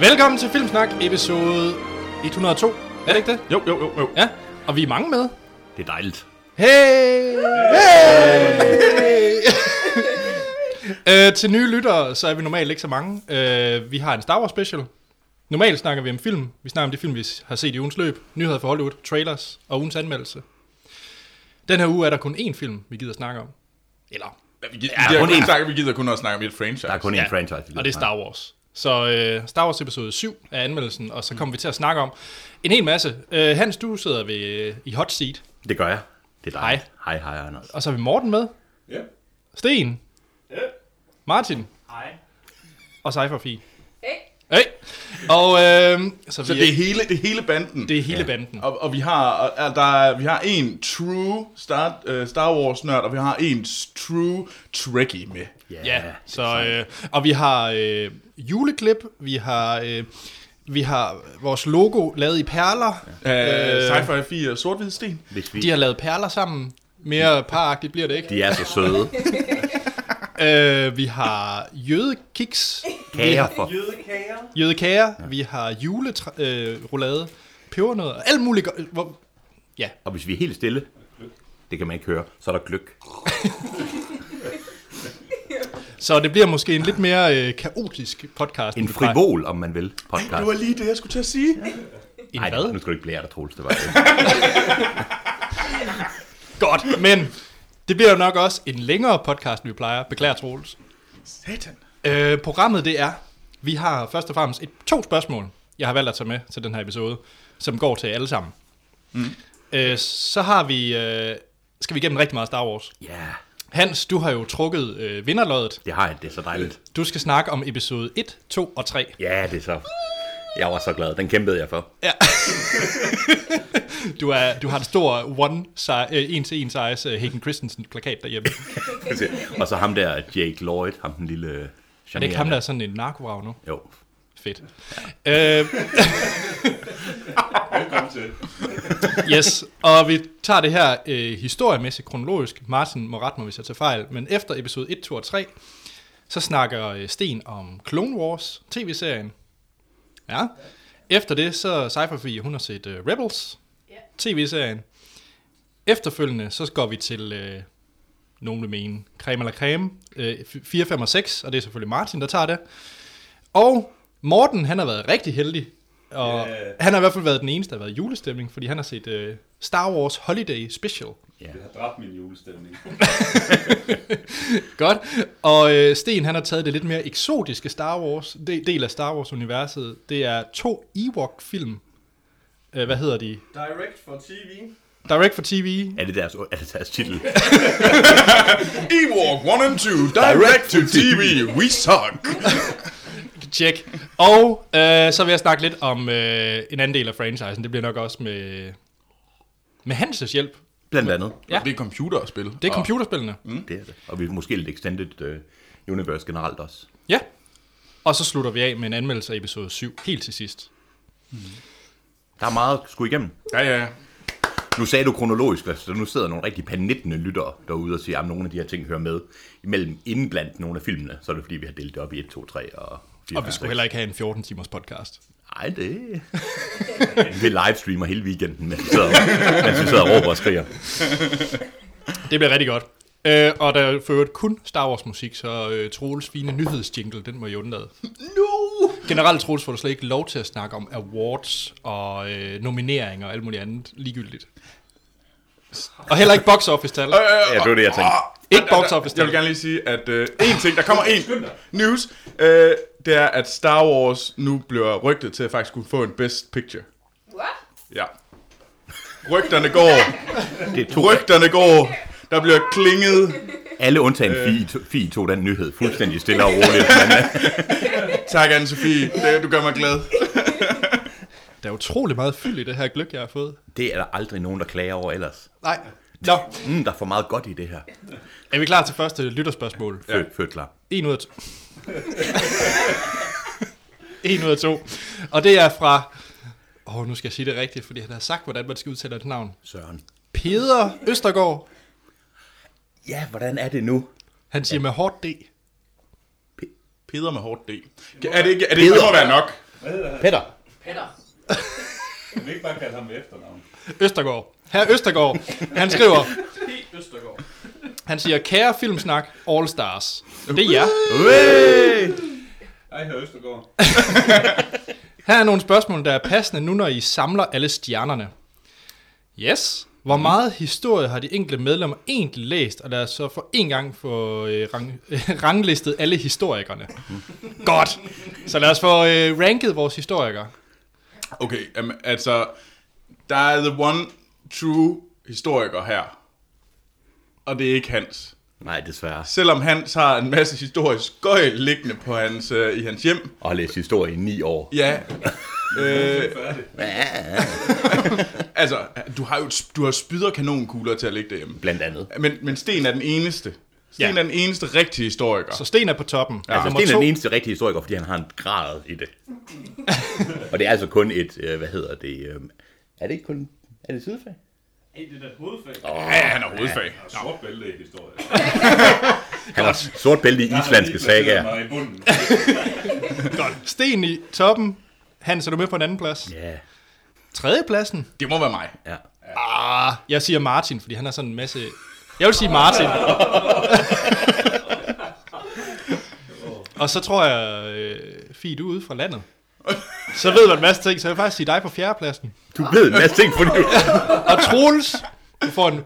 Velkommen til Filmsnak, episode 102. Er det ikke det? Jo, jo, jo, jo. Ja, og vi er mange med. Det er dejligt. Hey! Hey! hey! øh, til nye lyttere, så er vi normalt ikke så mange. Øh, vi har en Star Wars special. Normalt snakker vi om film. Vi snakker om de film, vi har set i ugens løb. Nyheder fra Hollywood, trailers og ugens anmeldelse. Den her uge er der kun én film, vi gider snakke om. Eller, Ja, vi, gider, ja, vi, gider kun kun én. snakke, vi gider kun at snakke om et franchise. Der er kun én Ja. franchise. vi og det lige er har. Star Wars. Så øh, Star Wars episode 7 er anmeldelsen, og Mm. så kommer vi til at snakke om en hel masse. Øh, Hans, du sidder ved, øh, i hot seat, Det gør jeg. Det er dejligt. Hej. Hej, hej, Anders. og så er vi Morten med. Ja. Sten. Ja. Martin. Hej. Og Cypher Fie. Hey. Hey. Og øh, så, vi, Så det er hele, det er hele banden. det er hele ja. banden. Og, og vi har og, er der, er- vi har en true Star, uh, Star Wars nørd, og vi har en true Trekkie med. Ja, så, øh, og vi har øh, juleklip, vi har, øh, vi har vores logo lavet i perler. Uh, Øh. Sci-Fi 4 sort sten. Hvis vi, De har lavet perler sammen. Mere paragtigt bliver det ikke. de er så søde. Øh, vi har jødekiks, Kager for... jødekager, ja. vi har juleroulade, øh, roulade, pebernødder, alt muligt. go- Hvor, ja, Og hvis vi er helt stille, det kan man ikke høre, så er der gløk. Så det bliver måske en lidt mere øh, kaotisk podcast. En end vi plejer. frivol, om man vil, podcast. Det var lige det, jeg skulle til at sige. En Ej, hvad? nu skal du ikke blære dig, Troels. Det var det. Godt, men det bliver jo nok også en længere podcast, end vi plejer. Beklager, Troels. Satan. Øh, programmet det er, vi har først og fremmest et, to spørgsmål, jeg har valgt at tage med til den her episode, som går til alle sammen. Mm. Øh, så har vi, øh, skal vi igennem rigtig meget Star Wars. Ja, Hans, du har jo trukket øh, vinderloddet. det har jeg. Det er så dejligt. Du skal snakke om episode 1, 2 og 3. Ja, det er så... Jeg var så glad. Den kæmpede jeg for. Du, er, du har en stor one si- øh, en til en size øh, Hagen Christensen plakat derhjemme. Og så ham der, Jake Lloyd, ham den lille... øh, Er det ikke charmerende- ham, der er sådan en narkovrag nu? Jo. Fedt. Øh, Velkommen til. yes, og vi tager det her øh, historiemæssigt kronologisk. Martin må rette mig, hvis jeg tager fejl. Men efter episode 1, 2 og 3, så snakker øh, Sten om Clone Wars, tv-serien. Ja. Efter det, så cypher vi, hun har set øh, Rebels, Ja. tv-serien. Efterfølgende, så går vi til, øh, nogen vil mene, creme eller creme, øh, f- 4, 5 og 6, og det er selvfølgelig Martin, der tager det. Og Morten, han har været rigtig heldig, og yeah. han har i hvert fald været den eneste, der har været i julestemning, fordi han har set øh, Star Wars Holiday Special. Jeg har dræbt min julestemning. Godt. Og øh, Sten, han har taget det lidt mere eksotiske Star Wars, de, del af Star Wars-universet. Det er to Ewok-film. Øh, hvad hedder de? Direct for TV. Direct for TV. Er det deres, er det deres titel? Ewok 1 and 2, direct to TV, we suck. Check. Og øh, så vil jeg snakke lidt om øh, en anden del af franchisen. Det bliver nok også med, med Hanses hjælp. Blandt andet. Ja. Ja. Det er computerspil. Det er computerspillene. Mm. Det er det. Og vi er måske lidt extended øh, universe generelt også. Ja. Og så slutter vi af med en anmeldelse af episode 7, helt til sidst. Der er meget at skulle igennem. Og, ja, ja. Nu sagde du kronologisk, så nu sidder nogle rigtig panittende lyttere derude og siger, at nogle af de her ting hører med. Imellem inden blandt nogle af filmene, så er det fordi, vi har delt det op i 1, 2, 3 og 4, Og vi skulle heller ikke have en 14-timers podcast. Nej, det... vi livestreamer hele weekenden, mens vi sidder, mens vi sidder og råber og skriger. Det bliver rigtig godt. Øh, og der er for øvrigt kun Star Wars musik, så øh, Troels fine nyhedsjingle, den må jeg undlade. No! Generelt, Troels, får du slet ikke lov til at snakke om awards og øh, nomineringer og alt muligt andet ligegyldigt. Og heller ikke box office Øh, tal. Ja, det var det, jeg tænkte. Ikke box Der- office Jeg vil tal. gerne lige sige, at øh, en ting, der kommer en news, øh, det er, at Star Wars nu bliver rygtet til at faktisk kunne få en best picture. What? Ja. Rygterne går. Det tog, Rygterne går. Der bliver klinget. Øh. alle undtagen Fie, Fie tog den nyhed fuldstændig stille og roligt. øh. Tak, Anne-Sophie. Det- Du gør mig glad. Der er utrolig meget fyld i det her gløk, jeg har fået. Det er der aldrig nogen, der klager over ellers. Nej. Nå, Mm, der er for meget godt i det her. er vi klar til første lytterspørgsmål? Født, født klar. En ud af to. en ud af to. Og det er fra... Åh, oh, nu skal jeg sige det rigtigt, fordi han har sagt, hvordan man skal udtale hans navn. Søren. Peder Østergaard. Ja, hvordan er det nu? Han siger med hårdt D. Peder med hårdt D. Er det ikke, er det ikke det må være nok? Hvad hedder han? Peter. Petter. Kan vi ikke bare kalde ham ved efternavn? Østergaard. Herre Østergaard, han skriver, P. Østergaard. han siger, kære filmsnak, All Stars. Det er jer. Ej, her Østergaard. Her er nogle spørgsmål, der er passende nu, når I samler alle stjernerne. Yes. Hvor meget historie har de enkelte medlemmer egentlig læst, og lad os så for en gang få øh, rang, ranglistet alle historikerne. Godt. Så lad os få øh, ranket vores historikere. Okay, um, altså, der er the one true historiker her. Og det er ikke Hans. Nej, desværre. Selvom Hans har en masse historisk gøj liggende på hans, øh, i hans hjem. Og har læst historie i ni år. Ja, øh, Færdig. altså, du har jo et sp- du har spyderkanonkugler til at ligge derhjemme. Blandt andet. Men, men Sten er den eneste. Sten Ja. ja. er den eneste rigtige historiker. Så Sten er på toppen. Ja, Altså, Sten er den eneste rigtige historiker, fordi han har en grad i det. og det er altså kun et, øh, hvad hedder det, øh, er det ikke kun, er det sidefag? Ej, det er da et hovedfag. ja, han er hovedfag. Og sort bælte i historie. Han har sort bælte i islandske sager. i bunden. Sten i toppen. Hans, er du med på en anden plads? Ja. Ja, Tredje pladsen? Det må være mig. ja. Ah, jeg siger Martin, fordi han har sådan en masse... Jeg vil sige Martin. Og så tror jeg, øh, Fie, du er ude fra landet. Så ved man en masse ting, så jeg vil faktisk sige dig på fjerdepladsen. Du ved en masse ting, fordi du... Og Troels, du får en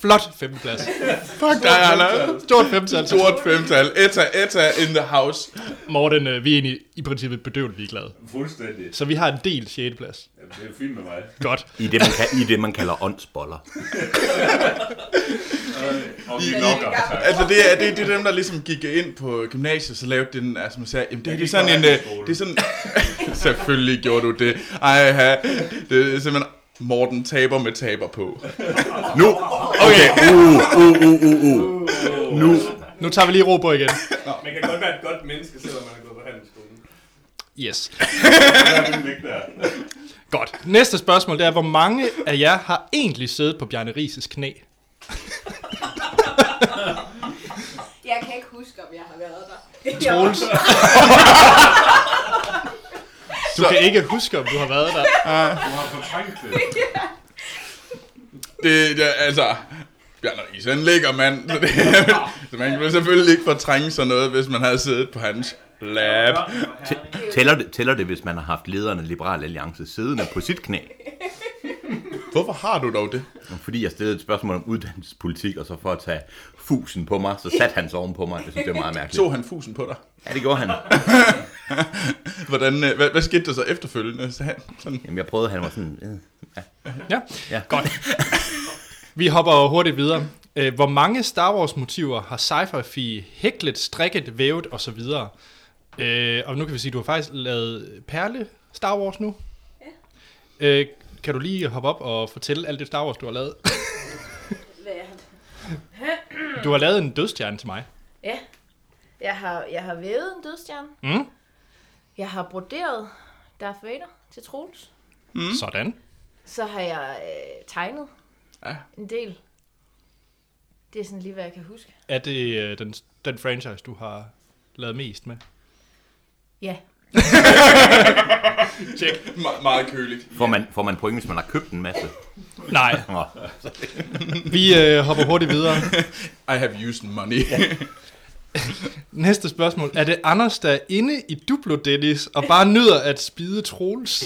flot femteplads. Fuck dig, Anna. Stort femtal. Stort femtal. Etta, etta in the house. Morten, øh, vi er egentlig i princippet bedøveligt ligeglade. Fuldstændig. Så vi har en del sjetteplads. Jamen, det er fint med mig. Godt. I det, man, kan, i det, man kalder åndsboller. Og vi nokker. tak. Altså, det er, det, det er dem, der ligesom gik ind på gymnasiet, så lavede den, altså man sagde, jamen det, her, det er sådan en, øh, det er sådan, selvfølgelig gjorde du det, ej, ha. det er simpelthen, Morten taber med taber på. Nu! Okay, uh, uh, uh, uh, uh. Nu. Nu tager vi lige ro på igen. Man kan godt være et godt menneske, selvom man er gået på handelsskolen. Yes. Der er den væk der. Godt. Næste spørgsmål, det er, hvor mange af jer har egentlig siddet på Bjarne Rises knæ? Jeg kan ikke huske, om jeg har været der. Troels. Du kan ikke huske, om du har været der. Du har fortrængt det. Det, det altså, Bjarne Riese, han ligger mand, så, det, så man kan selvfølgelig ikke fortrænge sådan noget, hvis man havde siddet på hans lab. Tæller det, tæller det, hvis man har haft lederen af Liberal Alliance siddende på sit knæ? Hvorfor har du dog det? Fordi jeg stillede et spørgsmål om uddannelsespolitik, og så for at tage fusen på mig, så satte han sig oven på mig. Det synes jeg er meget mærkeligt. Tog han fusen på dig? Ja, det gjorde han. Hvordan, øh, hvad, hvad skete der så efterfølgende? Så han, sådan, Jamen, jeg prøvede, han var sådan... Øh, ja, Ja. ja. Vi hopper hurtigt videre. Øh, Hvor mange Star Wars-motiver har sci-fi hæklet, strikket, vævet og så videre? Øh, Og nu kan vi sige, at du har faktisk lavet Perle Star Wars nu. Ja. Øh, Kan du lige hoppe op og fortælle alt det Star Wars, du har lavet? Hvad jeg har- Du har lavet en dødstjerne til mig. Ja. Jeg har, jeg har vævet en dødstjerne. Mm. Jeg har broderet Darth Vader til Troels. Mm. Sådan. Så har jeg øh, tegnet Ja. en del. Det er sådan lige, hvad jeg kan huske. Er det øh, den, den franchise, du har lavet mest med? Ja. me- meget køligt. Får man, får man point, hvis man har købt en masse? Nej, Nå. vi øh, hopper hurtigt videre. I have used money. Næste spørgsmål. Er det Anders, der er inde i Duplo Dennis og bare nyder at spide Troels?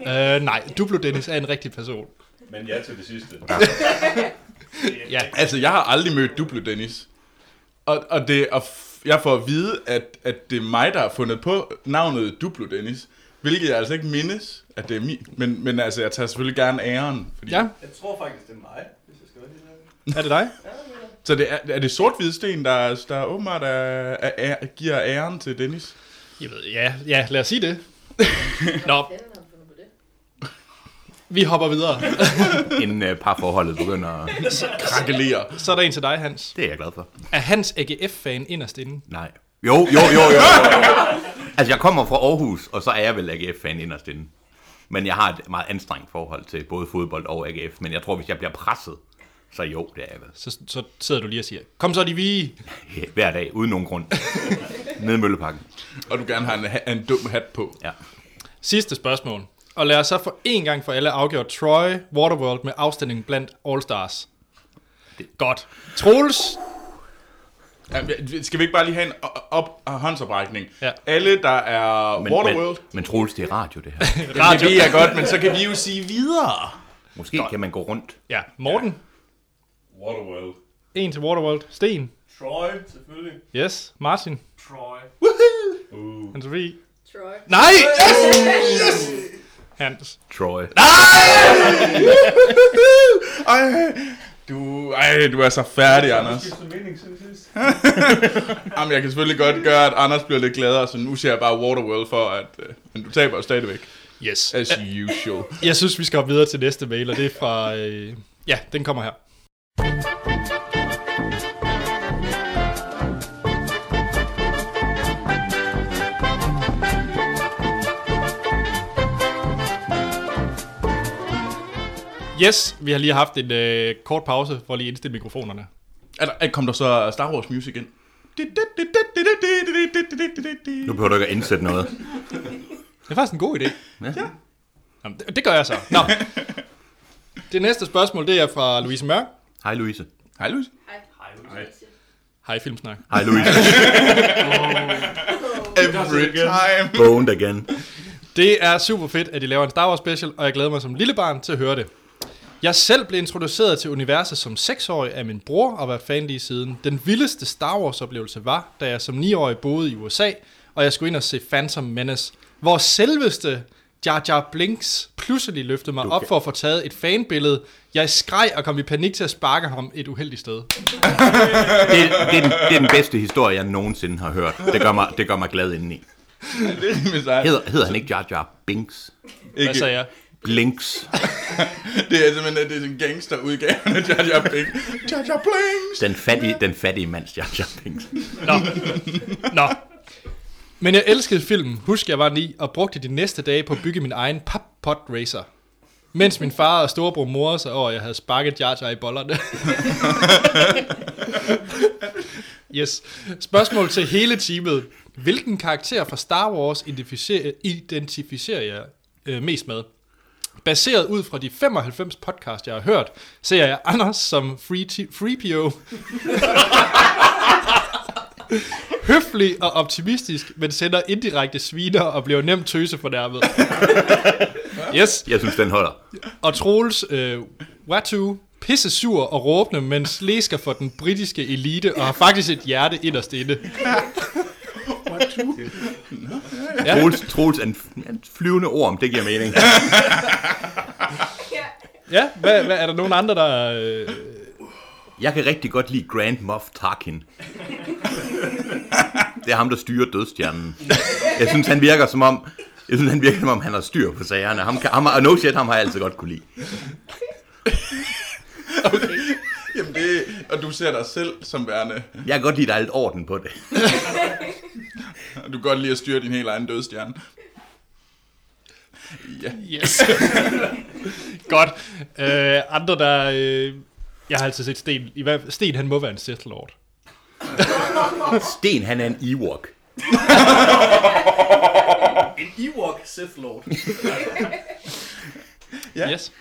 Uh, nej, Duplo Dennis er en rigtig person. Men ja til det sidste. Ja, Altså, jeg har aldrig mødt Duplo Dennis. Og, og det og f- jeg får at vide, at, at det er mig, der har fundet på navnet Duplo Dennis. Hvilket jeg altså ikke mindes, at det er min. Men, men altså, jeg tager selvfølgelig gerne æren. Fordi... ja Jeg tror faktisk, det er mig, hvis jeg skal være helt ærlig. er det dig? Så det er, er det sort sten, der, der åbenbart er, er, er, giver æren til Dennis? Jeg ved, ja, ja, lad os sige det. Nå, Fanden har fundet på det. vi hopper videre. Inden øh, parforholdet begynder... at- Krakkelerer. Så er der en til dig, Hans. Det er jeg glad for. Er Hans AGF-fan inderst inde? Nej. Jo, jo, jo, jo. jo. altså, jeg kommer fra Aarhus, og så er jeg vel AGF-fan inderst inde. Men jeg har et meget anstrengt forhold til både fodbold og AGF. Men jeg tror, hvis jeg bliver presset, så jo, det er jeg vel. Så, så sidder du lige og siger, kom så de vi. Hver dag, uden nogen grund. Nede i Mølleparken. Og du gerne har en, ha- en dum hat på. Ja. Sidste spørgsmål. Og lad os så for en gang for alle afgøre Troy Waterworld med afstemning blandt All-Stars. Godt. Troels, Ja, men Skal vi ikke bare lige have en o- op og håndsoprækning? Ja. Alle, der er Men, Waterworld, Men, men Troels, det er radio, det her. Jamen, det ved jeg godt, men så kan vi jo sige videre. Ah. Måske kan man gå rundt. ja, Morten, Waterworld. en til Waterworld. Sten, Troy, selvfølgelig. yes. Martin, Troy. Uh. Hans Sofie. Troy. Nej! Yes! Hans. Troy. Ej, du, ej, du er så færdig, Anders. Skiftet mening siden sidst. Jamen, jeg kan selvfølgelig godt gøre, at Anders bliver lidt gladere, så nu ser jeg bare Waterworld for, at... Øh, men du taber jo stadigvæk. Yes. As usual. Jeg synes, vi skal hoppe videre til næste mail, og det er fra... Øh... Ja, den kommer her. Yes, vi har lige haft en øh, kort pause for at lige indstille mikrofonerne. Er der, er- kom der så Star Wars music ind? Nu behøver du ikke at indsætte noget. Det er faktisk en god idé. Ja. Jamen, det, det gør jeg så. Nå. Det næste spørgsmål, det er fra Louise Mørk. Hej, Louise. Hej, Louise. Hej. Hej. Hej, Filmsnak. Hej, Louise. Every time. Boned again. Det er super fedt, at I laver en Star Wars special, og jeg glæder mig som lille barn til at høre det. Jeg selv blev introduceret til universet som 6-årig af min bror og har været fan lige siden. Den vildeste Star Wars-oplevelse var, da jeg som 9-årig boede i USA, og jeg skulle ind og se Phantom Menace, hvor selveste Jar Jar Blinks pludselig løftede mig op for at få taget et fanbillede. Jeg skreg og kom i panik til at sparke ham et uheldigt sted. Det, det, er den, det er den bedste historie, jeg nogensinde har hørt. Det gør mig, det gør mig glad indeni. Det er med sig. Hedder, hedder han ikke Jar Jar Binks? Hvad sagde jeg? Blinks. Det er simpelthen øh, det er sådan gangsterudgaven af Jar Jar Binks. Jar Jar Binks. Den fattige, den fattige mands Jar Jar Binks. Nå. Nå. Men jeg elskede filmen, husk jeg var ni, og brugte de næste dage på at bygge min egen pop racer. Mens min far og storebror morede sig over, at jeg havde sparket Jar Jar i bollerne. yes. Spørgsmål til hele teamet. Hvilken karakter fra Star Wars identificerer, identificerer jeg øh, mest med? Baseret ud fra de 95 podcast, jeg har hørt, ser jeg Anders som Free, T- Freepio, høflig og optimistisk, men sender indirekte sviner og bliver nemt tøse fornærmet. Yes, Jeg synes, den holder. og Troels øh, Watu pisse sur og råbende, men slæsker for den britiske elite og har faktisk et hjerte inderst inde. Ja. Troels, Troels er en, f- en flyvende orm, det giver mening. Ja, hvad, hvad, er der nogen andre, der... Øh, Jeg kan rigtig godt lide Grand Moff Tarkin. Det er ham, der styrer dødstjernen. Jeg synes, han virker som om, jeg synes, han virker som om, han har styr på sagerne. Ham, kan, ham, og no shit, ham har jeg altid godt kunne lide. Jamen det, og du ser dig selv som værende. Jeg kan godt lide, at der er lidt orden på det. Og Du kan godt lide at styre din helt egen dødstjerne. Ja. yes. Godt. Øh, andre, der... Øh, jeg har altid set Sten. I hvert, Sten, han må være en Sith Lord. Sten, han er en Ewok. En Ewok Sith Lord. Ja. Yes.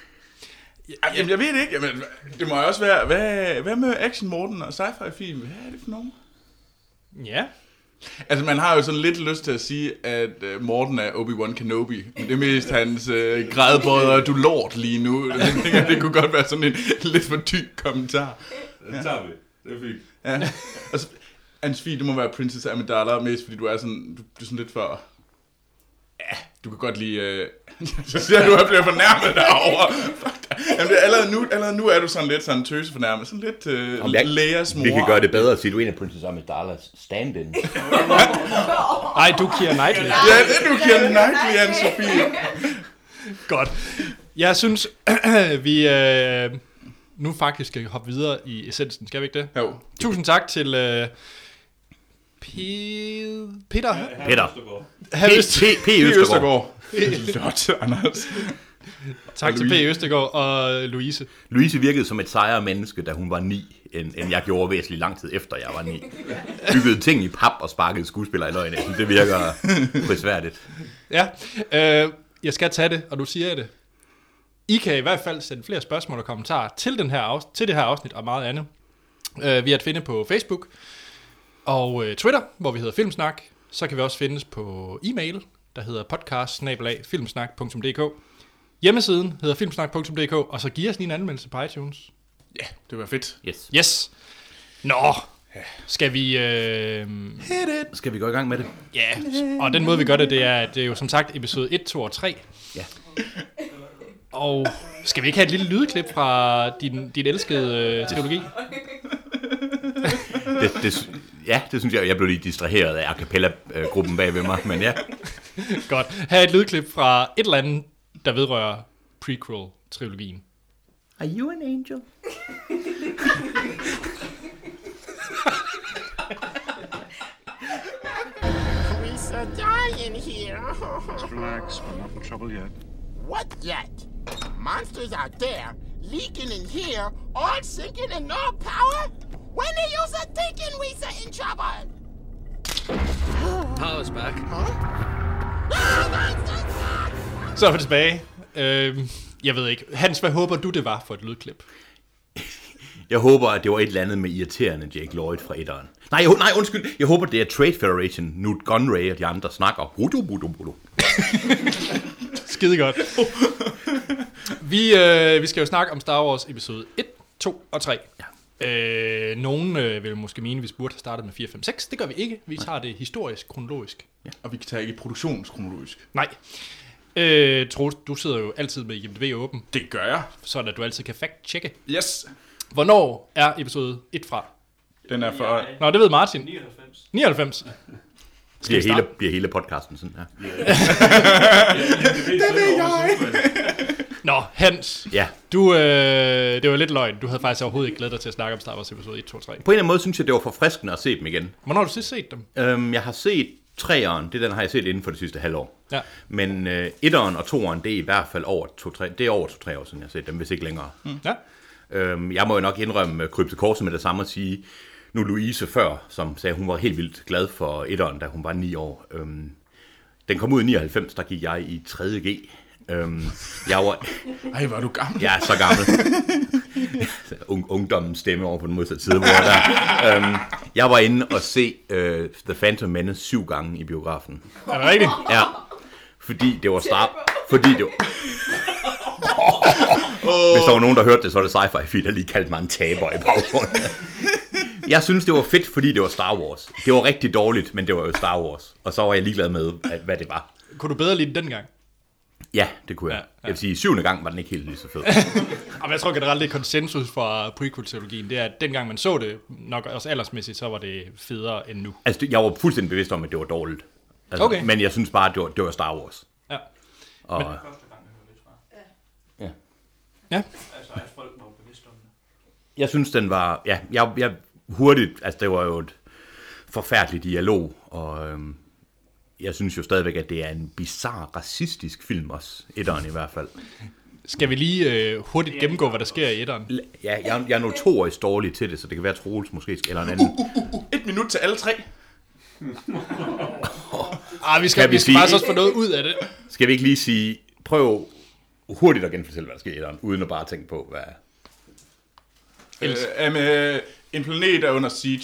Ej, Jamen, jeg ved det ikke. Jamen, det må jo også være, hvad, hvad med Action Morten og Sci-Fi film? Hvad er det for nogen? Ja. Altså, man har jo sådan lidt lyst til at sige, at øh, Morten er Obi-Wan Kenobi. Men det er mest hans øh, grædbrødre, du lort lige nu. Jeg tænker, det kunne godt være sådan en lidt for tyk kommentar. Den tager vi. Det er fint. Ja. Altså, Ansvi, du må være Princess Amidala, mest fordi du er sådan, du, du er sådan lidt for... Ja, du kan godt lide... Øh... så siger jeg, du, at jeg bliver fornærmet derovre. Fuck dig. Jamen, det er allerede, nu, allerede nu er du sådan lidt sådan tøse fornærmet. Sådan lidt øh, Om jeg- Leas mor. Vi kan gøre det bedre, siger du er en af Princess Amidala's stand-in. Ej, du Keira Knightley. Ja, det er du, Kjell Knightley, Anne-Sophie. Godt. Jeg synes, vi øh, nu faktisk skal hoppe videre i essensen. Skal vi ikke det? Jo. Tusind tak til øh, Pe- Peter. Peter. Han P. vidste- P. P. Østergaard. Østergaard. Flot, Anders. Tak til P. Østegård og Louise. Louise virkede som et sejere menneske, da hun var ni, end, end jeg gjorde væsentligt lang tid efter, jeg var ni. Byggede ting i pap og sparkede skuespillere i løgn. Jeg synes, det virker prisværdigt. Ja, øh, jeg skal tage det, og du siger jeg det. I kan i hvert fald sende flere spørgsmål og kommentarer til, den her af, til det her afsnit og meget andet. Øh, vi er at finde på Facebook og øh, Twitter, hvor vi hedder Filmsnak. Så kan vi også findes på e-mail, der hedder podcast Hjemmesiden hedder filmsnak.dk, og så giv os lige en anmeldelse på iTunes. Ja, det var fedt. Yes. Yes! Nå, skal vi... Øh, Skal vi gå i gang med det? Ja, og den måde, vi gør det, det er, at det er jo som sagt episode 1, 2 og 3. Ja. Og skal vi ikke have et lille lydklip fra din, din elskede øh, teologi? Det, det, sy- ja, det synes jeg. Jeg blev lige distraheret af a cappella-gruppen bag ved mig, men ja. Godt. Have et lydklip fra et eller andet, der vedrører prequel-trilogien. Are you an angel? We so dying here. Relax, we're not in trouble yet. what yet? Monsters out there, leaking in here, all sinking and no power? When are you so thinking we so in trouble? Power's back. Ah, monsters! Så er vi tilbage. Øhm, jeg ved ikke. Hans, hvad håber du, det var for et lydklip? Jeg håber, at det var et eller andet med irriterende Jake Lloyd fra etteren. Nej, jeg, nej undskyld. Jeg håber, det er Trade Federation, Newt Gunray og de andre snakker. Brudo, brudo, brudo. Skide godt. vi, øh, vi skal jo snakke om Star Wars episode 1, 2 og 3. Ja. Øh, nogen øh, vil måske mene, at vi burde have startet med 4, 5, 6. Det gør vi ikke. Vi tager det historisk, kronologisk. Og vi kan tage ikke produktionskronologisk. Nej. Øh, Troels, du sidder jo altid med IMDb åben, Det gør jeg. sådan at du altid kan fact-checke. Yes. Hvornår er episode 1 fra? Den er for... Nå, det ved Martin. 99. 99. Bliver vi starte? hele, bliver hele podcasten sådan her. Det ved jeg! Nå, Hans. Ja. Du, øh, det var lidt løgn. Du havde faktisk overhovedet ikke glædet dig til at snakke om Star Wars episode 1, 2 og 3. På en eller anden måde synes jeg, det var forfriskende at se dem igen. Hvornår har du sidst set dem? Øhm, jeg har set træeren, det er den har jeg set inden for det sidste halvår. Ja. Men øh, etteren og toeren, det er i hvert fald over to, tre, det er over to-tre år siden, jeg har set dem, hvis ikke længere. Mm. Ja. Øhm, jeg må jo nok indrømme øh, krybe til korset med det samme og sige, nu Louise før, som sagde, hun var helt vildt glad for etteren, da hun var 9 år. Øhm, den kom ud i 99, der gik jeg i 3.G. Øhm, jeg var, Ej, var du gammel. jeg er så gammel. Ung, ungdommen stemme over på den modsatte side, hvor der. Øhm, jeg var inde og se øh, The Phantom Menace syv gange i biografen. Er det rigtigt? Ja, fordi det var Star... Fordi det var... Oh. Hvis der var nogen, der hørte det, så var det sci-fi fi der lige kaldte mig en taber i baggrunden. Jeg synes, det var fedt, fordi det var Star Wars. Det var rigtig dårligt, men det var jo Star Wars. Og så var jeg ligeglad med, at- hvad det var. Kunne du bedre lide den dengang? Ja, det kunne jeg. Ja, ja. Jeg vil sige, syvende gang var den ikke helt lige så fed. Jamen, jeg tror generelt, det er konsensus fra prequel-teologien. Det er, at dengang man så det, nok også aldersmæssigt, så var det federe end nu. Altså, det- jeg var fuldstændig bevidst om, at det var dårligt. Altså, Okay. Men jeg synes bare, at det var, det var Star Wars. Ja. Og, men, Altså, at folk var bevidste om det. jeg synes, den var... Ja, jeg, jeg hurtigt... Altså, det var jo et forfærdeligt dialog, og øhm, jeg synes jo stadigvæk, at det er en bizarre racistisk film også. Etteren i hvert fald. Skal vi lige øh, hurtigt gennemgå, hvad der sker i etteren? L- Ja, jeg, jeg er notorisk dårlig til det, så det kan være Troels måske, skal- eller en Uh, anden. Et minut til alle tre. Ah, vi skal, Kan vi vi skal sige- faktisk også få noget ud af det. Skal vi ikke lige sige... Prøv hurtigt at genfortælle, hvad der sker i etteren, uden at bare tænke på, hvad... Øh, jamen, øh, en planet er under siege.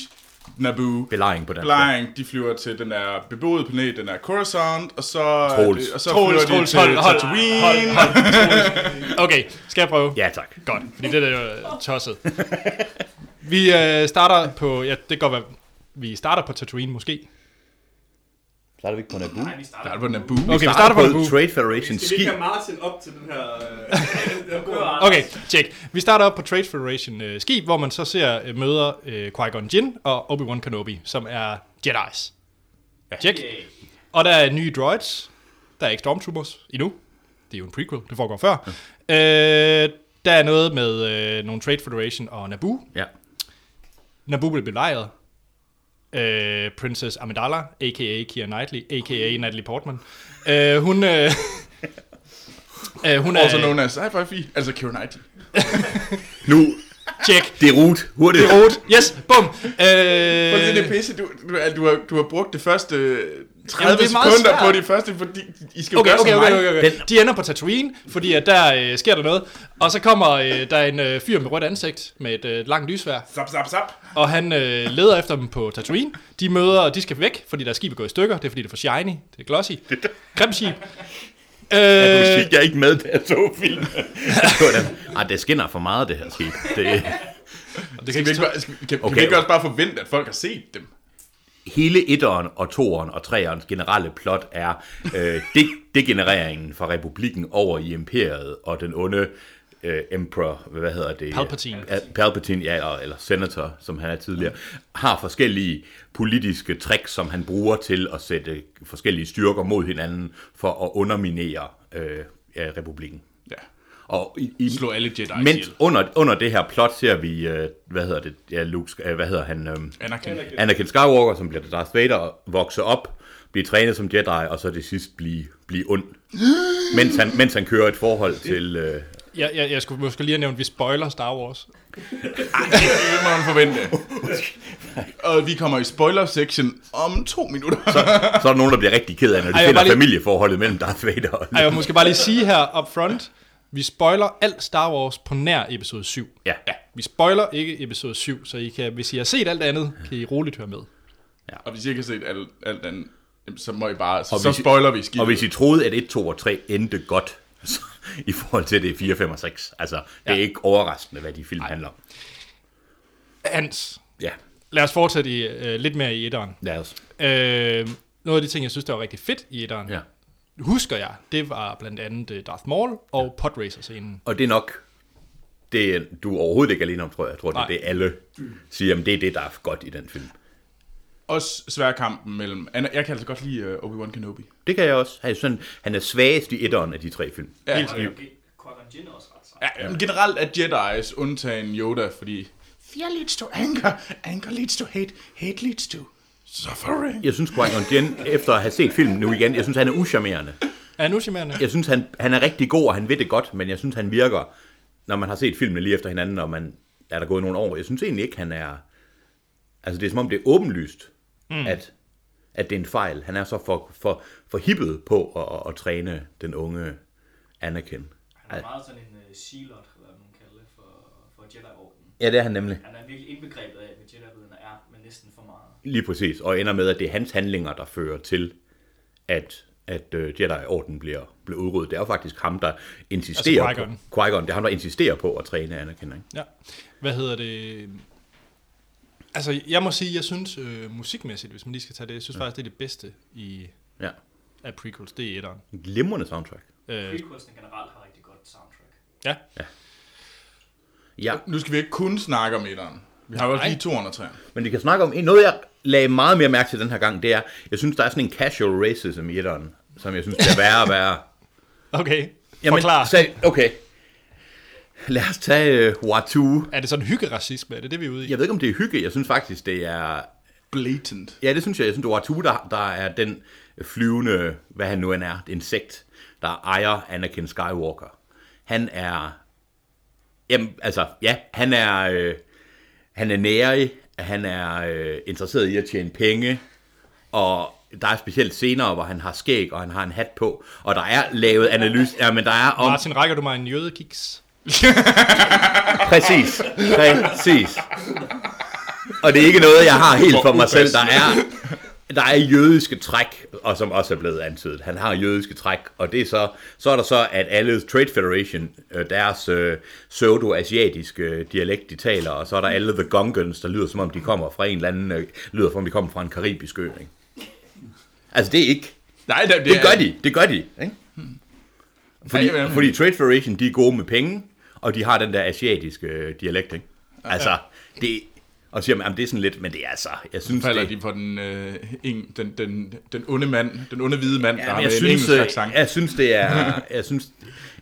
Naboo. Belejring på den. Flying, de flyver til den der beboede planet, den der Coruscant, og så, Troels. og så Troels, flyver Troels, de til hold, hold, Tatooine. hold, hold, Troels. Okay, skal jeg prøve? Ja, tak. Godt, fordi det der er jo øh, tosset. Vi øh, starter på, ja, det kan godt være, vi starter på Tatooine måske. Starter vi ikke på Naboo? Nej, vi starter. Der er på Naboo. Okay, vi starter på Naboo. Trade Federation Skal vi skib. ikke have Martin op til den her... øh, den her Okay, tjek. Vi starter op på Trade Federation øh, skib, hvor man så ser øh, møder øh, Qui-Gon Jinn og Obi-Wan Kenobi, som er Jedi's. Tjek. Og der er nye droids. Der er ikke Stormtroopers endnu. Det er jo en prequel, det foregår før. Øh, der er noget med øh, nogle Trade Federation og Naboo. Ja. Naboo blev belejret. Øh, Princess Amidala, a.k.a. Keira Knightley, a.k.a. Natalie Portman. Øh, hun... Øh, øh, hun er... Altså known as sci fi altså Keira Knightley. Nu Tjek. Det er rut. Hurtigt. Det er rot. Yes, bum. Øh, Prøv lige det pisse, du, du, altså, du, har, du har brugt de første 30 Jamen, det Jamen, er meget sekunder svært. på de første, fordi I skal jo Okay, gøre okay, som okay, mig. okay, okay. De ender på Tatooine, fordi at der øh, sker der noget. Og så kommer øh, der er en øh, fyr med rødt ansigt med et øh, langt lysvær, Zap, zap, zap. og han øh, leder efter dem på Tatooine. De møder, de skal væk, fordi der skib er gået i stykker. Det er fordi det er for shiny, det er glossy. Grimskib. Jeg Øh, kunne sige, jeg er ikke med, da jeg så filmen. Nej, det skinner for meget, det her skib. Det, det Kan kan vi, ikke ikke bare, skal, kan, okay. kan vi Okay. ikke også bare forvente, at folk har set dem? hele etteren og toeren og treerens generelle plot er øh, de- degenereringen fra republikken over i imperiet og den onde øh, emperor, hvad hedder det? Palpatine. Ja, Palpatine, ja, og- eller senator, som han er tidligere, har forskellige politiske tricks, som han bruger til at sætte forskellige styrker mod hinanden for at underminere øh, ja, republikken. Ja. Og i, i, Slå alle Jedi Men ihjel. under, under det her plot ser vi, øh, hvad hedder det, ja, Luke, Sk- øh, hvad hedder han? Øh, Anakin. Anakin Skywalker, som bliver til Darth Vader, vokser op, bliver trænet som Jedi, og så til sidst blive, blive ond. Mens han, mens han kører et forhold til... Øh, Jeg, jeg, jeg skulle måske lige have nævnt, at vi spoiler Star Wars. Det må man forvente. Og vi kommer i spoiler section om to minutter. så er der nogen, der bliver rigtig ked af, når de Ej, jeg finder var lige- lige... familieforholdet mellem Darth Vader og... Ej, jeg måske bare lige sige her up front, vi spoiler alt Star Wars på nær episode 7. Ja. ja. Vi spoiler ikke episode 7, så I kan, hvis I har set alt andet, kan I roligt høre med. Og hvis I ikke har set alt, alt andet, jamen, så må I bare, så, Og så hvis I- spoiler vi skibet. Og hvis I troede, at 1, 2 og 3 endte godt, så, i forhold til det 4, 5 og 6, altså, det er ja. ikke overraskende, hvad de film handler om. Hans, Ja, lad os fortsætte i, øh, lidt mere i etteren. lad os. Øh, noget af de ting, jeg synes, der var rigtig fedt i etteren, Ja. husker jeg, det var blandt andet øh, Darth Maul og Podracer-scenen. Og det er nok, det er- du er overhovedet ikke alene om, tror jeg. Jeg tror, det, Nej. det er alle siger, at det er det, der er godt i den film. Også sværkampen mellem... Anna, jeg kan altså godt lide uh, Obi-Wan Kenobi. Det kan jeg også. Han er, sådan, han er svagest i etteren af de tre film. Ja, Helt sikkert. Quaggan Jinn er også ret sej. ja, ja. Men generelt er Jedi's undtagen Yoda, fordi... Fear leads to anger, anger leads to hate, hate leads to suffering. Jeg synes, Qui-Gon Jinn, efter at have set filmen nu igen, jeg synes, han er uschammerende. Er han uschammerende? Jeg synes, han, han er rigtig god, og han ved det godt, men jeg synes, han virker, når man har set filmene lige efter hinanden, og man er der gået nogle år. Jeg synes egentlig ikke, han er... Altså, det er som om, det er åbenlyst, mm. at, at det er en fejl. Han er så for, for, for hippet på at, at, at træne den unge Anakin. Han er meget sådan en uh, Sealot, eller hvad man kalder det, for, for Jedi-orden. Ja, det er han nemlig. Han er virkelig indbegrebet af, hvad Jedi-riderne er, men næsten for meget. Lige præcis, og ender med, at det er hans handlinger, der fører til, at, at uh, Jedi-orden bliver, bliver udryddet. Det er jo faktisk ham, der insisterer Altså Qui-Gon. på... Qui-Gon. Det er ham, der insisterer på at træne Anakin, ikke? Ja. Hvad hedder det? Altså, jeg må sige, jeg synes øh, musikmæssigt, hvis man lige skal tage det, jeg synes ja. faktisk, det er det bedste i, Ja. af prequels, det er etteren. Glimrende soundtrack. Øh, Prequelsene generelt har rigtig godt soundtrack. ja. Ja, Nu skal vi ikke kun snakke om etteren. Vi har jo også Nej. lige 203. men vi kan snakke om... en- Noget, jeg lagde meget mere mærke til den her gang, det er, jeg synes, der er sådan en casual racism i etteren, som jeg synes bliver værre og værre. Okay, forklar. Så, okay. Lad os tage uh, Watu. Er det sådan hyggeracisme? Er det det, vi er ude i? Jeg ved ikke, om det er hygge. Jeg synes faktisk, det er Blatant. Ja, det synes jeg. Jeg synes, det var Tuda, der er den flyvende, hvad han nu end er, et insekt, der ejer Anakin Skywalker. Han er... Jamen, altså, ja, han er... Øh, han er nærig, han er øh, interesseret i at tjene penge, og der er specielt senere, hvor han har skæg, og han har en hat på, og der er lavet analyse, ja, men der er om, Martin, rækker du mig en jødekiks? Præcis. Præcis. Og det er ikke noget, jeg har helt for mig selv. Der er, der er jødiske træk, og som også er blevet antydet. Han har jødiske træk, og det er så, så er der så, at alle Trade Federation, øh, deres øh, pseudo-asiatiske øh, dialekt, de taler, og så er der alle The Gongans, der lyder som om, de kommer fra en eller anden, øh, lyder som om, de kommer fra en karibisk ø. Ikke? Altså, det er ikke, Nej, det, Hmm. det gør de, det gør de, ikke? Fordi, Ja, ja, ja. fordi Trade Federation, de er gode med penge, og de har den der asiatiske øh, dialekt, ikke? Altså, det... Og siger, man, "Jamen, det er sådan lidt, men det er altså, jeg synes, falder det, de for den, øh, eng, den, den, den onde mand, den onde hvide mand, ja, der ja, har men med jeg, en synes, engelsk øh, accent. jeg synes, det er, jeg synes,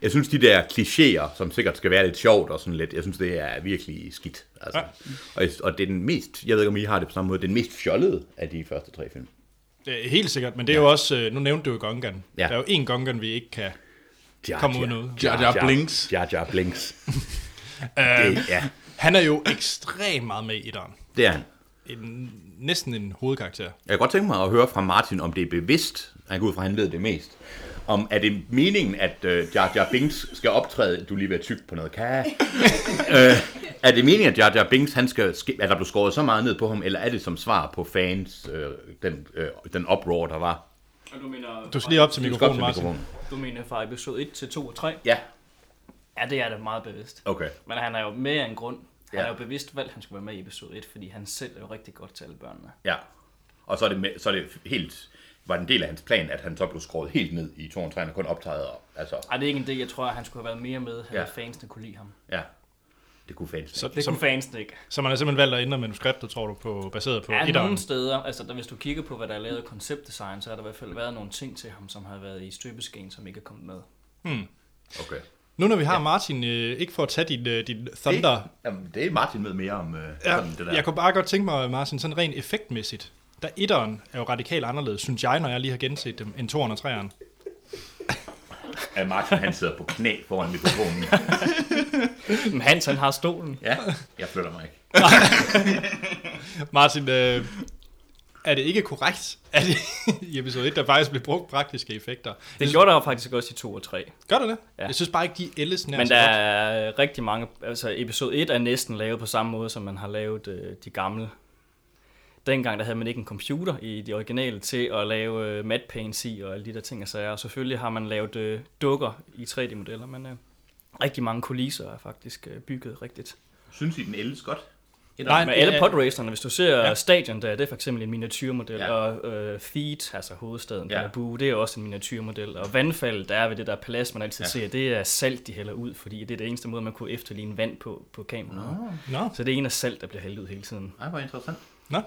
jeg synes, de der klichéer, som sikkert skal være lidt sjovt og sådan lidt, jeg synes, det er virkelig skidt. Altså. Og, jeg- og, det er den mest, jeg ved ikke, om I har det på samme måde, det er den mest fjollede af de første tre film. Øh, Helt sikkert, men det er jo også, øh, nu nævnte du jo Gongan. Ja. Der er jo én Gongan, vi ikke kan. Jar Kom Jar- uden noget. Jar Jar Blinks. Jar Jar Blinks. det, ja. Øh, Han er jo ekstremt meget med i etteren. Det er han. En, næsten en hovedkarakter. Jeg kunne godt tænke mig at høre fra Martin, om det er bevidst, han går ud fra, han ved det mest. Om er det meningen, at øh, Jar Jar Binks skal optræde, du er lige ved at tykke på noget kage. øh, er det meningen, at Jar Jar Binks, han skal, ske- er der blevet skåret så meget ned på ham, eller er det som svar på fans, øh, den, øh, den uproar, der var? Og du mener... Du skal lige op til Du skal op mikrofonen, til Martin. mikrofonen. Du mener fra episode 1 til 2 og 3? Ja, Ja, det er da meget bevidst. okay. Men han er jo med af en grund. Han Ja. er jo bevidst valgt, at han skulle være med i episode 1, fordi han selv er jo rigtig godt til alle børnene. Ja. Og så er det, med, så er det helt, var det en del af hans plan, at han så blev skåret helt ned i 203 og kun optræder, altså, Ej, det er ikke en del, jeg tror, at han skulle have været mere med, havde Ja. ja. fansene kunne lide ham. ja. Det kunne fans Så, så... Det som, kunne fansene ikke. så man har simpelthen valgt at ændre manuskriptet, tror du, på, baseret på Ja, etteren. nogle steder, altså der, hvis du kigger på, hvad der er lavet af konceptdesign, så har der i hvert fald været nogle ting til ham, som har været i støbeskeen, som ikke er kommet med. Okay. Hmm. Nu når vi har Martin, øh, ikke for at tage dit, øh, dit thunder, Det, jamen, det er Martin ved mere om øh, Ja, sådan det der. jeg kunne bare godt tænke mig, Martin, sådan rent effektmæssigt, der etteren er jo radikalt anderledes, synes jeg, når jeg lige har genset dem, end toeren og treeren. at Martin han sidder på knæ foran mikrofonen. Men Hans, han har stolen. ja, jeg flytter mig ikke. Martin, øh, er det ikke korrekt, at i episode 1, der faktisk blev brugt praktiske effekter? Det gjorde der jo faktisk også i 2 og 3. Gør det det? Ja. Ja. Jeg synes bare ikke, de ældes nær Men så der godt. er rigtig mange... Altså, episode 1 er næsten lavet på samme måde, som man har lavet øh, de gamle. Dengang der havde man ikke en computer i de originale til at lave øh, matte paints i og alle de der ting og sager. Og selvfølgelig har man lavet øh, dukker i 3D-modeller, men øh, rigtig mange kulisser er faktisk øh, bygget rigtigt. Synes I, den ældes godt? Nej, Men det alle er- podracerne, hvis du ser ja. stadion der, det er for eksempel en miniatyrmodel, Ja. ja. og øh, Feet, altså hovedstaden, Ja. ja. Boo, det er også en miniatyrmodel, og vandfaldet, der er ved det der palads, man altid Ja. ja. ser, det er salt, de hælder ud, fordi det er det eneste måde, man kunne efterligne vand på, på kameraet. No. Nå, Så det er en af salt, der bliver hældt ud hele tiden. Nej, hvor interessant. nå.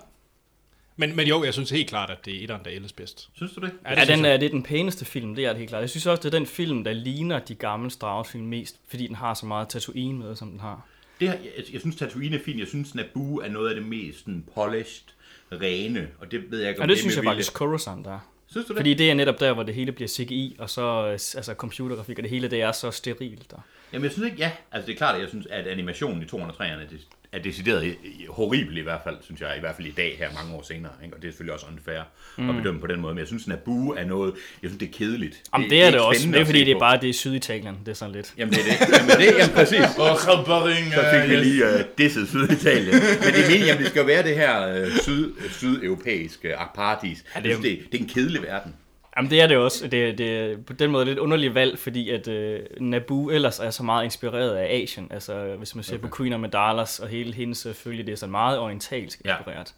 Men, men jo, jeg synes helt klart, at det er etteren, der ældes bedst. Synes du det? Ja, Ja, det det, ja, synes den jeg. er, det er den pæneste film, det er det helt klart. Jeg synes også, det er den film, der ligner de gamle Strauss-film mest, fordi den har så meget Tatooine med, som den har. det her, jeg, jeg, synes, Tatooine er fint. Jeg synes, Naboo er noget af det mest sådan, polished, rene. Og det ved jeg ikke, om Og det er synes med jeg vilje. faktisk, Coruscant er. Synes du det? Fordi det er netop der, hvor det hele bliver CGI, og så øh, s- altså computergrafik, og det hele det er så sterilt. Der. Jamen, jeg synes ikke, ja. Altså, det er klart, at jeg synes, at animationen i 203'erne det- er decideret i- i- horribel i hvert fald, synes jeg, i hvert fald i dag her mange år senere. Ikke? Og det er selvfølgelig også unfair mm. at bedømme på den måde. Men jeg synes, Naboo er noget, jeg synes, det er kedeligt. Jamen det, det er ikke det også, spændende det er at fordi se det er på. bare det er Syditalien, det er sådan lidt. Jamen det er det. Jamen, det jamen, præcis. Og Rabaring, Så fik vi øh, lige uh, disset Syditalien. Men det er meningen, at det skal jo være det her uh, syd, sydeuropæiske uh, paradis. Ja, det, er, det, det er en kedelig verden. Jamen det er det også, det, det er på den måde lidt underligt valg, fordi at øh, Naboo ellers er så meget inspireret af Asien. Altså hvis man ser okay. på Queen of Medalas og hele hendes øh, følge, det er så meget orientalsk Ja. inspireret. Så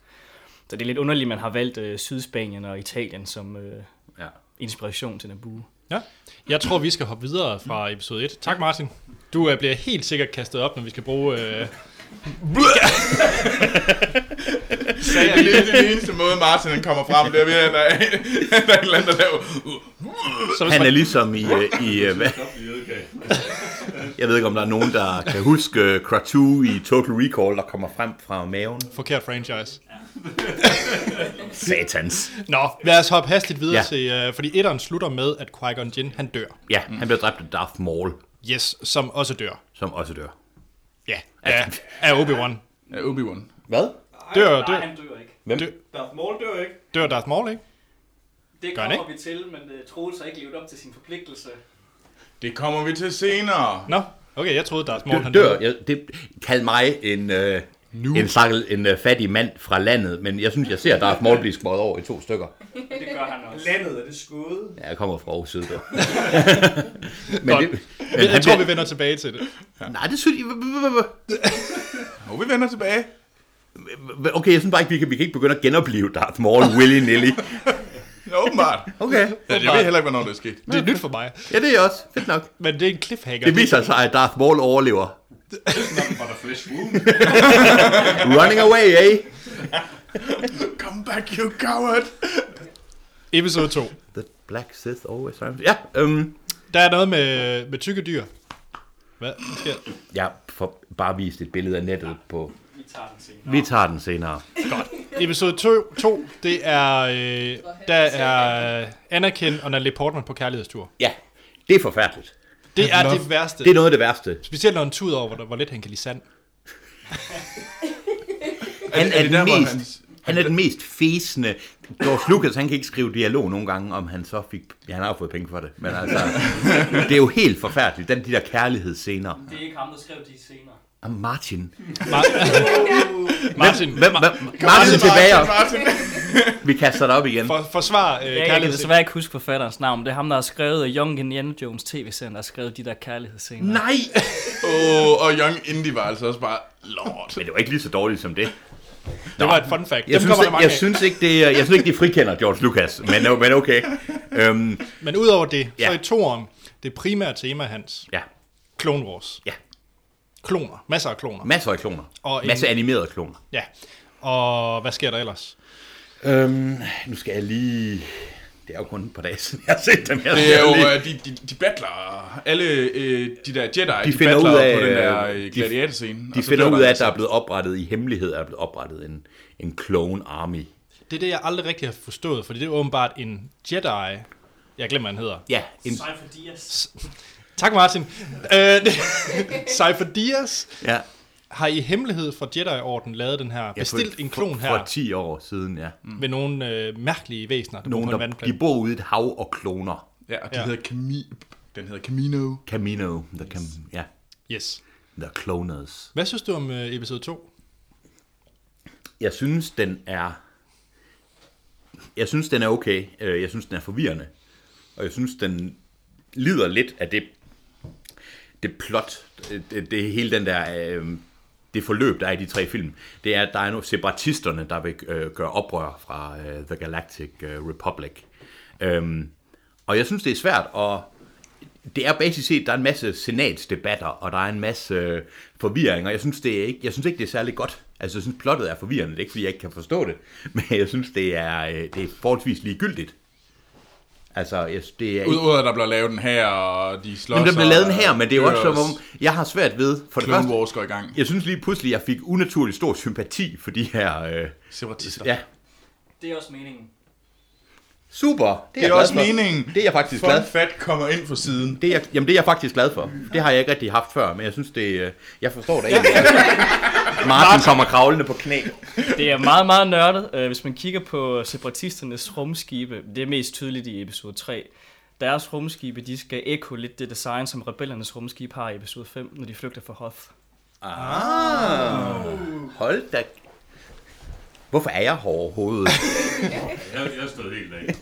det er lidt underligt, at man har valgt øh, Sydspanien og Italien som øh, Ja. inspiration til Naboo. Ja. Jeg tror, vi skal hoppe videre fra episode 1. Tak, Martin. Du øh, bliver helt sikkert kastet op, når vi skal bruge... Øh... Det er den eneste måde, Martin han kommer frem. Det er ved, at der er, der er et eller andet, der laver... Så hvis Han man... er ligesom i, uh, i uh, hvad? Stop i edderkagen. jeg ved ikke, om der er nogen, der kan huske uh, Kratu i Total Recall, der kommer frem fra maven. Forkert franchise. Satans. Nå, lad os hoppe hastigt videre Ja. ja. til... Øh, fordi etteren slutter med, at Qui-Gon Jinn, han dør. Ja, han bliver dræbt af Darth Maul, Yes, som også dør. som også dør. Ja, af, af Obi-Wan. Ja, Obi-Wan. Hvad? Dør, Nej, dør, han dør ikke. Hvem? Dør. Darth Maul dør ikke. dør Darth Maul, ikke? Det Gør han kommer vi til, men uh, Troels har ikke levet op til sin forpligtelse. Det kommer vi til senere. Nå, okay, jeg troede Darth Maul, dør, han dør. Jeg, det, kald mig en, øh, en, sakkel, en øh, fattig mand fra landet, men jeg synes, jeg ser Darth Maul blive skåret over i to stykker. Det gør han også. Landet er det skåde. Ja, jeg kommer fra Aarhus Syd. men det, men Jeg, han jeg tror, bliver- vi vender tilbage til det. Nej, det synes jeg... Og vi vender tilbage. Okay, jeg synes bare ikke, vi kan, vi kan ikke begynde at genopleve Darth Maul willy-nilly. Ja, åbenbart. Okay. Ja, jeg ved heller ikke, hvornår det er sket. Det er nyt for mig. Ja, det er jeg også. Fedt nok. Men det er en cliffhanger. Det viser sig, at Darth Maul overlever. Var der flesh wound? Running away, eh? Come back, you coward. Episode 2. The Black Sith always triumphs. Ja, øhm, Der er noget med, med tykke dyr. Hvad sker? der? jeg får bare vist et billede af nettet på... Vi tager den senere. Vi tager den senere. Episode 2, 2 det er... Øh, der er Anakin og Natalie Portman på kærlighedstur. Ja, det er forfærdeligt. Det er det værste. Det er noget af det værste. Specielt når han tuder over, hvor- hvor lidt han kan lide sand. Han det- er, er det der, den hvor mest, hans- han er den mest fæsende. George Lucas, han kan ikke skrive dialog nogle gange, om han så fik... Ja, han har jo fået penge for det, men altså... det er jo helt forfærdeligt, den, de der kærlighedsscener. Det er ikke ham, der skrev de senere. Og Martin. Hvem, Martin, hvem, Martin tilbage. op. Martin. Vi kaster dig op igen. for, forsvar øh, Jeg kan kærlighed. desværre ikke huske forfatterens navn. men Det er ham, der har skrevet øh, Young Indiana Jones tv-serien, der har skrevet de der kærlighedsscener. Nej! Oh, og Young Indy var altså også bare lort. Men det var ikke lige så dårligt som det. Det var et fun fact. Jeg, Dem synes, kommer der ikke, mange jeg, af. synes ikke, det, er- jeg synes ikke, de frikender George Lucas, men, men okay. Øhm, Men udover det, så Ja. i toeren, det primære tema hans, ja, Clone Wars. ja. Kloner. Masser af kloner. Masser af kloner. Og en- Masser af animerede kloner. Ja. Og hvad sker der ellers? Øhm, nu skal jeg lige... Det er jo kun et par dage siden, jeg har set dem her. Det er jo, øh, de, de, de battler alle øh, de der Jedi, de, de finder battler ud af, på den der øh, de- øh, gladiatorscene. De finder ud af, at der er blevet oprettet i hemmelighed, er blevet oprettet en, en clone army. Det er det, jeg aldrig rigtig har forstået, fordi det er åbenbart en Jedi... Jeg glemmer, hvad han hedder. Ja, en, Cypher Diaz. Tak, Martin. Øh, Cypher Diaz ja, har i hemmelighed fra Jedi-orden lavet den her, ja, bestilt for- en klon for, her For 10 år siden, ja. Mm. ved nogle øh, mærkelige væsener, der Nogen, bor Nogen, på en der, de vandplanet. bor ude i et hav og kloner. Ja, og de Ja. ja. hedder Cami... Den hedder Camino. Camino, the, cam, ja, Yes. the cloners. Hvad synes du om øh, episode 2? Jeg synes, den er... Jeg synes, den er okay. Øh, Jeg synes, den er forvirrende. Og jeg synes, den lider lidt af det, det plot, det, det, det hele den der, øh, det forløb, der er i de tre film. Det er, at der er nogle separatisterne, der vil øh, gøre oprør fra øh, The Galactic øh, Republic. Øhm, og jeg synes, det er svært, og det er basisk set, der er en masse senatsdebatter, og der er en masse øh, forvirring, og jeg synes, det er ikke, jeg synes ikke, det er særlig godt. Altså, jeg synes, plottet er forvirrende, det er ikke, fordi jeg ikke kan forstå det, men jeg synes, det er, øh, det er forholdsvis ligegyldigt. Altså, jeg, det er Udover at der bliver lavet den her, og de slår Jamen, der blev lavet en her, men det er jo også som om, jeg har svært ved, for det Clone første, Wars går i gang. jeg synes lige pludselig, jeg fik unaturlig stor sympati for de her, øh, Separatister. ja, Det er også meningen. super. Det er, Det er jeg også glad for. meningen. Det er jeg faktisk Fun glad for. Fat kommer ind fra siden. Det er, jeg- jamen, det er jeg faktisk glad for. Det har jeg ikke rigtig haft før, men jeg synes, det øh, Jeg forstår det ikke. Martin kommer kravlende på knæ. Det er meget, meget nørdet. Øh, Hvis man kigger på separatisternes rumskibe, det er mest tydeligt i episode 3. Deres rumskibe, de skal ekko lidt det design, som rebellernes rumskib har i episode 5, når de flygter fra Hoth. Ah. Ah. Hold da... Hvorfor er jeg hård i hovedet? Jeg, jeg stod helt af.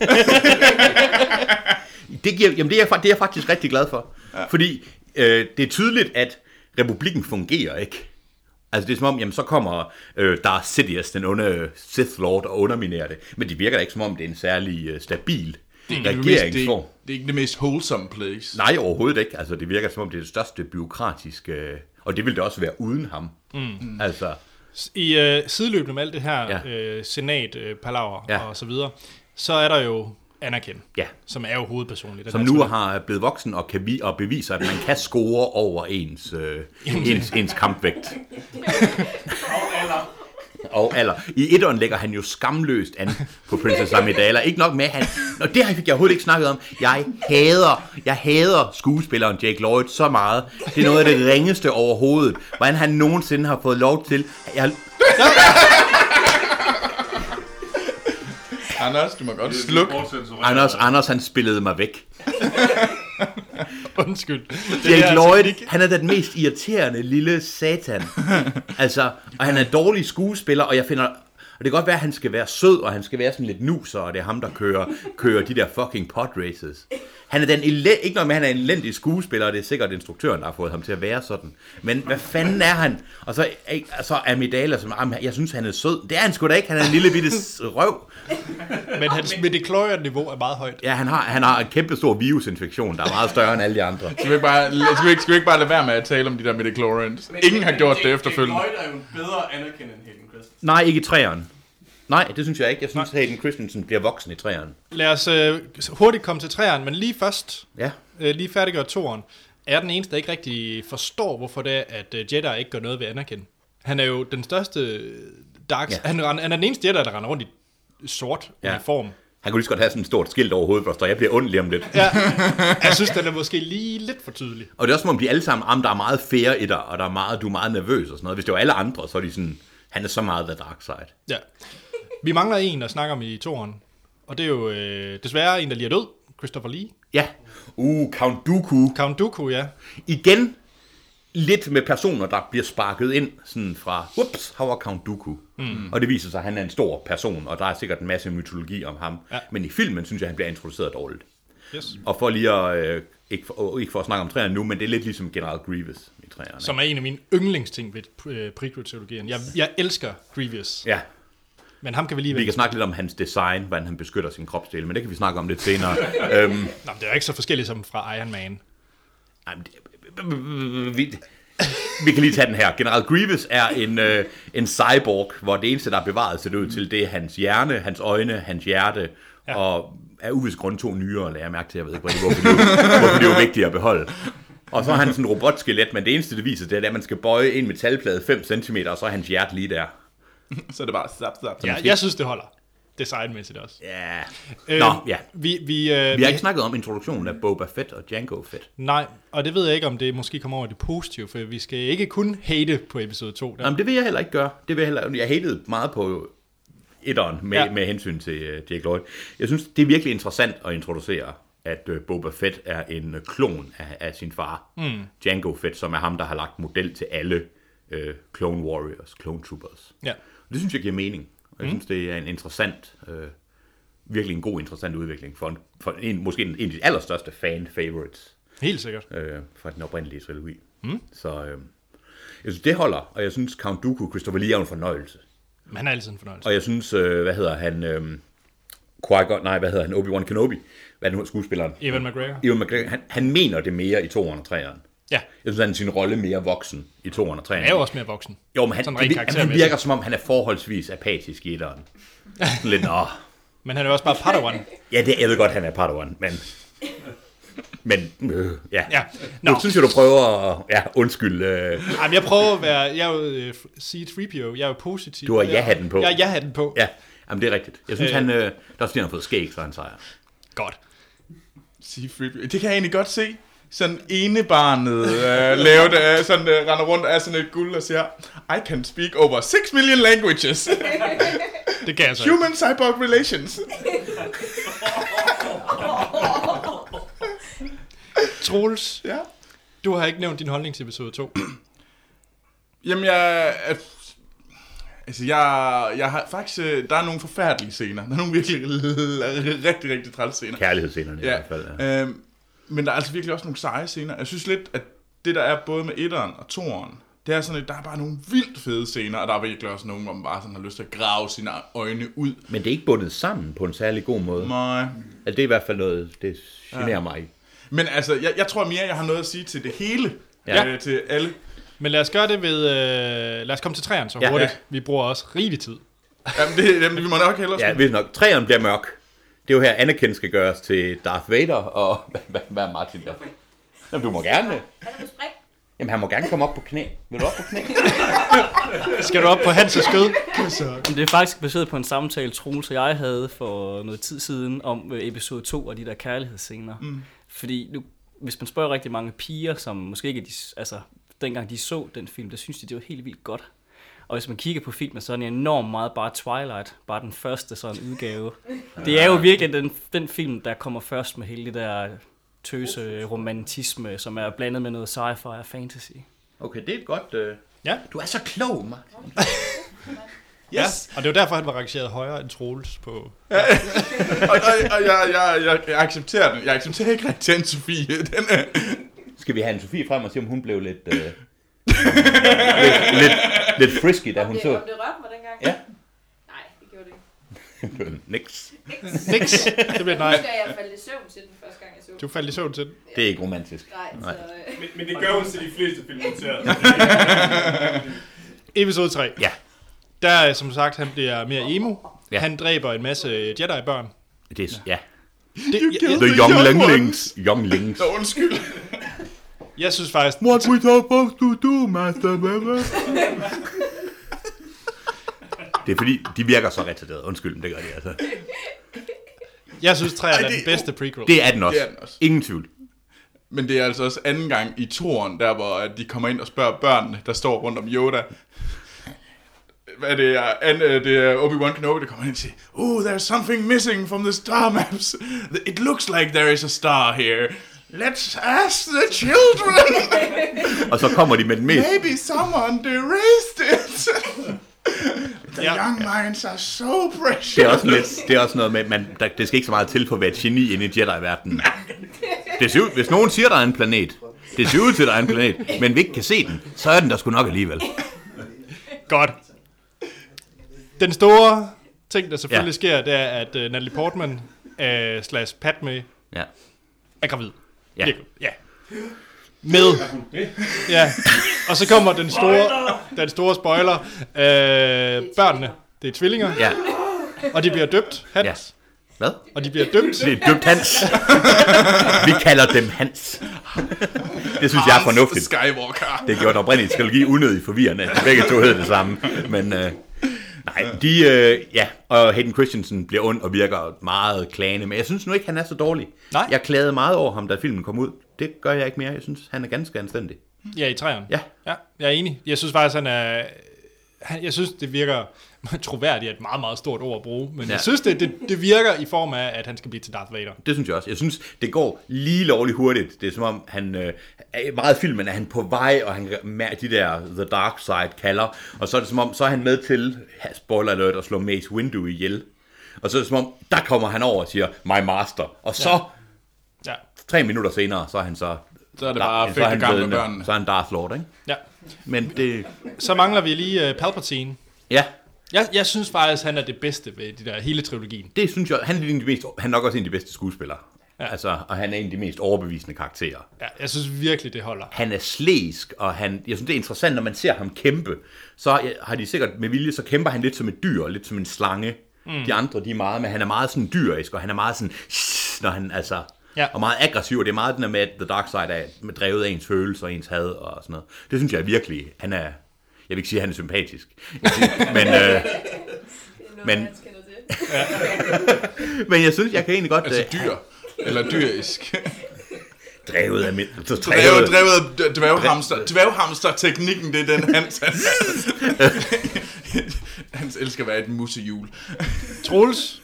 Det, giver, jamen det, er, jeg fa- det er jeg faktisk rigtig glad for. Ja. Fordi øh, det er tydeligt, at republikken fungerer ikke. Altså det er som om, jamen så kommer øh, Darth Sidious, den onde øh, Sith Lord, og underminerer det. Men det virker da ikke som om, det er en særlig øh, stabil det, regeringsform. det er ikke det mest wholesome place. Nej, overhovedet ikke. Altså det virker som om, det er det største byråkratiske... Øh, og det ville det også være uden ham. Mm. Altså, I øh, sideløbende med alt det her Ja. ja. øh, senat, øh, palaver Ja. ja. og så videre, så er der jo Anakin, Ja. som er jo hovedpersonen i den som her nu trilogi. har blevet voksen og kan vi, og beviser, at man kan score over ens, øh, ens, ens kampvægt. og alder. I etteren lægger han jo skamløst an på Princess Amidala. Ikke nok med, at han... Nå, det har- fik jeg overhovedet ikke snakket om. Jeg hader, jeg hader skuespilleren Jake Lloyd så meget. Det er noget af det ringeste overhovedet. Hvordan han nogensinde har fået lov til... Jeg, Anders, du må godt slukke. Anders, Anders, han spillede mig væk. Undskyld. Det Jake er altså Lloyd, han er da den mest irriterende lille satan. Altså, og han er en dårlig skuespiller, og jeg finder... Og det kan godt være, at han skal være sød, og han skal være sådan lidt nuser, og det er ham, der kører, kører de der fucking pot races. Han er den ele- ikke noget med, at han er en elendig skuespiller, og det er sikkert instruktøren, der har fået ham til at være sådan. Men hvad fanden er han? Og så, og så Amidala, som, "Jamen, jeg synes, han er sød. Det er han sgu da ikke, han er en lille bitte s- røv. Men hans midichlorian-niveau er meget højt. Ja, han har, han har en kæmpe stor virusinfektion, der er meget større end alle de andre. Skal vi, ikke bare, skal, vi ikke, skal vi ikke bare lade være med at tale om de der midichlorians? Ingen har gjort det efterfølgende. Jake Lloyd er jo en bedre Anakin end Hayden Christensen. Nej, ikke i træeren. Nej, det synes jeg ikke. Jeg synes, Hayden Christensen bliver voksen i træeren. Lad os øh, hurtigt komme til træerne, men lige først, Ja. øh, lige færdiggør toren, er den eneste, der ikke rigtig forstår, hvorfor det er, at øh, Jedi ikke gør noget ved Anakin. Han er jo den største øh, Dark... Ja. Ja. Han, han, han er den eneste Jedi, der render rundt i sort Ja. ja. uniform. Han kunne lige så godt have sådan et stort skilt over hovedet, for der står, jeg bliver ondt lige om lidt. Ja. Jeg synes, den er måske lige lidt for tydelig. Og det er også som om de alle sammen, om der er meget færre etter, og der er meget, du er meget nervøs og sådan noget. Hvis det var alle andre, så er de sådan, han er så meget The Dark Side. Ja. Vi mangler en at snakke om i toeren. Og det er jo øh, desværre en, der lige er død. Christopher Lee. Ja. Uh, Count Dooku. Count Dooku, ja. Igen, lidt med personer, der bliver sparket ind sådan fra, ups, how var Count Dooku? Mm. Og det viser sig, at han er en stor person, og der er sikkert en masse mytologi om ham. Ja. Ja. Men i filmen synes jeg, han bliver introduceret dårligt. Yes. Og for lige at, øh, ikke, for, og ikke for at snakke om træerne nu, men det er lidt ligesom General Grievous i træerne. Som er en af mine yndlingsting ved øh, prequel-teologien. Jeg, jeg elsker Grievous, Ja, men ham kan vi lige vi kan vente. snakke lidt om hans design, hvordan han beskytter sin kropsdel, men det kan vi snakke om lidt senere. øhm, Nå, men det er jo ikke så forskelligt som fra Iron Man. ej, men det- vi, vi kan lige tage den her. General Grievous er en, øh, en cyborg, hvor det eneste, der er bevaret, ser det ud til, det er hans hjerne, hans øjne, hans hjerte, ja. og er uvis grund to nyere, lader jeg mærke til. Jeg ved ikke, rigtig, hvorfor det, var- hvorfor det var vigtigt at beholde. Og så har han sådan en robotskelet, men det eneste, det viser, det er, at man skal bøje en metalplade 5 cm, og så er hans hjerte lige der. Så er det bare zap, zap. Ja, jeg synes, det holder. Designmæssigt også. Ja. Nå, ja. Øh, Vi, vi, øh, Vi har ikke snakket om introduktionen af Boba Fett og Django Fett. Nej, og det ved jeg ikke, om det måske kommer over i det positive, for vi skal ikke kun hate på episode 2. Der. Jamen, det vil jeg heller ikke gøre. Det vil jeg, heller, jeg hatede meget på etteren med, Ja. ja. med hensyn til uh, Jake Lloyd. Jeg synes, det er virkelig interessant at introducere, at uh, Boba Fett er en øh, klon af, af sin far, mm. Django Fett, som er ham, der har lagt model til alle uh, Clone Warriors, Clone Troopers. Ja. Og det synes jeg giver mening. Og jeg mm. synes, det er en interessant, øh, virkelig en god, interessant udvikling for en, for en måske en, en af de allerstørste fan-favorites Helt sikkert. øh, fra den oprindelige trilogi. Hmm? Mm. Så øh, jeg synes, det holder, og jeg synes, Count Dooku, Christopher Lee, er jo en fornøjelse. Men han er altid en fornøjelse. Og jeg synes, øh, hvad hedder han, øh, Qui-Gon, nej, hvad hedder han, Obi-Wan Kenobi, hvad er det nu, skuespilleren? Evan McGregor. Ewan McGregor, han, han mener det mere i 2'eren og 3'eren. Ja, Jeg synes, han er sin rolle mere voksen i 2'eren og 3'eren. han er jo også mere voksen. Jo, men han, sådan det, rent vir- jamen, han karaktermæssigt. virker, som om han er forholdsvis apatisk i 1'eren. Sådan Lidt, åh, Men han er jo også bare Padawan. ja, det, jeg ved godt, han er Padawan, men... Men, øh, ja. Ja. Nå. Nå. Nu synes jeg, du prøver at ja, undskyld. Øh, Jamen, jeg prøver at være... Jeg er jo øh, C-3PO. Jeg er jo positiv. Du har ja-hatten på. Jeg har ja-hatten på. Ja, jamen det er rigtigt. Jeg synes, Øh. øh. han, øh, der er også, fordi, han har fået skæg, så han sejrer. Godt. Sige Freebie. Det kan jeg egentlig godt se. Sådan enebarnet øh, lavet, øh, sådan øh, render rundt af sådan et guld og siger, I can speak over 6 million languages. Det kan jeg så. ikke. Human cyborg relations. Troels, Ja. du har ikke nævnt din holdning til episode 2. Jamen, jeg... at- Altså, jeg, jeg har faktisk... øh, Der er nogle forfærdelige scener. Der er nogle virkelig rigtig, rigtig træls scener. Kærlighedsscenerne ja. i hvert fald. Ja. Ja. Øhm, men der er altså virkelig også nogle seje scener. Jeg synes lidt, at det der er både med etteren og toeren, det er sådan, at der er bare nogle vildt fede scener, og der er virkelig også nogen, hvor man bare sådan har lyst til at grave sine øjne ud. Men det er ikke bundet sammen på en særlig god måde. Nej. Altså, det er i hvert fald noget, det generer ja. mig. Men altså, jeg, jeg tror mere, jeg har noget at sige til det hele. Ja. Ja. Øh, til alle. Men lad os gøre det ved... Øh, lad os komme til træerne så Ja. hurtigt. Ja. Vi bruger også rigelig tid. Jamen, det, jamen, vi må nok hellere Ja, ja. hvis nok. Træerne bliver mørk. Det er jo her, Anakin skal gøres til Darth Vader, og hvad, hvad, hvad er Martin der? Jamen, du må gerne. Er det spring? Jamen, han må gerne komme op på knæ. Vil du op på knæ? Skal du op på Hans' skød? Men det er faktisk baseret på en samtale, Troels og jeg havde for noget tid siden om øh, episode 2 og de der kærlighedsscener. Mm. Fordi nu, hvis man spørger rigtig mange piger, som måske ikke er de, altså, dengang de så den film, der synes de, det var helt vildt godt. Og hvis man kigger på filmen, så er den enormt meget bare Twilight, bare den første sådan udgave. Det er jo virkelig den, den film, der kommer først med hele det der tøse romantisme, som er blandet med noget sci-fi og fantasy. Okay, det er et godt... Øh... Ja. Du er så klog, Martin. Ja. Og det var derfor, han var rangeret højere end Troels på... Og, og, og jeg, jeg, jeg, jeg, accepterer den. Jeg accepterer ikke rigtig den, Sofie. Den, øh, Skal vi have en Sofie frem og se, om hun blev lidt... Øh... lidt, lidt, lidt frisky, da hun Det, så... om det rørte mig dengang? Ja. Nej, det gjorde det ikke. Niks. Nix. Det bliver et Nu nej. skal jeg falde i søvn til den første gang, jeg så Du den. faldt i søvn til den. Det er ikke romantisk. Nej, så... øh, Men, men det gør hun til de fleste film, hun ser. Episode 3. Ja. Der er, som sagt, han bliver mere emo. Ja. Ja. Han dræber en masse Jedi-børn. Det er, ja. Det, jeg, jeg, The The Young young Linglings. Young Lings. Nå, undskyld. jeg synes faktisk... What we supposed to do, Master Baba? det er fordi, de virker så retarderet. Undskyld, men det gør de altså. Jeg synes, 3 er Ej, det- den bedste prequel. Det er den også. Det er den også. Ingen tvivl. Men det er altså også anden gang i toren, der hvor at de kommer ind og spørger børnene, der står rundt om Yoda. Hvad det er, an, øh, det er Obi-Wan Kenobi, der kommer ind og siger, Oh, there's something missing from the star maps. It looks like there is a star here. Let's ask the children. Og så kommer de med den mest... Maybe someone erased it. the Ja. young minds are so precious. Det er også, lidt, det er også noget med, at man, der, det skal ikke så meget til for at være et geni inde i Jedi-verdenen. Det ser ud, hvis nogen siger, der er en planet, det ser ud til, der er en planet, men vi ikke kan se den, så er den der sgu nok alligevel. Godt. Den store ting, der selvfølgelig ja. Ja. sker, det er, at uh, Natalie Portman uh, slash Padme Ja. er gravid. Ja. Virkelig. ja. Med. Ja. Og så kommer den store, den store spoiler. Øh, børnene, det er tvillinger, ja. og de bliver døbt, ja. Hans. Hvad? Og de bliver døbt. Det er døbt Hans. Vi kalder dem Hans. Det synes jeg er fornuftigt. Skywalker. Det gjorde den oprindelige trilogi unødig forvirrende. at de Begge to hed det samme. Men øh, nej, de, øh, ja, og Hayden Christensen bliver ond og virker meget klagende, men jeg synes nu ikke, han er så dårlig. Nej. Jeg klagede meget over ham, da filmen kom ud. Det gør jeg ikke mere. Jeg synes, han er ganske anstændig. Ja, i træerne. Ja. ja. Jeg er enig. Jeg synes faktisk, han er... Han, jeg synes, det virker troværdigt er et meget, meget stort ord at bruge, men ja. Ja. jeg synes, det, det, det virker i form af, at han skal blive til Darth Vader. Det synes jeg også. Jeg synes, det går lige lovligt hurtigt. Det er som om, han øh, er- meget i filmen er han på vej, og han mærker de der The Dark Side kalder. Og så er det som om, så er han med til, ja, spoiler alert, at slå Mace Windu ihjel. Og så er det som om, der kommer han over og siger, my master. Og så, ja. Ja. tre minutter senere, så er han så... Så er det Dar- bare ja, fedt i gang med blevet- børnene. Så er han Darth Lord, ikke? ja. Men det... Så mangler vi lige uh, Palpatine. Ja, Jeg, jeg synes faktisk, han er det bedste ved de der hele trilogien. det synes jeg... Han er, en af de mest, han er nok også en af de bedste skuespillere. Ja. Altså, og han er en af de mest overbevisende karakterer. Ja, jeg synes virkelig, det holder. han er slæsk, og han, jeg synes, det er interessant, når man ser ham kæmpe, så øh, har de sikkert med vilje, så kæmper han lidt som et dyr, lidt som en slange. Mm. De andre, de er meget, men han er meget sådan dyrisk, og han er meget sådan, "Shh", når han altså, Ja. ja. og meget aggressiv, og det er meget den der med, at The Dark Side er med drevet af ens følelser og ens had og sådan noget. Det synes jeg virkelig, han er, jeg vil ikke sige, at han er sympatisk, Jeg vil sige- men, øh, Men- han men jeg synes, jeg kan egentlig godt... Altså øh, dyr. Eller dyrisk. drevet af min... Så Drevet, drevet, drevet d- dværghamster. Dværghamster-teknikken, det er den, Hans, han... Hans elsker at være et musehjul. Troels,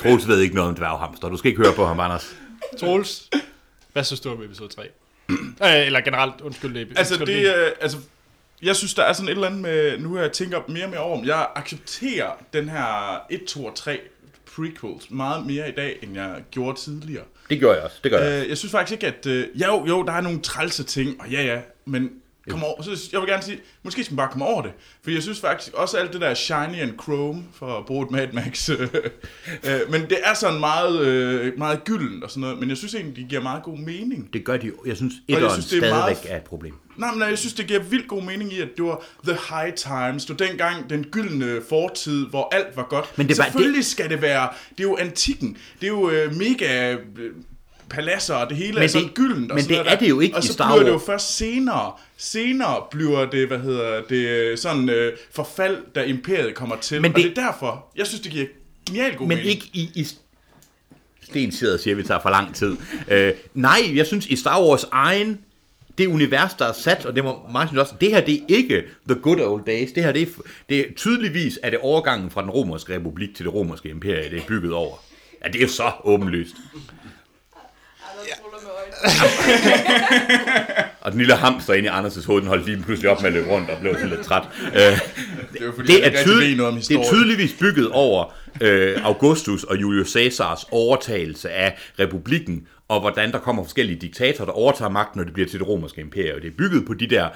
Troels ved ikke noget om dværghamster, du skal ikke høre på ham, Anders. Troels, hvad synes du om episode 3? øh, eller generelt, undskyld. epi- Altså, undskyld, det, øh, altså, jeg synes, der er sådan et eller andet med, nu jeg tænker mere og mere over, om jeg accepterer den her 1, 2 og 3 prequels meget mere i dag, end jeg gjorde tidligere. Det gør jeg også, det gør jeg. Øh, jeg synes faktisk ikke, at... Øh, jo, jo, der er nogle trælse ting, og ja, ja, men kom over, så jeg vil gerne sige, måske skal man bare komme over det. For jeg synes faktisk også alt det der shiny and chrome, for at bruge et Mad Max, øh, øh, men det er sådan meget, øh, meget gyldent og sådan noget, men jeg synes egentlig, det giver meget god mening. Det gør de jo. Jeg synes, jeg etteren synes, det er stadigvæk meget- er et problem. Nej, men jeg synes, det giver vildt god mening i, at det var The High Times, det var dengang den gyldne fortid, hvor alt var godt. Men det var- Selvfølgelig skal det være, det er jo antikken, det er jo øh, mega øh, paladser, og det hele er det- sådan gyldent. og men sådan det noget er det jo ikke Og i så Star bliver det jo Wars. først senere, senere bliver det, hvad hedder det, øh, sådan øh, forfald, da imperiet kommer til. Men Men det... det- Og det er derfor, jeg synes, det giver genial god Men mening. ikke i... i Sten sidder og siger, at vi tager for lang tid. Øh, nej, jeg synes, i Star Wars egen, det univers, der er sat, og det må Martin også, det her, det er ikke the good old days. Det her, det er, det er tydeligvis, at det er overgangen fra den romerske republik til det romerske imperie, det er bygget over. Ja, det er så åbenlyst. Og den lille hamster inde i Anders' hoved, den holdt lige pludselig op med at løbe rundt og blev sådan lidt træt. Øh, Det er jo fordi, Det er, jeg ikke rigtig ved tydelig, noget om det er historien. tydeligvis bygget over øh, Augustus og Julius Caesars overtagelse af republikken, og hvordan der kommer forskellige diktatorer, der overtager magten, når det bliver til det romerske imperium. Det er bygget på de der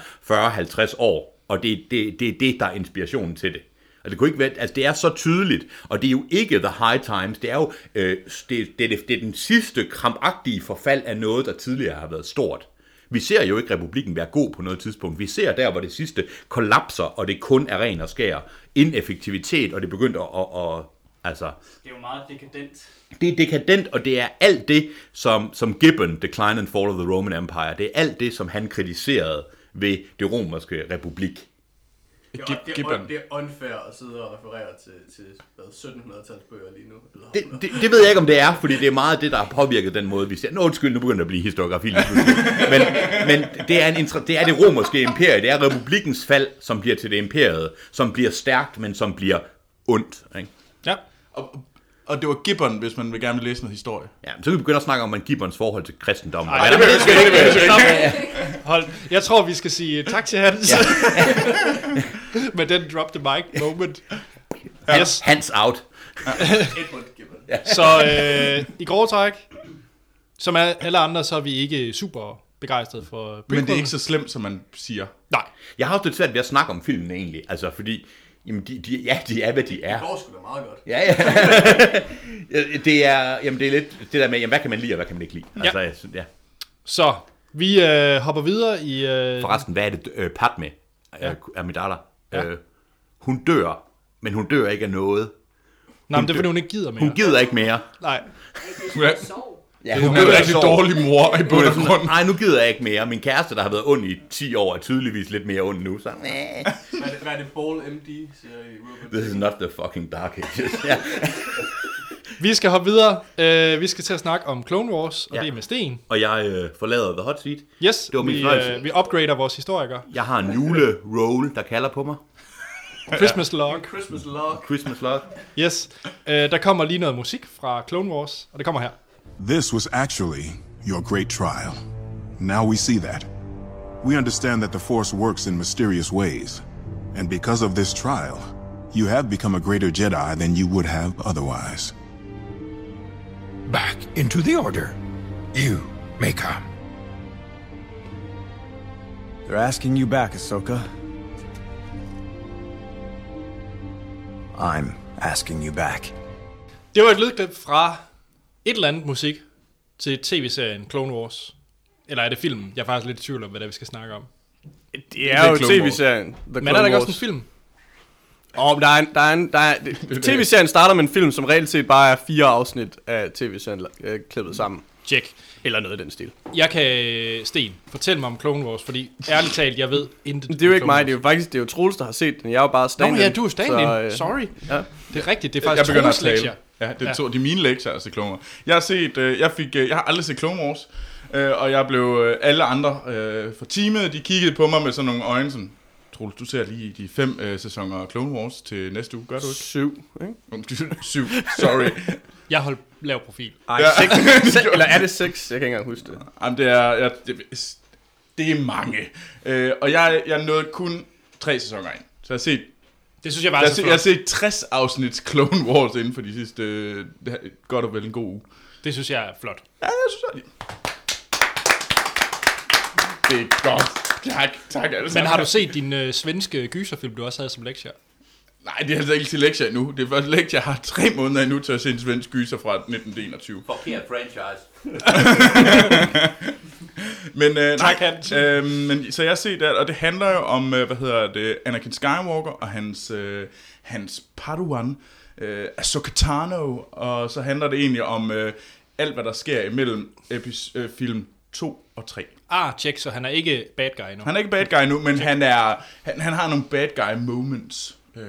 40-50 år, og det, det, det er det, der er inspirationen til det. Og det kunne ikke være, altså det er så tydeligt, og det er jo ikke The High Times, det er jo øh, det, det, det, det er den sidste krampagtige forfald af noget, der tidligere har været stort. Vi ser jo ikke republikken være god på noget tidspunkt. Vi ser der, hvor det sidste kollapser, og det kun er ren og skær ineffektivitet, og det begynder at, at, at altså, Det er jo meget dekadent. det er dekadent, og det er alt det, som, som Gibbon, Decline and Fall of the Roman Empire, det er alt det, som han kritiserede ved det romerske republik. Det er Det er, Gib- det, er, Gibbon. un- det er unfair at sidde og referere til, til hvad, 1700-tals bøger lige nu. Eller Det, det, det ved jeg ikke, om det er, fordi det er meget det, der har påvirket den måde, vi ser. Nå, undskyld, nu begynder det at blive historiografi. lige pludselig. Men, men det, er en, intra- det er det romerske imperie. Det er republikkens fald, som bliver til det imperiet, som bliver stærkt, men som bliver ondt. Ikke? Ja. Og, og det var Gibbon, hvis man vil gerne vil læse noget historie. Ja, men så kan vi begynde at snakke om man Gibbons forhold til kristendommen. Ej, det skal vi ikke. Hold. Jeg tror, vi skal sige øh, tak til Hans. Ja. Med den drop the mic moment. Ja. Yes. Hands out. Edmund Gibbon. Så øh, i grove træk, som al- alle andre, så er vi ikke super begejstrede for Men det er prequelen. ikke så slemt, som man siger. Nej. Jeg har også lidt svært ved at snakke om filmen egentlig, altså fordi, jamen de, de, ja, de er, hvad de er. Det går sgu da meget godt. Ja, ja. Ja, det er, jamen det er lidt det der med, jamen hvad kan man lide, og hvad kan man ikke lide. Altså, jeg synes- ja. Så vi øh, hopper videre i... Øh, Forresten, hvad er det, øh, Padme Ja. ja. Amidala, Ja. øh, hun dør, men hun dør ikke af noget. nej, men det er, fordi hun ikke gider mere. Hun gider ikke mere. Nej. Ja. Ja, Hun er en rigtig dårlig mor i bund og grund. Nej, nu gider jeg ikke mere. Min kæreste, der har været ond i 10 år, er tydeligvis lidt mere ond nu. Så, næh. Hvad er det, hvad er det Ball MD, siger I Robert? This is not the fucking dark ages. ja. Vi skal hoppe videre. Øh, vi skal til at snakke om Clone Wars, og ja. Ja. det er med Sten. Og jeg øh, forlader The Hot Seat. Yes, Det var min vi, øh, fornøjelse. vi upgrader vores historikere. Jeg har en jule-roll, der kalder på mig. Christmas log. Christmas Log. Christmas log. Yes. Øh, der kommer lige noget musik fra Clone Wars, og det kommer her. This was actually your great trial. Now we see that. We understand that the Force works in mysterious ways. And because of this trial, you have become a greater Jedi than you would have otherwise. Back into the order. You may come. They're asking you back, Ahsoka. I'm asking you back. Det var et lydklip fra et eller andet musik til tv-serien Clone Wars. Eller er det filmen? Jeg er faktisk lidt i tvivl om, hvad det er, vi skal snakke om. Det er jo tv-serien. The Men er Clone der ikke også en Wars. film? Åh, oh, der er en, der er en, der er, det. tv-serien starter med en film, som reelt set bare er fire afsnit af tv-serien øh, klippet sammen. Check. Eller noget i den stil. Jeg kan, Sten, fortæl mig om Clone Wars, fordi ærligt talt, jeg ved intet. Det er jo ikke mig, det er jo faktisk, det er jo Troels, der har set den. Jeg er jo bare stand Nå, ja, du er stand-in. Sorry. Ja. Det er rigtigt, det er jeg faktisk begynder at Troels tale. lektier. Ja, det er, to, det er mine lektier, altså Clone Wars. Jeg har, set, øh, jeg, fik, øh, jeg har aldrig set Clone Wars, øh, og jeg blev øh, alle andre øh, fra teamet, de kiggede på mig med sådan nogle øjne, som, Troels, du ser lige de fem øh, sæsoner af Clone Wars til næste uge, gør du ikke? Syv, ikke? Undskyld, syv, sorry. Jeg holdt lav profil. Ej, seks. Se- eller er det seks? Jeg kan ikke engang huske det. Jamen, det er, jeg, det, det er mange. Øh, og jeg, jeg nåede kun tre sæsoner ind. Så jeg har set... Det synes jeg var jeg, har så set, flot. jeg har set 60 afsnit Clone Wars inden for de sidste... Øh, godt og vel en god uge. Det synes jeg er flot. Ja, jeg synes, jeg... Det er godt. Tak, tak alle Men sammen. har du set din øh, svenske gyserfilm, du også havde som lektier? Nej, det er altså ikke til lektier endnu. Det er først lektier, jeg har tre måneder endnu til at se en svensk gyser fra 1921. Forkert franchise. men, øh, Tak, nej, Hans. øh, men, så jeg ser det, og det handler jo om, øh, hvad hedder det, Anakin Skywalker og hans, øh, hans Padawan, øh, Ahsoka Tano, og så handler det egentlig om øh, alt, hvad der sker imellem epis, øh, film 2 og 3. Ah, tjek, så han er ikke bad guy nu. Han er ikke bad guy nu, men han, er, han, han har nogle bad guy moments. Øh,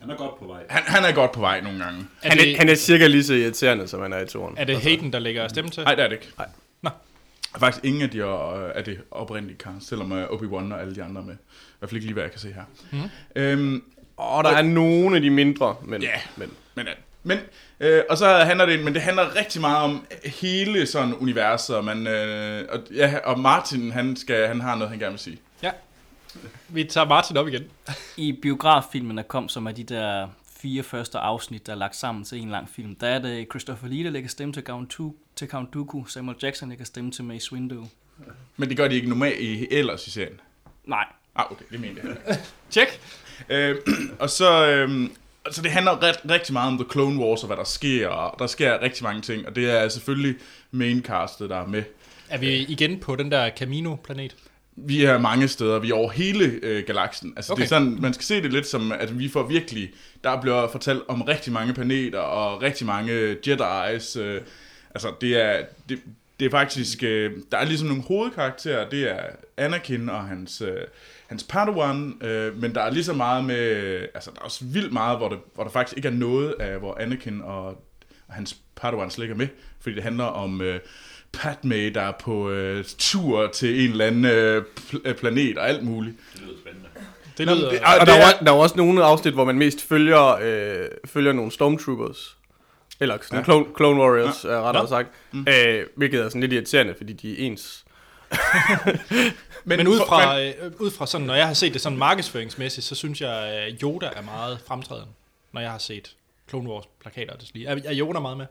Han er godt på vej. han, han er godt på vej nogle gange. Han er, han er cirka lige så irriterende, som han er i toren. Altså. Er det Altså- Hayden, der lægger stemme til? Nej, det er det ikke. Nej. Nå. Faktisk ingen af de øh, af det oprindelige cast, selvom øh, Obi-Wan og alle de andre er med. I hvert fald ikke lige, hvad jeg kan se her. Mhm. Øhm, og der er nogle af de mindre, men... Ja, men, men, øh, men øh, og så handler det, men det handler rigtig meget om hele sådan universet, og, man, øh, og, ja, og Martin, han, skal, han har noget, han gerne vil sige. Ja. Vi tager Martin op igen. I biograffilmen, der kom, som er de der fire første afsnit, der er lagt sammen til en lang film, der er det Christopher Lee, der lægger stemme til Count, tu- til Count Dooku, Samuel Jackson lægger stemme til Mace Windu. Men det gør de ikke normalt i, ellers i serien. Nej. Ah, okay, det mener jeg. Tjek. Øh, og så, øh, så det handler ret, rigtig meget om The Clone Wars og hvad der sker, og der sker rigtig mange ting, og det er selvfølgelig maincastet, der er med. Øh. Er vi igen på den der Camino-planet? Vi er mange steder, vi er over hele øh, galaksen. Altså okay. det Okay. er sådan, man skal se det lidt som, at vi får virkelig, der bliver fortalt om rigtig mange planeter og rigtig mange Jedi's. Øh, altså det er, det, Det er faktisk, øh, der er ligesom nogle hovedkarakterer, det er Anakin og hans, øh, hans Padawan, øh, men der er lige så meget med, øh, altså der er også vildt meget, hvor, det, hvor der faktisk ikke er noget af, hvor Anakin og, og hans Padawan slet ikke er med, fordi det handler om øh, Padme, der er på øh, tur til en eller anden øh, pl- planet og alt muligt. Det lyder spændende. Det Nå, men lyder- det, og og det der, er- var, der var også nogle afsnit, hvor man mest følger, øh, følger nogle stormtroopers. Eller sådan Ja. ja. clone, clone Warriors, ja. Ja. øh, rettere Nå. sagt. Mm. Mm. Øh, hvilket er sådan lidt irriterende, fordi de er ens. Men, men ud, fra, øh, ud fra sådan, når jeg har set det sådan markedsføringsmæssigt, så synes jeg, øh, Yoda er meget fremtrædende, når jeg har set Clone Wars plakater og det lige. Er, er Yoda meget med?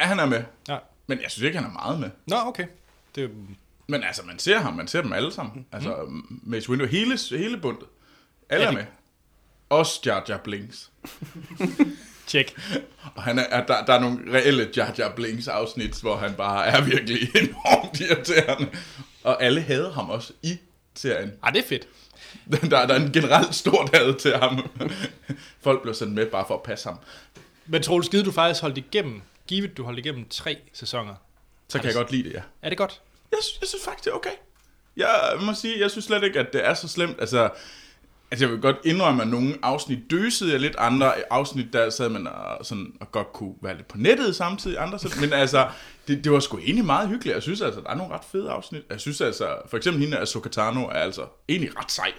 Ja, han er med. Ja. Men jeg synes ikke, han er meget med. Nå, okay. Det er, Mhm. Men altså, man ser ham, man ser dem alle sammen. Altså, mm. Mace Windu, hele, hele bundet. Alle Ja, er det- med. Også Jar Jar Blinks. Tjek. Og han er, er- der, der er nogle reelle Jar Jar Blinks afsnit, hvor han bare er virkelig enormt irriterende. Og alle hader ham også i serien. Ah, det er fedt. Der, der er en generelt stort had til ham. Folk bliver sendt med bare for at passe ham. Men Troels, givet du faktisk holdt igennem, givet du holdt igennem tre sæsoner. Så Har kan jeg du- godt lide det, ja. Er det godt? Jeg, sy- jeg synes faktisk, det er okay. Jeg må sige, jeg synes slet ikke, at det er så slemt. Altså, altså jeg vil godt indrømme, at nogle afsnit døsede jeg lidt, andre afsnit, der sad man og, sådan, og godt kunne være lidt på nettet samtidig, andre så, men altså, det, det var sgu egentlig meget hyggeligt. Jeg synes altså, der er nogle ret fede afsnit. Jeg synes altså, for eksempel hende Ahsoka Tano er altså egentlig ret sej.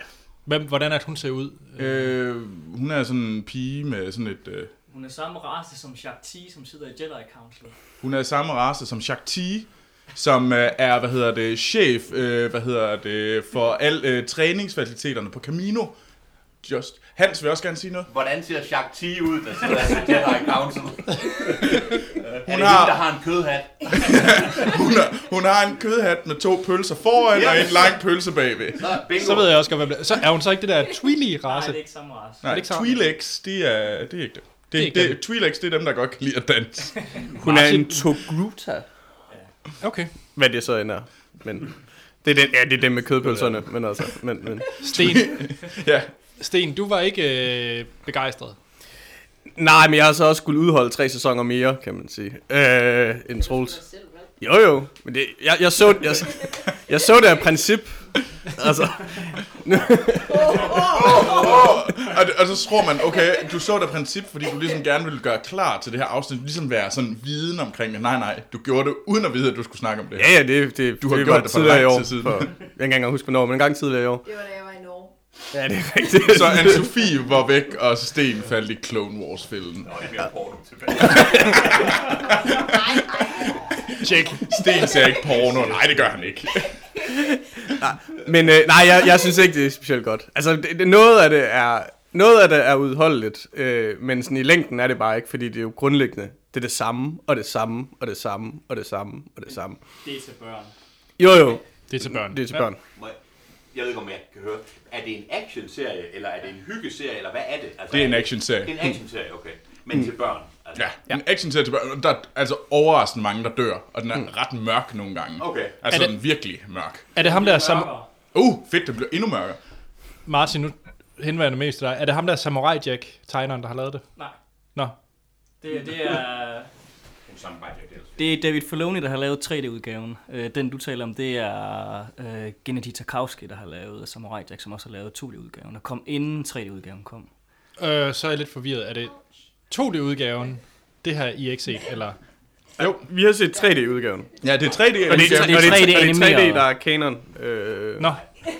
Hvem, hvordan er det, hun ser ud? Øh, hun er sådan en pige med sådan et... Øh, Hun er samme race som Jacques T, som sidder i Jedi Council. Hun er samme race som Jacques T, som øh, er, hvad hedder det, chef, øh, hvad hedder det, for al øh, træningsfaciliteterne på Camino. Just. Hans vil også gerne sige noget. Hvordan ser Jacques T ud, der sidder i Jedi Council? er det har- hende, der har en kødhat? hun, har, hun har en kødhat med to pølser foran og en lang pølse bagved. bingo. Så ved jeg også godt, hvem det er. Så er hun så ikke det der Nej, Twi'ley-race? det er ikke samme race. Er det Nej, ikke samme? Twi'leks, de er, det er ikke det. Det er Det, ikke det, dem. det, Twi'leks, det er dem, der godt kan lide at danse. Hun er en Martin- Togruta. Okay. Hvad det så end er. Men det er den, ja, det er den med kødpølserne. Men altså, men, men. Sten, ja. Sten, du var ikke øh, begejstret. Nej, men jeg har så også skulle udholde tre sæsoner mere, kan man sige, øh, end Troels. Jo jo, men det, jeg, jeg, så, jeg, jeg så det af princip. Altså, nu, og, det- og så tror man, okay, du så det af princip, fordi du ligesom gerne ville gøre klar til det her afsnit, ligesom være sådan viden omkring det. Nej, nej, du gjorde det uden at vide, at du skulle snakke om det. ja, ja, det, det, du har det gjort var det for tidligere i lang år. tid siden. For, jeg kan ikke engang huske, hvornår, men en gang tidligere i år. Det var da jeg var i Norge. Ja, det er rigtigt. Så Anne-Sophie var væk, og Sten faldt i Clone Wars-fælden. Tjek. Sten ser ikke porno. Nej, det gør han ikke. Men øh, nej, jeg, jeg synes ikke, det er specielt godt. Altså, det, det, noget af det er... Noget af det er udholdeligt, øh, men sådan i længden er det bare ikke, fordi det er jo grundlæggende. Det er det samme, og det samme, og det samme, og det samme, og det samme. Det er til børn. Jo, jo. Det er til børn. Det er til børn. Må jeg- Jeg ved ikke, om jeg kan høre. Er det en actionserie, eller er det en hyggeserie, eller hvad er det? Altså, Det er en actionserie. Det er en actionserie, okay. Men til børn. Altså. Ja, en actionserie til børn. Der er altså overraskende mange, der dør, og den er ret mørk nogle gange. Okay. Altså, Mm. Er det- den er virkelig mørk. Er det ham, der er sam... Uh, fedt, det blev endnu mørkere. Martin, nu henvender jeg mest til dig. Er det ham, der er Samurai Jack, tegneren, der har lavet det? Nej. Nå. Det, det er... Samarbejde, det er altså- Det er David Filoni, der har lavet 3D-udgaven. Øh, den, du taler om, det er øh, Gennady Tarkovsky, der har lavet Samurai Jack, som også har lavet 2D-udgaven, og kom inden 3D-udgaven kom. Øh, så er jeg lidt forvirret. Er det 2D-udgaven? Det har I ikke set, eller? Jo, vi har set 3D-udgaven. Ja, det er 3D. Og det, er, det er og det, 3D er, og det er 3D, animeret. der er kanon. Øh, Nå.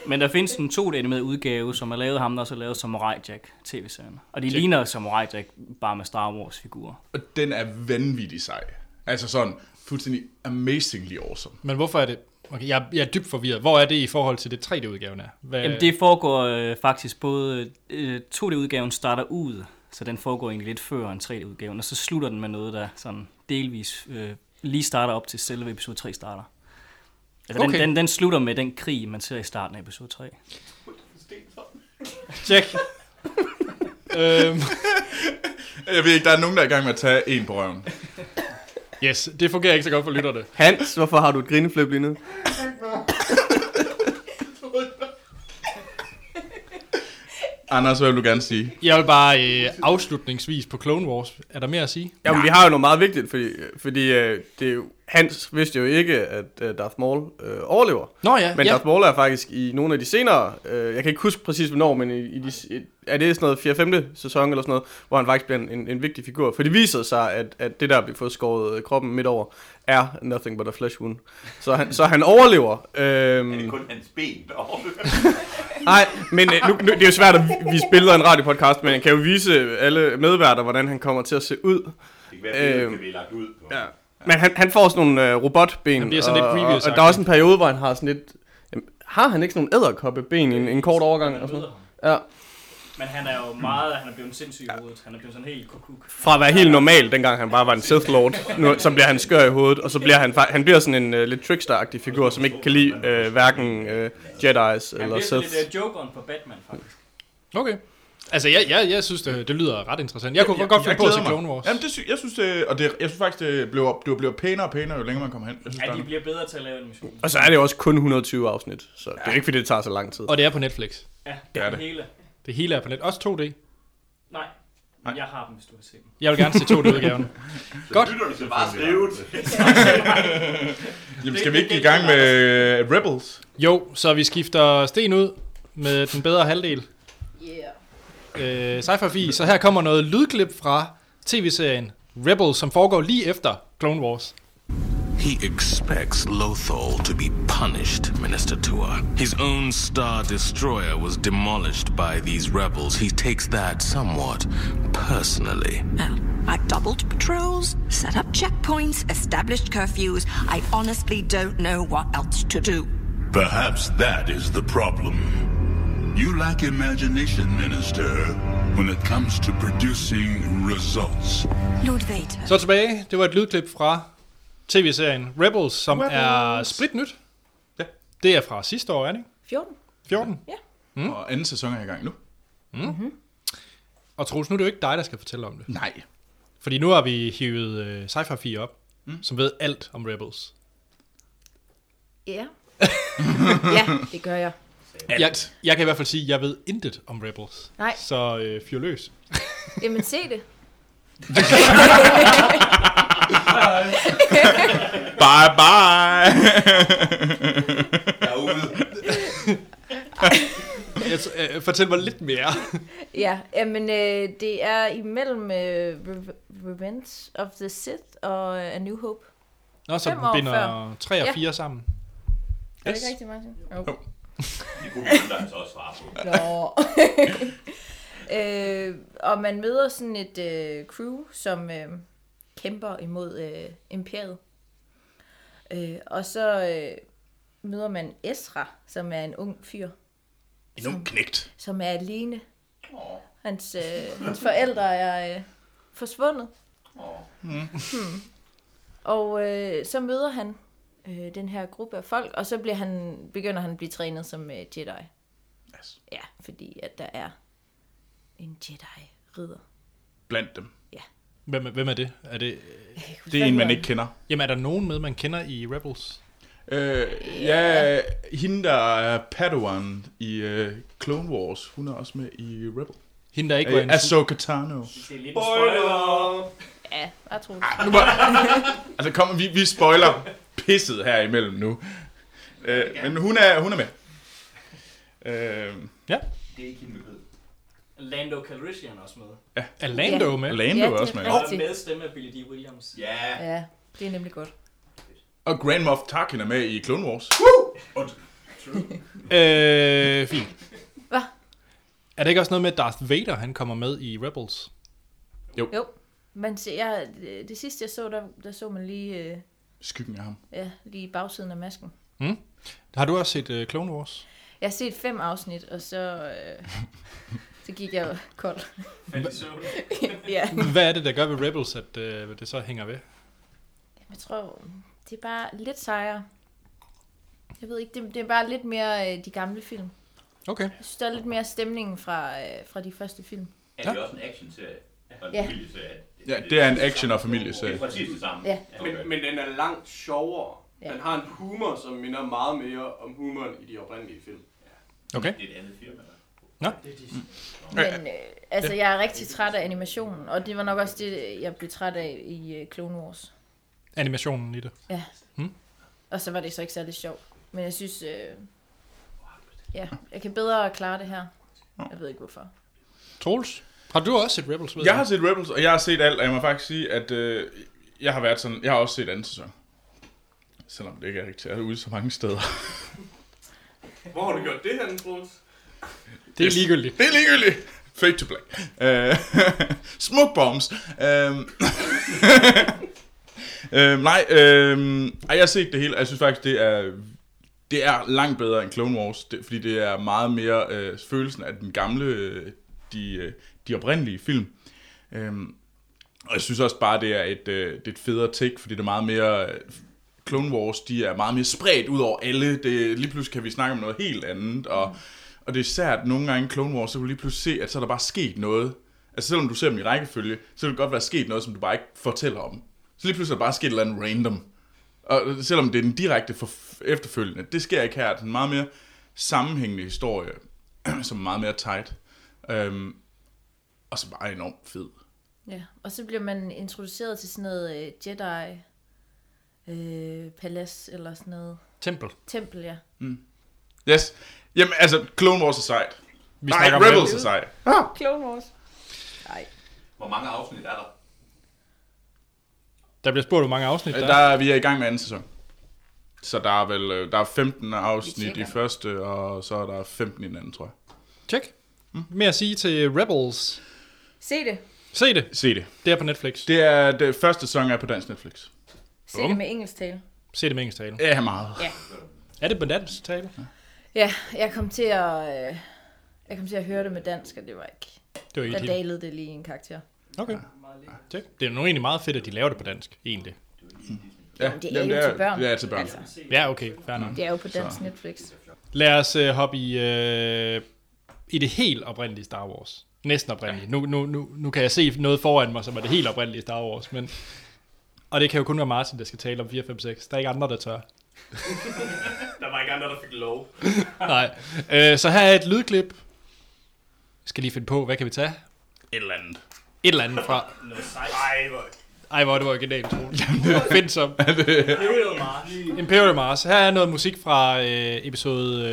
Men der findes en 2D-animeret udgave, som er lavet af ham, der også har lavet Samurai Jack tv-serien. Og de Check. ligner Samurai Jack, bare med Star Wars-figurer. Og den er vanvittig sej. Altså sådan fuldstændig amazingly awesome. Men hvorfor er det... Okay, jeg, jeg er dybt forvirret. Hvor er det i forhold til det 3D-udgaven er? Hvad... Jamen, det foregår øh, faktisk både... Øh, 2D-udgaven starter ud, så den foregår egentlig lidt før end 3D-udgaven, og så slutter den med noget, der sådan delvis øh, lige starter op til selve episode 3 starter. Altså, okay. Okay. den, den, den slutter med den krig, man ser i starten af episode 3. Tjek. øhm, Jeg ved ikke, der er nogen, der er i gang med at tage en på røven. yes, det fungerer ikke så godt for lytterne. Hans, hvorfor har du et grineflip lige nu? Anders, hvad vil du gerne sige? Jeg vil bare øh, afslutningsvis på Clone Wars. Er der mere at sige? Jamen, vi har jo noget meget vigtigt, fordi, fordi øh, det er jo, Hans vidste jo ikke, at øh, Darth Maul øh, overlever. Nå ja, Men ja. Darth Maul er faktisk i nogle af de senere, øh, jeg kan ikke huske præcis hvornår, men i, i de, i- er det sådan noget 4. 5. sæson eller sådan noget, hvor han faktisk bliver en, en, en vigtig figur. For det viser sig, at, at det der bliver fået skåret øh, kroppen midt over, er nothing but a flesh wound. Så han, så han overlever. Øhm, Det er kun hans ben derovre. Nej, men øh, nu, nu, det er jo svært at vi- vise billeder i en radiopodcast, men jeg kan jo vise alle medværter, hvordan han kommer til at se ud. Det kan være, billedet Øhm, kan blive lagt ud på. Ja. Men han, han får sådan nogle øh, robotben, Han bliver sådan og, lidt og, Grievous-agtig. og der er også en periode, hvor han har sådan lidt... Jamen, har han ikke sådan nogle æderkoppeben i en, en kort overgang? Eller sådan noget? Ja. Men han er jo meget, han er blevet sindssyg i hovedet. Han er blevet sådan helt kukuk. Fra at være helt normal, dengang han bare var en Sith Lord, nu, så bliver han skør i hovedet, og så bliver han, fa- han bliver sådan en uh, lidt trickster-agtig figur, som ikke kan lide øh, hverken øh, Han Jedi's eller bliver sådan Sith. lidt øh, jokeren på Batman, faktisk. øh, Okay. Altså, jeg, jeg, jeg synes, det, det lyder ret interessant. Jeg kunne godt finde på at se glæder mig. Clone Wars. Jamen, det sy- jeg synes, det, og det, jeg synes faktisk, det blev, det blev pænere og pænere, jo længere man kom hen. Jeg synes, Ja, der er de no- bliver bedre til at lave animation. Og så er det jo også kun 120 afsnit, så det er ikke, fordi det tager så lang tid. Og det er på Netflix. Ja, Det er det det. hele. Det hele er på net. Også 2D. Nej, Nej, jeg har dem, hvis du har set dem. Jeg vil gerne se 2D-udgaven. Godt. lytterne skal bare skrive det. Jamen, skal vi ikke i gang med øh, Rebels? Jo, så vi skifter sten ud med den bedre halvdel. Yeah. Øh, sci-fi, så her kommer noget lydklip fra tv-serien Rebels, som foregår lige efter Clone Wars. He expects Lothal to be punished, Minister Tua. His own Star Destroyer was demolished by these rebels. He takes that somewhat personally. Um, I've doubled patrols, set up checkpoints, established curfews. I honestly don't know what else to do. Perhaps that is the problem. You lack imagination, Minister, when it comes to producing results. Lord Vader. Så tilbage, det var et lydklip fra tv-serien Rebels, som Rebels. er spritnyt. Ja. Det er fra sidste år, er det ikke? 14. 14? Ja. Mhm. Mm. Og anden sæson er i gang nu. Mm. Mm-hmm. Og Troels, nu er det jo ikke dig, der skal fortælle om det. Nej. Fordi nu har vi hivet øh, sci-fi op, mm. som ved alt om Rebels. Ja. ja, det gør jeg. Jeg, jeg kan i hvert fald sige, at jeg ved intet om Rebels. Nej. Så øh, fyr løs. Jamen, se det. Bye bye! Jeg er ude. jeg, tror- øh, fortæl mig lidt mere. Ja, jamen, øh, det er imellem øh, Re- Revenge of the Sith og øh, A New Hope. Nå, så Fem år binder før. 3 og Ja. 4 sammen. Er det ikke rigtigt, Martin? Jo. jo. Det kunne vi andre altså også svare på. Nå. øh, og man møder sådan et øh, crew, som øh, kæmper imod øh, imperiet. Øh, og så øh, møder man Ezra, som er en ung fyr, En ung knægt. som er alene. Hans, øh, hans forældre er øh, forsvundet. Hmm. Og øh, så møder han øh, den her gruppe af folk, og så bliver han, begynder han at blive trænet som øh, Jedi. Yes. Ja, fordi at der er en Jedi-ridder. Blandt dem. Hvem, er- hvem er det? Er det, huske, Det er en, hvad man hedder. ikke kender. Jamen, er der nogen med, man kender i Rebels? Øh, ja, hende der er Padawan i øh, Clone Wars, hun er også med i Rebel. Hende der ikke var en- øh, Ahsoka Tano. Det er lidt en Spoiler! Ja, jeg tror Ah, Nu må, altså kom, vi, vi spoiler pisset her imellem nu. Øh, men hun er, hun er med. Øh, ja. Det er ikke hende, vi ved. Lando Calrissian er også med. ja. Er Lando Ja. med? Er Lando Ja, ja, det er også med. Og med stemme af Billy D. Williams. Ja. Ja, det er nemlig godt. Og Grand Moff Tarkin er med i Clone Wars. Øh, fint. Hvad? Er der ikke også noget med, at Darth Vader han kommer med i Rebels? Jo. Jo, men se, jeg, det sidste jeg så, der, der så man lige, øh, Skyggen af ham. ja, lige bagsiden af masken. Mm? Har du også set uh, Clone Wars? Jeg har set fem afsnit, og så, øh, så gik jeg kold. ja. Hvad er det, der gør ved Rebels, at uh, det så hænger ved? Jeg tror, det er bare lidt sejere. Jeg ved ikke, det, det er bare lidt mere øh, de gamle film. Okay. Jeg synes, der er lidt mere stemningen fra, øh, fra de første film. Er det også en action-serie? Og en Ja. familieserie? Ja, det er en action- og familieserie. Det er præcis det samme. Ja. Okay. Men, men den er langt sjovere. Ja. Den har en humor, som minder meget mere om humoren i de oprindelige film. Okay. Det er et andet firma. der- Nå. Men øh, altså, jeg er rigtig træt af animationen, og det var nok også det, jeg blev træt af i øh, Clone Wars. Animationen i det. Ja. Hmm? Og så var det så ikke særlig sjovt. Men jeg synes, øh, ja, jeg kan bedre klare det her. Jeg ved ikke hvorfor. Troels, har du også set Rebels? ved Jeg har set Rebels, og jeg har set alt, og jeg må faktisk sige, at øh, jeg har været sådan, jeg har også set anden sæson. Selvom det ikke er rigtigt, jeg er ude så mange steder. Hvor har du gjort det her, Troels? Det er ligegyldigt. Det er ligegyldigt. Fade to black. Øh, smoke bombs. Øh, øh, nej, øh, ej, jeg har set det hele, og jeg synes faktisk, det er, det er langt bedre end Clone Wars, det, fordi det er meget mere øh, følelsen af den gamle, øh, de, øh, de oprindelige film. Øh, og jeg synes også bare, det er et, øh, det er et federe take, fordi det er meget mere... øh, Clone Wars, de er meget mere spredt ud over alle. Det, lige pludselig kan vi snakke om noget helt andet, og, og det er især, at nogle gange i Clone Wars, så kan du lige pludselig se, at så er der bare sket noget. Altså selvom du ser dem i rækkefølge, så kan det godt være sket noget, som du bare ikke fortæller om. Så lige pludselig er der bare sket et eller andet random. Og selvom det er den direkte for efterfølgende, det sker ikke her. Det er en meget mere sammenhængende historie, som er meget mere tight. Øhm, og så bare enormt fed. Ja, og så bliver man introduceret til sådan noget øh, Jedi øh, palads eller sådan noget. Tempel. Tempel, ja. Mm. Yes. Jamen, altså, Clone Wars er sejt. Vi Nej, snakker om Rebels Rebels. er sejt. Ah. Clone Wars. Nej. Hvor mange afsnit er der? Der bliver spurgt, hvor mange afsnit Der, der, Øh, der er, vi er i gang med anden sæson. Så der er vel øh, der er 15 afsnit i tjekker. første, og så er der 15 i den anden, tror jeg. Mm. Tjek. Mere at sige til Rebels. Se det. Se det. Se det. Det er på Netflix. Det er det første sæson er på dansk Netflix. Se det med engelsk tale. Se det med engelsk tale. Ja, meget. Ja. Er det på dansk tale? Ja, jeg kom til at... Øh, jeg kom til at høre det med dansk, og det var ikke... Det var ikke der helt- dalede det lige en karakter. Okay. Tjek. Det er nu egentlig meget fedt, at de laver det på dansk, egentlig. Ja, det er jamen, jo det er- til børn. det er til børn. Altså. Ja, okay. Fair nok. Det er jo på dansk så. Netflix. Lad os øh, hoppe i, øh, i det helt oprindelige Star Wars. Næsten oprindeligt. Nu, nu, nu, nu kan jeg se noget foran mig, som er det helt oprindelige Star Wars. Men, og det kan jo kun være Martin, der skal tale om 4, 5, 6. Der er ikke andre, der tør. der var ikke andre, der fik lov. Nej. Øh, så her er et lydklip. Jeg skal lige finde på, hvad kan vi tage? Et eller andet. Et eller andet fra. Noget sejt. Ej, hvor... Ej, hvor er det originalt, Troels. Find som. Imperial Mars. Imperial Mars. Her er noget musik fra øh, episode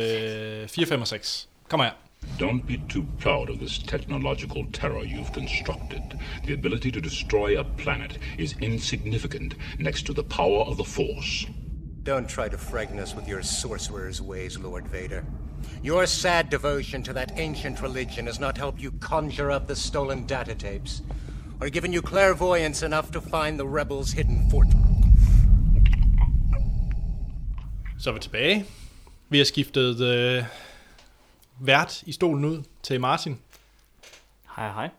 øh, 4, 5 og 6. Kom her. Don't be too proud of this technological terror you've constructed. The ability to destroy a planet is insignificant next to the power of the Force. Don't try to frighten us with your sorcerer's ways, Lord Vader. Your sad devotion to that ancient religion has not helped you conjure up the stolen data tapes, or given you clairvoyance enough to find the rebels' hidden fort. Så er vi tilbage. Vi har skiftet øh, vært i stolen ud til Martin. Hej, hej.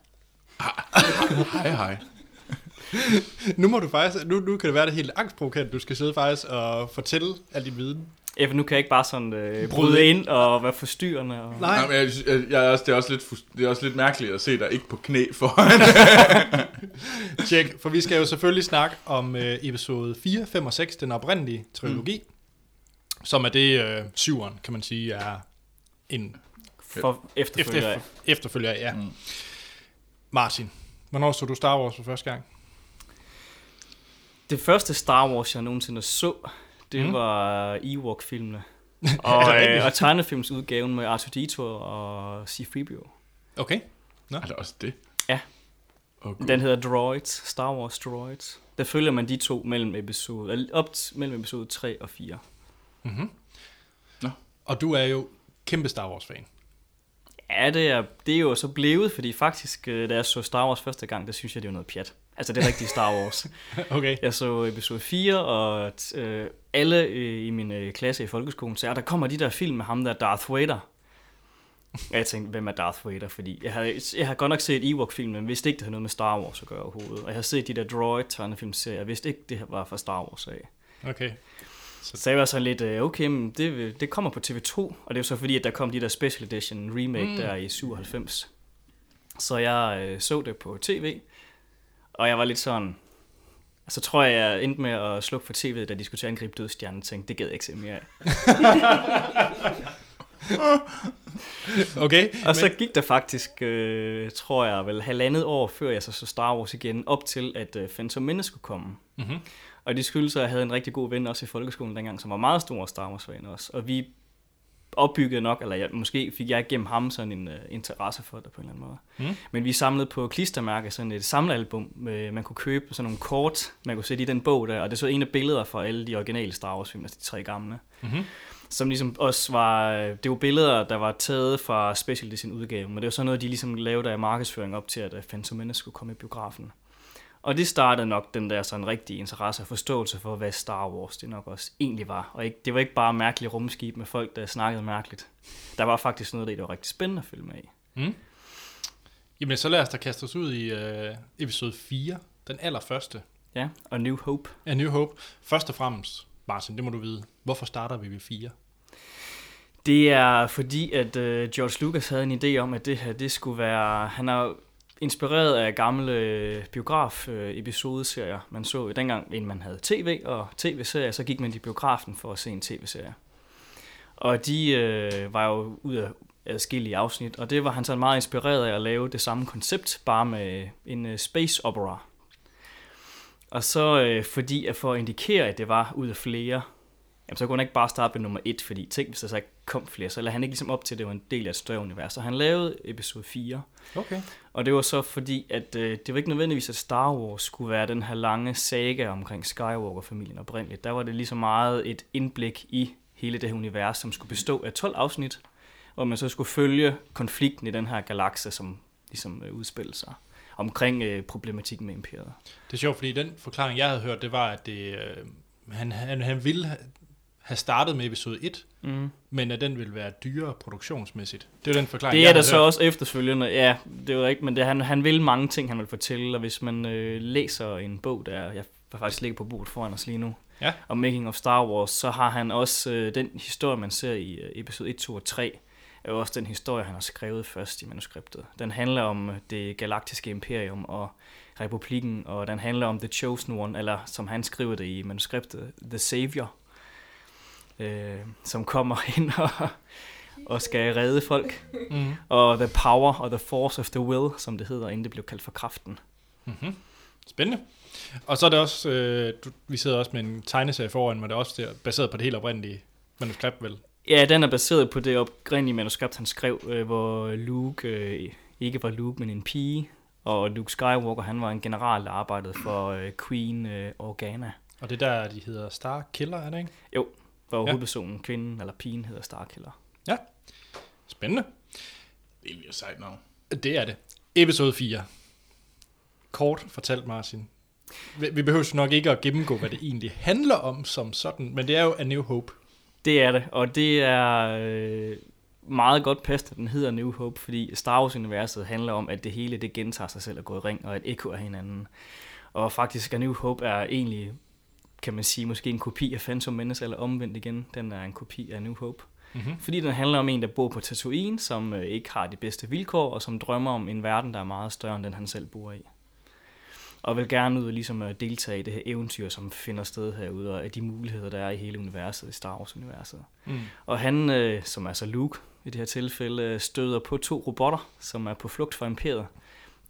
Hej, hej. nu må du faktisk, nu, nu kan det være det er helt angstprovokerende, du skal sidde faktisk og fortælle al din viden. Effe, nu kan jeg ikke bare sådan øh, Bryde bryde ind og være forstyrrende. Og... Nej. men jeg, synes- jeg, jeg, er også, det, er også lidt, frus- det er også lidt mærkeligt at se dig ikke på knæ foran. Tjek, for vi skal jo selvfølgelig snakke om øh, episode 4, 5 og 6, den oprindelige trilogi, mm. som er det øh, syveren, kan man sige, er en For- efterfølger af. efterfølger af, ja. Mm. Martin, hvornår så du Star Wars for første gang? Det første Star Wars, jeg nogensinde så, det Mm. mm. var Ewok-filmene. Er det og, rigtigt? øh, og tegnefilmsudgaven med R2-D2 og C-3PO. Okay. Nå. Er det også det? Ja. Oh, Den hedder Droids, Star Wars Droids. Der følger man de to mellem episode, eller op t- mellem episode 3 og 4. Mm-hmm. Nå. Og du er jo kæmpe Star Wars-fan. Ja, det er, det er jo så blevet, fordi faktisk, øh, da jeg så Star Wars første gang, der synes jeg, det var noget pjat. Altså det rigtige Star Wars. Okay. Jeg så episode 4, og t- øh, alle øh, i min øh, klasse i folkeskolen sagde, "Ah, der kommer de der film med ham der Darth Vader. Og jeg tænkte, hvem er Darth Vader? Fordi jeg havde, jeg havde godt nok set Ewok-filmen, men vidste ikke, det havde noget med Star Wars at gøre overhovedet. Og jeg havde set de der droid-tegnefilmserier, og vidste ikke, det var fra Star Wars af. Okay. Så, så jeg var sådan lidt, øh, okay, men det, vil- det kommer på TV2, og det er jo så fordi, at der kom de der Special Edition remake Mm. mm. der i 97. Så jeg øh, så det på tv, og jeg var lidt sådan, altså tror jeg, jeg endte med at slukke for tv'et, da de skulle til at angribe dødstjernen, og tænkte, det gad jeg ikke se mere af. Okay, Og så men- gik der faktisk, øh, tror jeg, vel halvandet år, før jeg så så Star Wars igen, op til at øh, Phantom Menace skulle komme. Mhm. Og det skyldes, at jeg havde en rigtig god ven også i folkeskolen dengang, som var meget stor Star wars fan også. Og vi opbyggede nok, eller jeg, måske fik jeg gennem ham sådan en uh, interesse for det på en eller anden måde. Mm. Mm-hmm. Men vi samlede på klistermærke sådan et samlealbum, med, man kunne købe sådan nogle kort, man kunne sætte i den bog der, og det så en af billeder fra alle de originale Star Wars film, altså de tre gamle. Mm-hmm. Som ligesom også var, det var billeder, der var taget fra Special Edition udgave, men det var sådan noget, de ligesom lavede af markedsføring op til, at øh, Phantom Menace skulle komme i biografen. Og det startede nok den der sådan rigtige interesse og forståelse for, hvad Star Wars det nok også egentlig var. Og ikke, det var ikke bare mærkelige rumskib med folk, der snakkede mærkeligt. Der var faktisk noget af det, der var rigtig spændende at filme af. Mm. Jamen, så lad os da kaste os ud i øh, episode 4, den allerførste. Ja, og New Hope. Ja, New Hope. Først og fremmest, Martin, det må du vide. Hvorfor starter vi ved 4? Det er fordi, at øh, George Lucas havde en idé om, at det her, det skulle være... Han har inspireret af gamle øh, biograf-episodeserier, man så dengang, inden man havde tv og tv-serier, så gik man i biografen for at se en tv-serie. Og de øh, var jo ud af adskillige afsnit, og det var han sådan meget inspireret af at lave det samme koncept, bare med en øh, space opera. Og så øh, fordi, at for at indikere, at det var ud af flere, jamen, så kunne han ikke bare starte med nummer et, fordi tænk, hvis der så ikke kom flere, så lagde han ikke ligesom op til, at det var en del af et større univers. Så han lavede episode 4. Okay. Og det var så fordi, at øh, det var ikke nødvendigvis, at Star Wars skulle være den her lange saga omkring Skywalker-familien oprindeligt. Der var det ligesom meget et indblik i hele det her univers, som skulle bestå af 12 afsnit, hvor man så skulle følge konflikten i den her galakse, som ligesom øh, udspillede sig omkring øh, problematikken med imperiet. Det er sjovt, fordi den forklaring, jeg havde hørt, det var, at det, øh, han, han, han ville have, have startet med episode 1, mm. men at den ville være dyrere produktionsmæssigt. Det er den forklaring, Det er der så hørt. også efterfølgende, ja, det var ikke, men det, han, han vil mange ting, han vil fortælle, og hvis man øh, læser en bog, der jeg har faktisk ligger på bordet foran os lige nu, ja. om Making of Star Wars, så har han også øh, den historie, man ser i øh, episode 1, 2 og 3, er jo også den historie, han har skrevet først i manuskriptet. Den handler om øh, det galaktiske imperium og republikken, og den handler om The Chosen One, eller som han skriver det i manuskriptet, The Savior, øh, som kommer ind og, og skal redde folk. Mm. Og The Power og The Force of the Will, som det hedder, inden det blev kaldt for kraften. Mm-hmm. Spændende. Og så er det også, øh, du, vi sidder også med en tegneserie foran mig, der er også der, baseret på det helt oprindelige manuskript, vel? Ja, den er baseret på det oprindelige manuskript, han skrev, øh, hvor Luke øh, ikke var Luke, men en pige. Og Luke Skywalker, han var en general, der arbejdede for øh, Queen øh, Organa. Og det der, de hedder Star Killer, er det ikke? Jo, hvor ja. hovedpersonen, kvinden eller pigen, hedder Starkiller. Ja. Spændende. Det er et sejt navn. Det er det. Episode 4. Kort fortalt, Martin. Vi behøver nok ikke at gennemgå, hvad det egentlig handler om som sådan, men det er jo A New Hope. Det er det, og det er øh, meget godt passende, den hedder New Hope, fordi Star Wars-universet handler om, at det hele det gentager sig selv og går i ring, og et ekko af hinanden. Og faktisk, A New Hope er egentlig kan man sige, måske en kopi af Phantom Menace, eller omvendt igen, den er en kopi af New Hope. Mm-hmm. Fordi den handler om en, der bor på Tatooine, som øh, ikke har de bedste vilkår, og som drømmer om en verden, der er meget større end den, han selv bor i. Og vil gerne ud og ligesom øh, deltage i det her eventyr, som finder sted herude, og de muligheder, der er i hele universet, i Star Wars-universet. Mm. Og han, øh, som er så Luke i det her tilfælde, øh, støder på to robotter, som er på flugt fra imperiet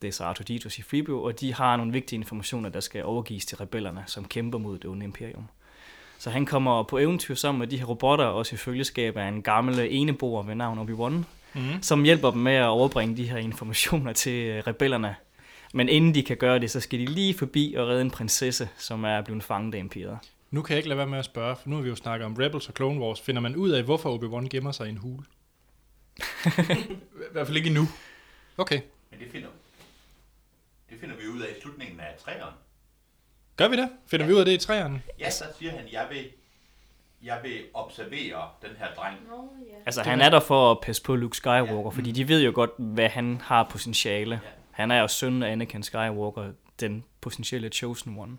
det er så Artoditos i Fribio, og de har nogle vigtige informationer, der skal overgives til rebellerne, som kæmper mod det onde imperium. Så han kommer på eventyr sammen med de her robotter, også i følgeskab af en gammel eneboer ved navn Obi-Wan, mm. som hjælper dem med at overbringe de her informationer til øh, rebellerne. Men inden de kan gøre det, så skal de lige forbi og redde en prinsesse, som er blevet fanget af imperiet. Nu kan jeg ikke lade være med at spørge, for nu har vi jo snakket om Rebels og Clone Wars. Finder man ud af, hvorfor Obi-Wan gemmer sig i en hule? I hvert fald ikke nu. Okay. Men det finder det finder vi ud af i slutningen af træerne. Gør vi det? Finder ja. vi ud af det i træerne? Ja, så siger han, jeg vil, jeg vil observere den her dreng. Oh, yeah. Altså, han er der for at passe på Luke Skywalker, ja. fordi de ved jo godt, hvad han har potentiale. Ja. Han er jo søn af Anakin Skywalker, den potentielle Chosen One.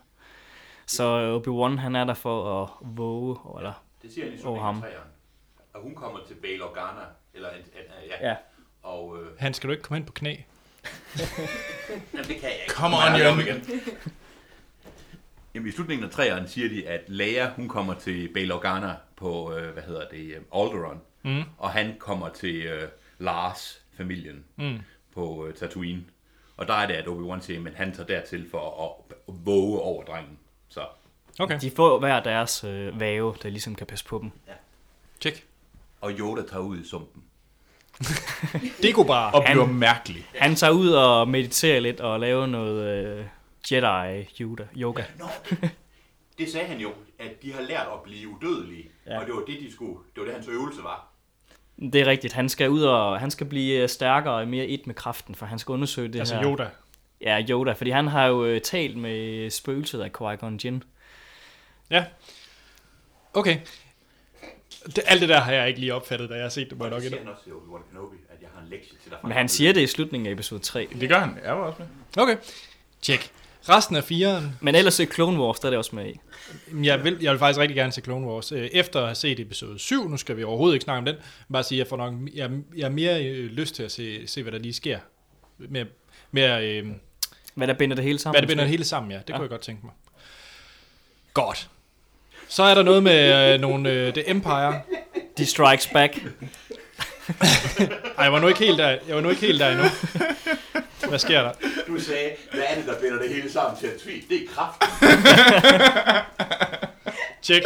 Så øh, Obi-Wan, han er der for at våge eller ja. det siger han i over ham. Og hun kommer til Bail Organa, eller en, en, ja. ja. Og, øh, han skal du ikke komme ind på knæ. Jamen, det kan jeg ikke. Come on, Jørgen. igen. Jamen, i slutningen af træerne siger de, at Leia, hun kommer til Bail Organa på, øh, hvad hedder det, Alderaan. Mm. Og han kommer til øh, Lars, familien, mm. på øh, Tatooine. Og der er det, at Obi-Wan siger, men han tager dertil for at, at våge over drengen. Så Okay. De får hver deres øh, væve, der ligesom kan passe på dem. Ja. Tjek. Og Yoda tager ud i sumpen. Det kunne bare... Og bliver mærkelig. Han tager ud og mediterer lidt og laver noget øh, Jedi yoga. yoga. Nå, det, det sagde han jo, at de har lært at blive udødelige. Ja. Og det var det, de skulle. Det var det, hans øvelse var. Det er rigtigt. Han skal ud og han skal blive øh, stærkere og mere et med kraften, for han skal undersøge det Altså her. Yoda. Ja, Yoda, fordi han har jo øh, talt med spøgelset af Qui-Gon Jinn. Ja. Okay. Det, alt det der har jeg ikke lige opfattet, da jeg har set det, må jeg nok Det siger indrømme. han også til Obi-Wan Kenobi, at jeg har en lektie til dig. fra Men han siger det i slutningen af episode 3. Det gør han. Jeg var også med. Okay. Tjek. Resten af fireren. Men ellers er Clone Wars, der er det også med i. Jamen, Jeg vil, jeg vil faktisk rigtig gerne se Clone Wars. Øh, Efter at have set episode 7, nu skal vi overhovedet ikke snakke om den, bare sige, at jeg får nok, jeg, jeg har mere øh, lyst til at se, se hvad der lige sker. Mere, mere, øh, Hvad der binder det hele sammen? hvad det binder det måske? hele sammen, ja. Det ja. Ja. kunne jeg godt tænke mig. Godt. Så er der noget med øh, nogle øh, The Empire. De Strikes Back. Ej, jeg var nu ikke helt der, jeg var nu ikke helt der endnu. Hvad sker der? Du sagde, hvad er det, der binder det hele sammen til at tvi? Det er kraft. Tjek.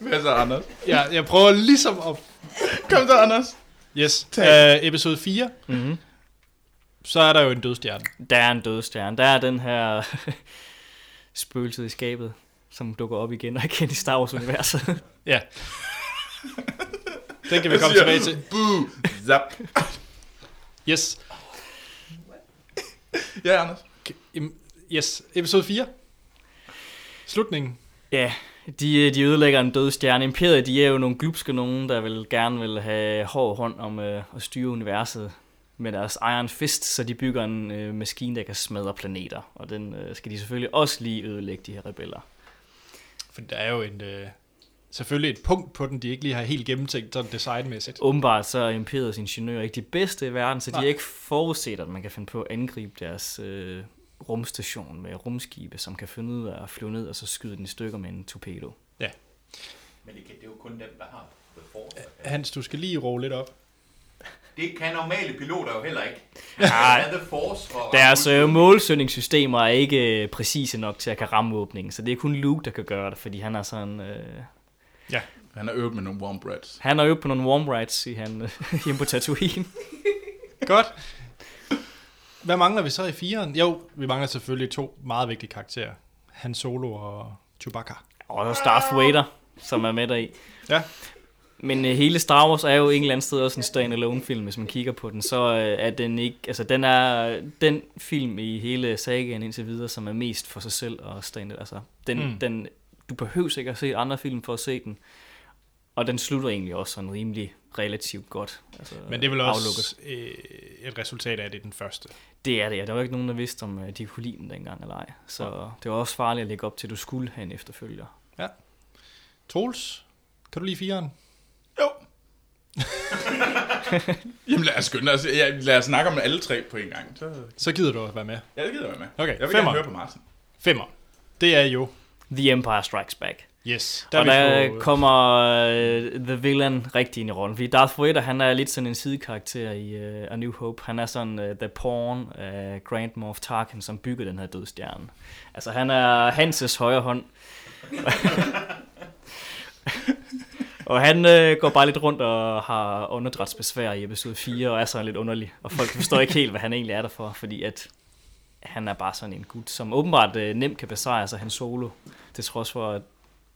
Hvad så, Anders? Ja, jeg prøver ligesom at... Kom så, Anders. Yes. Tag. Uh, episode 4. Mm-hmm. Så er der jo en dødstjerne. Der er en dødstjerne. Der er den her spøgelse i skabet, som dukker op igen og igen i Star Wars-universet. ja. Den kan vi komme tilbage til. Boo! Zap! Yes. Ja, Anders. Yes. Episode 4. Slutningen. Ja, de, øh, de ødelægger en død stjerne. Imperiet, de er jo nogle glupske nogen, der vil gerne vil have hård hånd om øh, at styre universet med deres Iron Fist, så de bygger en øh, maskine, der kan smadre planeter. Og den øh, skal de selvfølgelig også lige ødelægge, de her rebeller. For der er jo en, øh, selvfølgelig et punkt på den, de ikke lige har helt gennemtænkt sådan designmæssigt. Åbenbart så er Imperiets ingeniører ikke de bedste i verden, så de Nej. har ikke forudset, at man kan finde på at angribe deres øh, rumstation med rumskibe, som kan finde ud af at flyve ned og så skyde den i stykker med en torpedo. Men det, kan, det er jo kun dem, der har The Force. Hans, du skal lige roe lidt op. Det kan normale piloter jo heller ikke. Nej. Hvad er The Force for? Deres øh, målsøgningssystemer er ikke øh, præcise nok til at kan ramme åbningen, så det er kun Luke, der kan gøre det, fordi han er sådan... Øh, Ja. Han er øvet med nogle warm breads. han er jo på nogle warm rides i han, øh, hjemme på Tatooine. Godt. Hvad mangler vi så i firen? Jo, vi mangler selvfølgelig to meget vigtige karakterer. Han Solo og Chewbacca. Og så Darth Vader, som er med deri. Ja. Men øh, hele Star Wars er jo en eller anden sted også en standalone film, hvis man kigger på den, så øh, er den ikke, altså den er den film i hele sagaen indtil videre, som er mest for sig selv og standal, altså den, Mm. mm. den, du behøver ikke at se andre film for at se den, og den slutter egentlig også sådan rimelig relativt godt. Altså, Men det er vel aflukket. også øh, et resultat af, at det er den første. Det er det, ja. Der var ikke nogen, der vidste, om øh, de kunne lide den dengang eller ej. Så det var også farligt at lægge op til, at du skulle have en efterfølger. Ja. Troels, kan du lide firen? Jamen lad os skynde os. Ja, lad os snakke om alle tre på en gang. Så... Så gider du at være med. Ja, det gider jeg være med. Okay, jeg vil femmer. gerne høre på Martin. Femmer. Det er jo... The Empire Strikes Back. Yes. Der og vi der på- kommer øh, The Villain rigtig ind i rollen. Fordi Darth Vader, han er lidt sådan en sidekarakter i uh, A New Hope. Han er sådan uh, The Pawn af Grand Moff Tarkin, som bygger den her dødstjerne. Altså, han er Hanses højre hånd. og han øh, går bare lidt rundt og har åndedrætsbesvær i episode 4, og er sådan lidt underlig. Og folk forstår ikke helt, hvad han egentlig er der for, fordi at han er bare sådan en gut, som åbenbart øh, nemt kan besejre sig han solo. Til trods for, at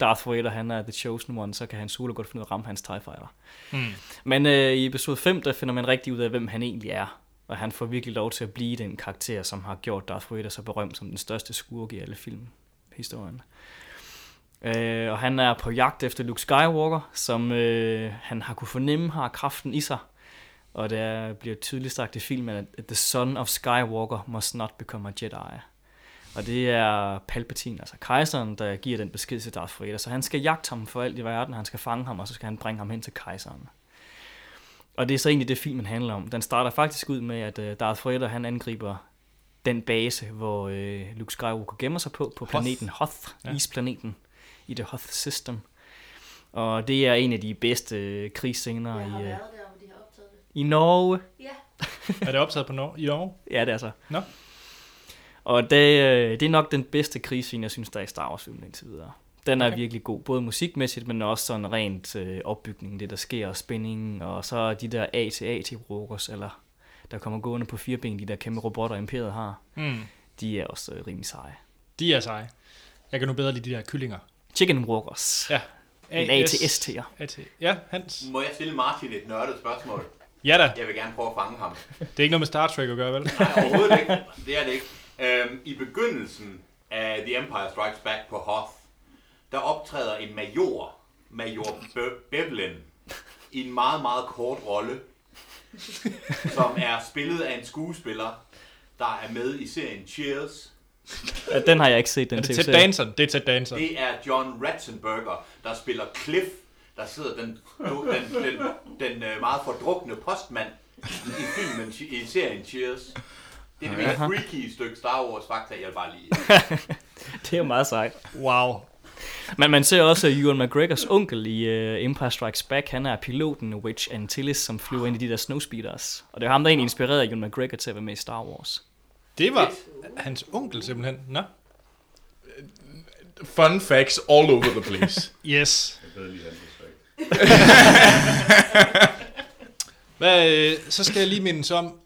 Darth Vader han er The Chosen One, så kan han solo godt finde ud af at ramme hans TIE Fighter. Mm. Men øh, i episode 5, der finder man rigtig ud af, hvem han egentlig er. Og han får virkelig lov til at blive den karakter, som har gjort Darth Vader så berømt som den største skurk i alle filmhistorien. Øh, og han er på jagt efter Luke Skywalker, som øh, han har kunne fornemme har kraften i sig. Og der bliver tydeligt sagt i filmen, at at the son of Skywalker must not become a Jedi. Og det er Palpatine, altså kejseren, der giver den besked til Darth Vader. Så han skal jagte ham for alt i verden, han skal fange ham, og så skal han bringe ham hen til kejseren. Og det er så egentlig det, filmen handler om. Den starter faktisk ud med, at øh, Darth Vader han angriber den base, hvor øh, Luke Skywalker gemmer sig på, på planeten Hoth, Ja. ja. isplaneten, i det Hoth System. Og det er en af de bedste øh, krigsscener i... Øh, I Norge. Ja. er det optaget på Norge? I Norge? Ja, det er så. Nå. Og det, øh, det er nok den bedste krigsscene, jeg synes, der er i Star wars filmen indtil videre. Den er okay. virkelig god, både musikmæssigt, men også sådan rent øh, opbygningen, det der sker, og spændingen, og så de der a til a til rokers eller der kommer gående på fire ben, de der kæmpe robotter, imperiet har. Mm. De er også øh, rimelig seje. De er seje. Jeg kan nu bedre lide de der kyllinger. Chicken Walkers. Ja. En A til S-T'er. AT. Ja, Hans. Må jeg stille Martin et nørdet spørgsmål? Ja da. Jeg vil gerne prøve at fange ham. Det er ikke noget med Star Trek at gøre, vel? Nej, overhovedet ikke. Det er det ikke. Øhm, I begyndelsen af The Empire Strikes Back på Hoth, der optræder en major, Major Be- Bevlin, i en meget, meget kort rolle, som er spillet af en skuespiller, der er med i serien Cheers. Ja, den har jeg ikke set, den Er det Ted tv-serie. Danson? Det er Ted Danson. Det er John Ratzenberger, der spiller Cliff, der sidder den, den, den, den øh, meget fordrukne postmand i filmen, i serien Cheers. Det er det mest Aha. freaky stykke Star Wars fakta, jeg bare lige... det er jo meget sejt. Wow. Men man ser også øh, Ewan McGregors onkel i uh, Empire Strikes Back. Han er piloten Wedge Antilles, som flyver ind i de der snowspeeders. Og det er ham, der egentlig inspirerede Ewan McGregor til at være med i Star Wars. Det var hans onkel simpelthen. Nå. Fun facts all over the place. Yes. Jeg bedre lige have det sagt. Hvad, øh, så skal jeg lige mindes om,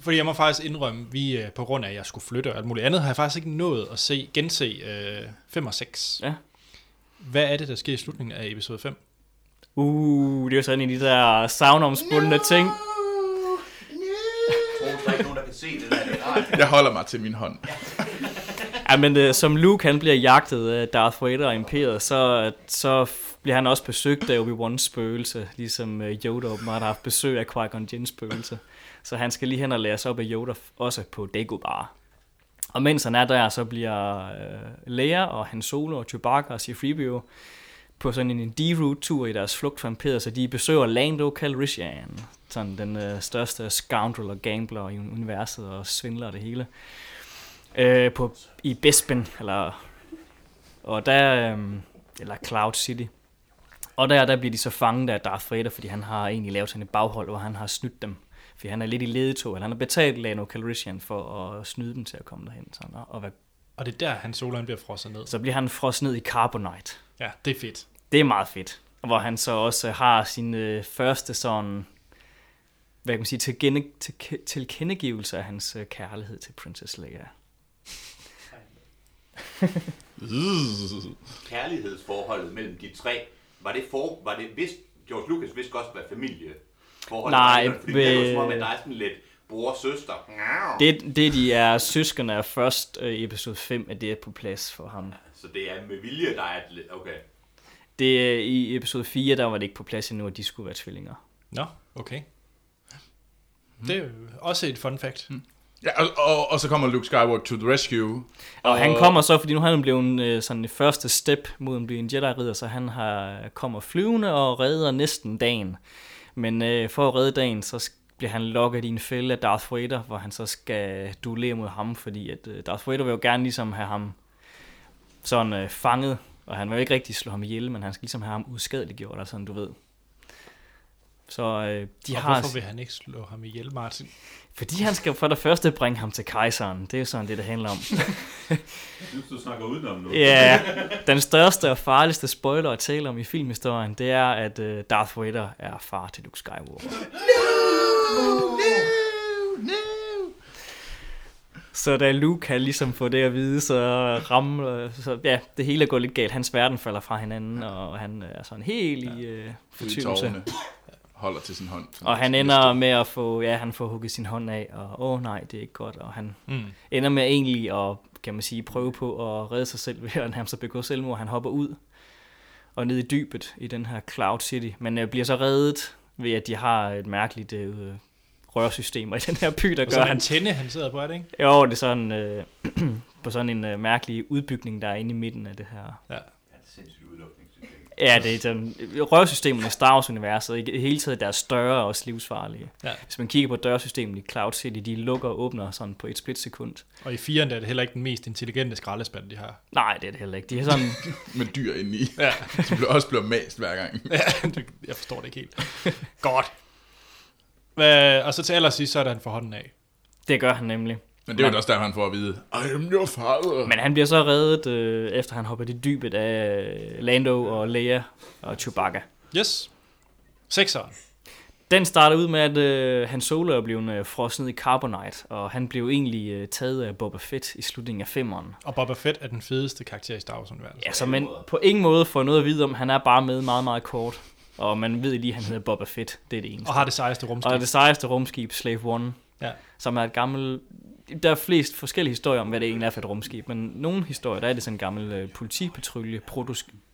fordi jeg må faktisk indrømme, vi øh, på grund af, at jeg skulle flytte og alt muligt andet, har jeg faktisk ikke nået at se, gense øh, 5 og 6. Ja. Hvad er det, der sker i slutningen af episode 5? Uh, det er jo sådan en af de der savnomspundne no! ting. Troels, der er ikke nogen, der kan se det der. Det er rart. Jeg holder mig til min hånd. Ja, men øh, som Luke han bliver jagtet af Darth Vader og Imperiet, så, så f- bliver han også besøgt af Obi-Wans spøgelse, ligesom øh, Yoda åbenbart har haft besøg af Qui-Gon Jinn's spøgelse. Så han skal lige hen og lære sig op af Yoda, f- også på Dagobah. Og mens han er der, så bliver øh, Leia og Han Solo og Chewbacca og C-3PO på sådan en D-route-tur i deres flugt fra Imperiet, så de besøger Lando Calrissian, sådan den øh, største scoundrel og gambler i universet og svindler og det hele øh, på, i Bespin, eller, og der, øh, eller Cloud City. Og der, der bliver de så fanget af Darth Vader, fordi han har egentlig lavet sådan et baghold, hvor han har snydt dem. Fordi han er lidt i ledetog, eller han har betalt Lando Calrissian for at snyde dem til at komme derhen. Sådan, og, og, være- Og det er der, han solo han bliver frosset ned. så bliver han frosset ned i Carbonite. Ja, det er fedt. Det er meget fedt. Og Hvor han så også øh, har sin øh, første sådan, hvad kan man sige, tilkende, til, tilkendegivelse af hans øh, kærlighed til Princess Leia. Kærlighedsforholdet mellem de tre, var det for... Var det, vidste, George Lucas vidste godt, hvad familie... Nej, fordi det er jo øh, som om, at der er sådan lidt bror-søster. Det, det de er søskende er først øh, i episode 5, at det er på plads for ham. Så det er med vilje, der er et lidt... Okay. Det, øh, I episode 4, der var det ikke på plads endnu, at de skulle være tvillinger. Nå, okay. Det er jo også et fun fact. Mm. Ja, og, og, og så kommer Luke Skywalker to the rescue. Og, og han kommer så, fordi nu er han blevet en, øh, sådan det første step mod at blive en Jedi-ridder, så han har, kommer flyvende og redder næsten dagen. Men øh, for at redde dagen, så sk- bliver han lokket i en fælde af Darth Vader, hvor han så skal duellere mod ham, fordi at, øh, Darth Vader vil jo gerne ligesom have ham sådan øh, fanget, og han vil jo ikke rigtig slå ham ihjel, men han skal ligesom have ham uskadeliggjort, eller sådan, du ved. Så øh, de De og har... har... hvorfor vil han ikke slå ham ihjel, Martin? Fordi han skal for det første bringe ham til kejseren. Det er jo sådan det, det handler om. Jeg synes, du snakker udenom nu. Ja, den største og farligste spoiler at tale om i filmhistorien, det er, at øh, Darth Vader er far til Luke Skywalker. Så da Luke kan ligesom få det at vide, så rammer, så ja, det hele går lidt galt. Hans verden falder fra hinanden, og han er sådan helt i øh, Fordi fortvivlelse. tårerne holder til sin hånd. Og han ender med at få, ja, han får hugget sin hånd af, og åh oh, nej, det er ikke godt, og han Mm. mm. ender med egentlig at, kan man sige, prøve på at redde sig selv ved at nærmest at begå selvmord. Han hopper ud og ned i dybet i den her Cloud City, men øh, bliver så reddet ved, at de har et mærkeligt øh, rørsystemer i den her by, der Og gør, så er at det antenne, han sidder på, er det ikke? Jo, det er sådan, øh, på sådan en øh, mærkelig udbygning, der er inde i midten af det her. Ja. Ja, det er sådan, rørsystemerne i Star Wars-universet, i det hele taget deres større og også livsfarlige. Ja. Hvis man kigger på dørsystemet i Cloud City, de lukker og åbner sådan på et splitsekund. Og i firen der er det heller ikke den mest intelligente skraldespand, de har. Nej, det er det heller ikke. De er sådan... med dyr indeni. Ja. De bliver også bliver mast hver gang. Ja, det- jeg forstår det ikke helt. Godt. Hvad, og så til allersidst, så er der en for hånden af. Det gør han nemlig. Men det er jo også der, han får at vide, I am your father. Men han bliver så reddet, øh, efter han hopper i dybet af Lando og Leia og Chewbacca. Yes. Sekseren. Den starter ud med, at øh, Han Solo er blevet øh, frosnet i Carbonite, og han blev egentlig øh, taget af Boba Fett i slutningen af femeren. Og Boba Fett er den fedeste karakter i Star wars universet. Altså, man på ingen måde får noget at vide om, han er bare med meget, meget kort. Og man ved lige, at han hedder Boba Fett. Det er det eneste. Og har det sejeste rumskib. Og det sejeste rumskib, Slave One. Ja. Som er et gammelt... Der er flest forskellige historier om, hvad det egentlig er for et rumskib. Men nogle historier, der er det sådan en gammel øh, politipatrulje,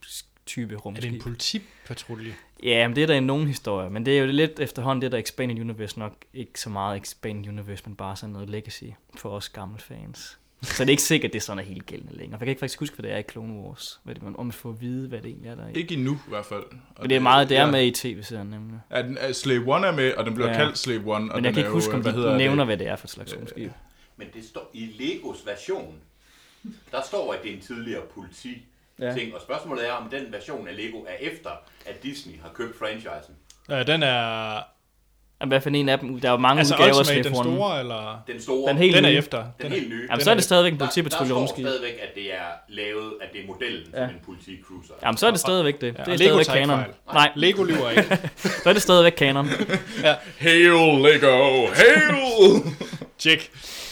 prototype Er rumskib. det en politipatrulje? Ja, men det er der i nogle historier, men det er jo lidt efterhånden det, der er Expanded Universe nok ikke så meget Expanded Universe, men bare sådan noget legacy for os gamle fans. Så det er ikke sikkert, at det sådan er helt gældende længere. For jeg kan ikke faktisk huske, hvad det er i Clone Wars, hvad det, man, om man får at vide, hvad det egentlig er der er i. Ikke endnu i hvert fald. Og Men det er meget, det er ja. med i tv-serien nemlig. Ja, den, uh, Slave One er med, og den bliver ja. kaldt Slave One. Og Men jeg den kan er ikke huske, jo, øh, om hvad de hedder Øh, nævner, hvad det er for et slags rumskib. Men det står i Legos version. Der står, at det er en tidligere politi Ja. ting, og spørgsmålet er, om den version af Lego er efter, at Disney har købt franchisen. Ja, den er... Jamen, hvad for en af dem? Der er jo mange Altså, udgaver af Ultimate, Slave den One. store, eller? Den store. Den, helt Den er nye. efter. Den Den helt nye. Jamen, Den så er det stadigvæk en Der- politipatrulje Der står rumskib. stadigvæk, at det er lavet af det er modellen Ja. som en politicruiser. Jamen, så er det stadigvæk det. Ja, det er og Lego stadigvæk tager ikke kanon. fejl. Nej, Lego lyver ikke. så er det stadigvæk kanon. Ja. Hail Lego! Hail! Tjek.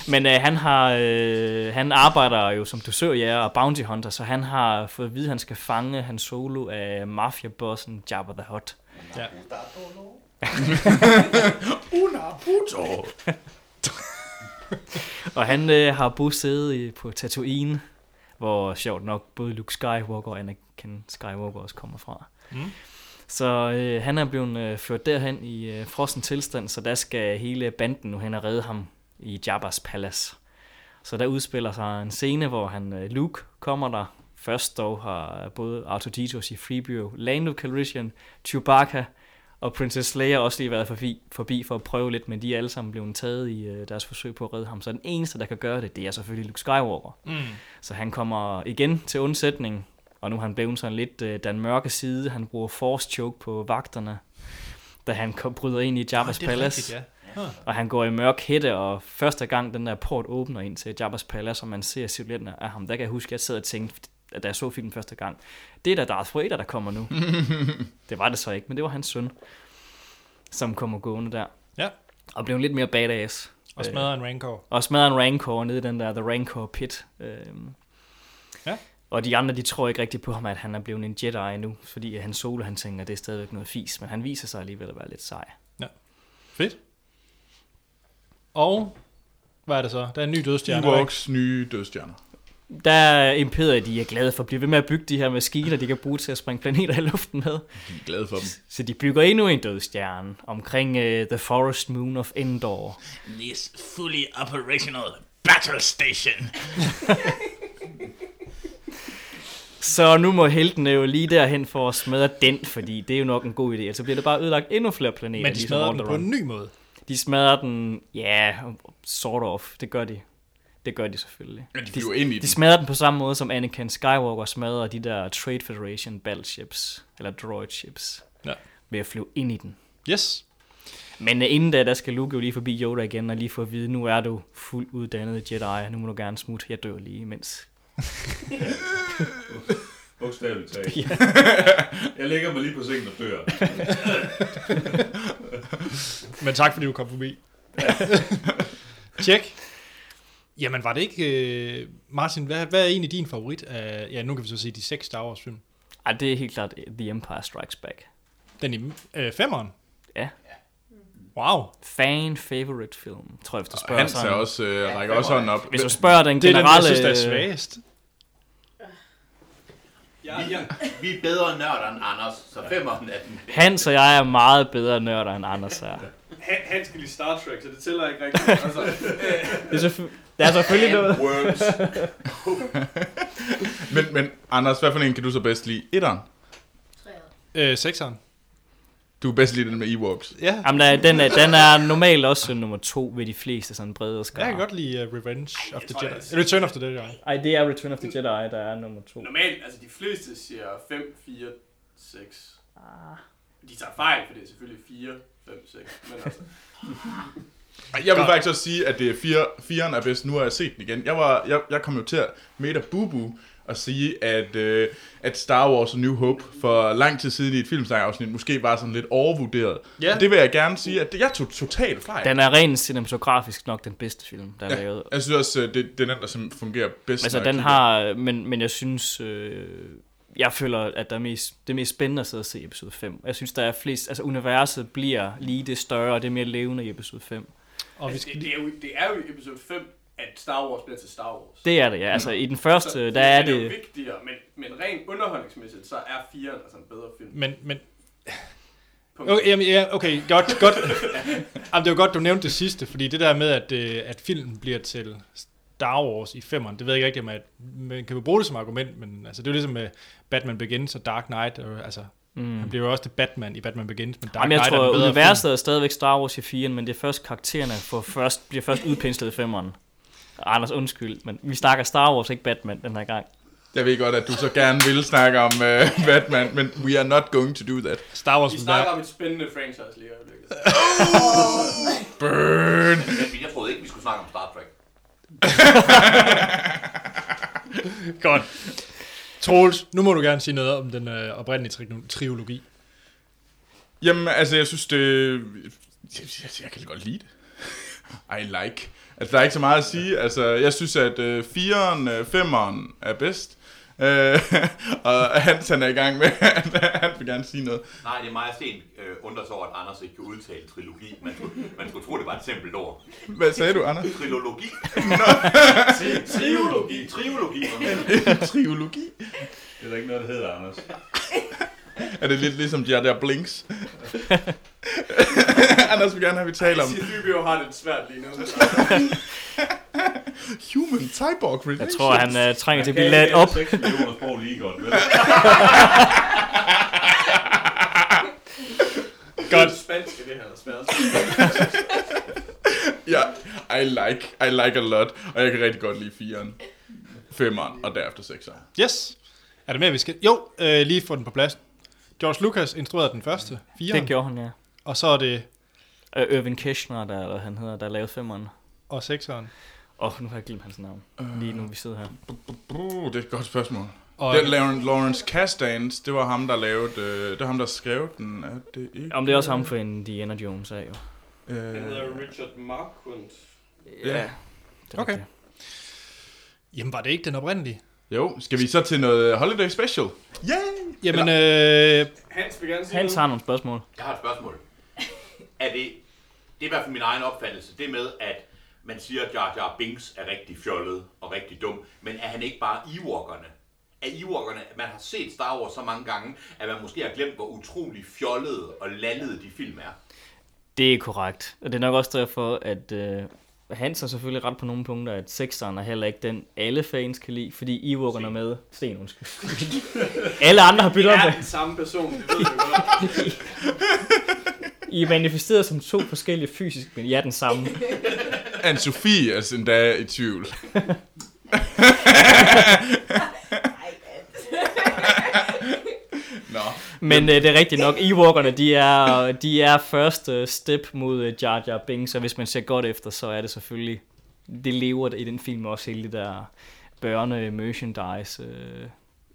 Men øh, han har øh, han arbejder jo som dusørjæger og bounty hunter, så han har fået at vide, at han skal fange Han Solo af mafiabossen Jabba the Hutt. Ja. Una puto. og han øh, har bosædet i- på Tatooine, hvor sjovt nok både Luke Skywalker og Anakin Skywalker også kommer fra. Mm. Så øh, han er blevet øh, ført derhen i øh, frossen tilstand, så der skal hele banden nu hen og redde ham i Jabba's palace. Så der udspiller sig en scene, hvor han øh, Luke kommer der. Først dog har både R2-D2 og Freebio, Lando Calrissian, Chewbacca og Princess Leia også lige været forbi, forbi for at prøve lidt, men de er alle sammen blevet taget i øh, deres forsøg på at redde ham. Så den eneste, der kan gøre det, det er selvfølgelig Luke Skywalker. Mm. Så han kommer igen til undsætning, og nu er han blevet sådan lidt øh, den mørke side. Han bruger force choke på vagterne, da han kom, bryder ind i Jabba's Åh, Ah, det er Palace. rigtigt, ja. Ah. Og han går i mørk hætte, og første gang den der port åbner ind til Jabba's Palace, og man ser silhuetten af ham, der kan jeg huske, at jeg sad og tænkte, at da jeg så filmen første gang, det er da Darth Vader, der kommer nu. det var det så ikke, men det var hans søn, som kommer gående der. Ja. Og blev lidt mere badass. Og Øh, smadrer en Rancor. Og smadrer en Rancor nede i den der The Rancor Pit. Øhm, Ja. Og de andre, de tror ikke rigtigt på ham, at han er blevet en Jedi nu, fordi han solo, han tænker, at det er stadigvæk noget fis, men han viser sig alligevel at være lidt sej. Fedt. Og hvad er det så? Der er en ny dødstjerne. Ewoks nye dødstjerner. Der er imperier, de er glade for at blive ved med at bygge de her maskiner, de kan bruge til at springe planeter i luften med. De er glade for dem. Så de bygger endnu en dødstjerne omkring uh, The Forest Moon of Endor. This fully operational battle station. Så nu må heltene jo lige derhen for at smadre den, fordi det er jo nok en god idé. Ellers så bliver der bare ødelagt endnu flere planeter. Men de ligesom smadrer den Alderaan. på en ny måde. De smadrer den, ja, sort of. Det gør de. Det gør de selvfølgelig. Ja, de flyver ind i de den. smadrer den på samme måde, som Anakin Skywalker smadrer de der Trade Federation battleships, eller droid ships, ja. ved at flyve ind i den. Yes. Men øh, inden da, der skal Luke jo lige forbi Yoda igen, og lige få at vide, nu er du fuldt uddannet Jedi, nu må du gerne smutte, jeg dør lige imens. Bogstaveligt talt. Ja. Jeg lægger mig lige på sengen og dør. Men tak fordi du kom forbi. Tjek. Jamen var det ikke... Øh, Martin, hvad, hvad er egentlig din favorit af... Ja, nu kan vi så sige de seks Star Wars film. Ej, det er helt klart øh, The Empire Strikes Back. Den i øh, femmeren? Ja. Wow. Fan favorite film, tror jeg, hvis du spørger Hans er også, øh, Ja, rækker også hånden op. Hvis du spørger den Det er den, jeg generelle... øh, synes, der er svagest. Ja, ja. Vi er bedre nørder end Anders, så femmeren er den bedste. øh, Hans og jeg er meget bedre nørder, end Anders er. Han, han skal lide Star Trek, så det tæller ikke rigtigt. Altså, Det er selvfø- der er selvfølgelig And noget. worms. men, men Anders, hvad for en kan du så bedst lide? Etteren? Øh, sekseren. Du kan bedst lide den med Ewoks. Ja. Jamen, der, den, er, den er normalt også nummer to ved de fleste sådan brede skar. Jeg kan godt lide uh, Revenge of the tror, Jedi. det Return of the Jedi. Ej, det er Return of the Jedi, der er nummer to. Normalt, altså de fleste Ah. siger 5, 4, 6. De tager fejl, for det er selvfølgelig 4, 5, 6, men altså. Ej, Jeg vil faktisk også sige, at det er fire, firen er bedst. Nu har jeg set den igen. Jeg, var, jeg, jeg kom jo til at made a boo og sige, at, øh, at Star Wars og New Hope for lang tid siden i et filmsnakafsnit måske var sådan lidt overvurderet. Ja. Og det vil jeg gerne sige, at det, jeg tog totalt fejl. Den er rent cinematografisk nok den bedste film, der er ja, lavet. Jeg synes også, øh, det, det er den, der som fungerer bedst. Altså, når den jeg har, men, men jeg synes, øh, jeg føler, at der er mest, det er mest spændende at sidde og se episode 5. Jeg synes, der er flest, altså universet bliver lige det større, og det er mere levende i episode 5. Og vi altså, det, det, er jo, det er jo i episode 5, at Star Wars bliver til Star Wars. Det er det, ja. Altså, i den første, Så- der er det er jo det- vigtigere, men, men rent underholdningsmæssigt, så er 4'eren altså en bedre film. Men, men... Okay, jamen, ja, okay, godt, godt. jamen, det var godt, du nævnte det sidste, fordi det der med, at, øh, at filmen bliver til Star Wars i femmeren, det ved jeg ikke rigtig, om at man kan jo bruge det som argument, men altså, det er jo ligesom med Batman Begins og Dark Knight, og, altså, Mm. mm. han bliver jo også til Batman i Batman Begins, men Dark Jamen, jeg Knight er tror, en bedre universet er stadigvæk Star Wars i 4'en, men det er først karaktererne får først, bliver først udpenslet i 5'eren. Anders, undskyld, men vi snakker Star Wars, ikke Batman den her gang. Jeg ved godt, at du så gerne vil snakke om uh, Batman, men we are not going to do that. Star Vi snakker om et spændende franchise lige i øjeblikket. Oh! Burn! Jeg, jeg troede ikke, vi skulle snakke om Star Trek. film. Godt. Troels, nu må du gerne sige noget om den øh, oprindelige tri- trilogi. Jamen, altså, jeg synes, det... Jeg, jeg, jeg kan godt lide det. I like. Altså, der er ikke så meget at sige. Altså, jeg synes, at øh, 4'eren, øh, 5'eren er bedst. Øh, og Hans, han er i gang med, han vil gerne sige noget. Nej, det er meget sent øh, undres over, at Anders ikke kan udtale trilogi. Man skulle, man skulle tro, det var et simpelt ord. Hvad sagde du, Anders? Trilogi. Nå. Trilogi. Trilogi. Triologi. Det er der ikke noget, der hedder, Anders. Er det lidt ligesom de her der blinks? Anders vil gerne have, at vi taler om Jeg siger, Dybio har det svært lige nu. human cyborg relations. Jeg tror, han øh, trænger Man til at kan blive ikke ladt lære op. 6 millioner sprog lige godt, vel? Godt. Spansk er det her, der er svært. ja, I like, I like a lot, og jeg kan rigtig godt lide 4'eren, 5'eren og derefter 6'eren. Yes. Er der mere, vi skal... Jo, øh, lige få den på plads. George Lucas instruerede den første, fire. Mm. Det gjorde han, ja. Og så er det... Øh, Irvin Keschner, der, eller han hedder, der lavede 5'eren. Og 6'eren. Åh, oh, nu har jeg glemt hans navn. Lige nu, vi sidder her. Uh, det er et godt spørgsmål. Og- Og det er Lauren- Lawrence Kasdans, det var ham, der lavede, øh, det var ham, der skrev den, er det ikke? Om det er også ham for Indiana Jones af, jo. Han Øh, hedder Richard Marquand. ja. Okay. Jamen, var det ikke den oprindelige? Jo, skal vi så til noget holiday special? Yay! Jamen, øh, Hans vil gerne Hans sige noget. har nogle spørgsmål. Jeg har et spørgsmål. Er det, det er i hvert fald min egen opfattelse, det med, at man siger, at Jar Jar Binks er rigtig fjollet og rigtig dum, men er han ikke bare Ewokkerne? Er Ewokkerne, man har set Star Wars så mange gange, at man måske har glemt, hvor utrolig fjollede og landede de film er. Det er korrekt. Og det er nok også derfor, at øh, Hans har selvfølgelig ret på nogle punkter, at sekseren er heller ikke den, alle fans kan lide, fordi Ewoken er med. Sten, undskyld. alle andre har byttet Det om er med. den samme person, det ved du godt. I er manifesteret som to forskellige fysisk, men I er den samme. anne Sofie er sådan der i tvivl. Nå. Men øh, det er rigtigt nok, Ewokkerne, de er, de er første step mod øh, Jar Jar Binks, og hvis man ser godt efter, så er det selvfølgelig, det lever i den film også hele det der børne-merchandise øh,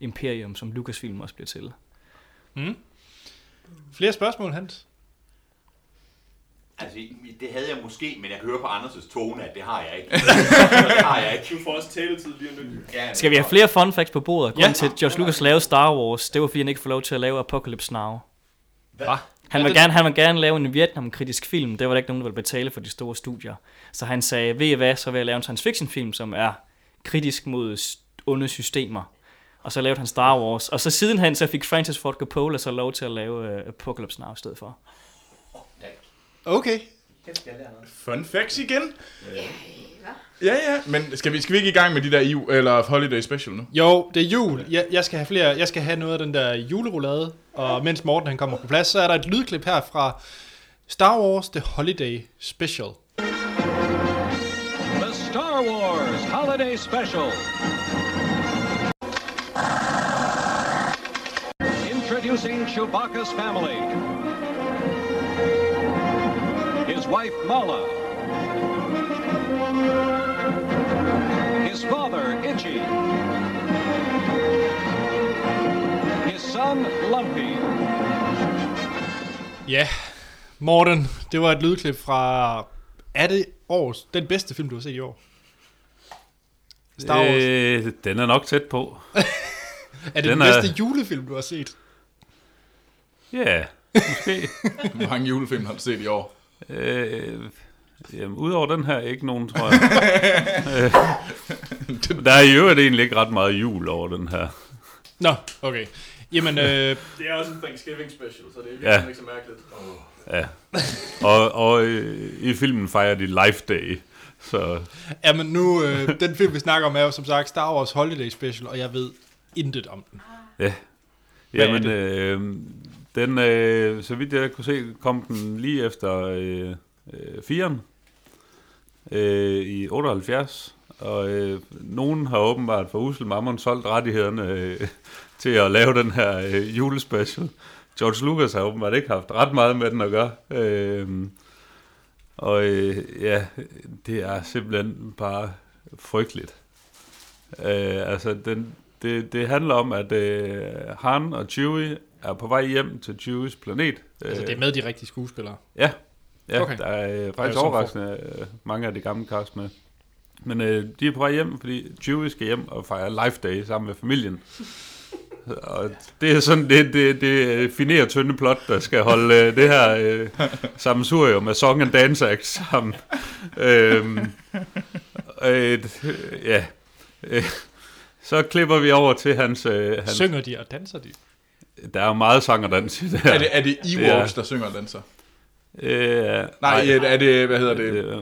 imperium, som Lucasfilm også bliver til. Mm. Flere spørgsmål, Hans? Altså, det havde jeg måske, men jeg kan høre på Anders' tone, at det har jeg ikke. det har jeg ikke. Du får også taletid lige om lidt. Ja, Skal vi have flere fun facts på bordet? Grunden Ja. ja. til, at George Lucas lavede Star Wars, det var fordi han ikke får lov til at lave Apocalypse Now. Hvad? Han vil, gerne, han vil gerne lave en Vietnam-kritisk film. Det var der ikke nogen, der ville betale for de store studier. Så han sagde, ved I hvad, så vil jeg lave en science fiction film, som er kritisk mod s- onde systemer. Og så lavede han Star Wars. Og så sidenhen så fik Francis Ford Coppola så lov til at lave uh, Apocalypse Now i stedet for. Okay. Fun facts igen. Ja, ja, men skal vi, skal vi ikke i gang med de der EU, eller holiday special nu? Jo, det er jul. Jeg, jeg, skal have flere. Jeg skal have noget af den der julerolade. Og mens Morten han kommer på plads, så er der et lydklip her fra Star Wars The Holiday Special. The Star Wars Holiday Special. Introducing Chewbacca's family. wife Mala, his father Itchy, his son Lumpy. Ja, Morten, det var et lydklip fra... Er det års, den bedste film, du har set i år? Star Wars. Øh, Øh, den er nok tæt på. er det den, den bedste julefilm, du har set? Ja, yeah, måske. Hvor mange julefilm har du set i år? Øh, jamen, udover den her, ikke nogen, tror jeg. øh, der er i øvrigt egentlig ikke ret meget jul over den her. Nå, okay. Jamen, øh, Det er også en Thanksgiving special, så det er virkelig Ja. ikke så mærkeligt. Oh. Ja. Og, og øh, i filmen fejrer de Life Day. Så Jamen nu, øh, den film vi snakker om er jo som sagt Star Wars Holiday Special, og jeg ved intet om den. Ja. Hvad er Jamen, øh, den, øh, så vidt jeg kunne se, kom den lige efter øh, øh, firen øh, i 78. Og øh, nogen har åbenbart for Usel Mammon solgt rettighederne øh, til at lave den her øh, julespecial. George Lucas har åbenbart ikke haft ret meget med den at gøre. Øh, og øh, ja, det er simpelthen bare frygteligt. Øh, altså, den, det, det handler om, at øh, han og Chewie er på vej hjem til Chewie's planet. Altså Øh, det er med de rigtige skuespillere. Ja, ja Okay. okay. der er øh, Det er jo faktisk sådan overraskende øh, mange af de gamle cast med. Men øh, de er på vej hjem, fordi Chewie skal hjem og fejre Life Day sammen med familien. Og det er sådan, det, det, det øh, finere tynde plot, der skal holde øh, det her øh, sammensurium med Song and Dance Act sammen. Øhm, øh, d- ja. Øh, så klipper vi over til hans... Øh, hans Synger de og danser de? Der er jo meget sang og dans i det her. Er det, er det Ewoks, der synger og danser? Øh, Nej, er det- hvad hedder det? øh,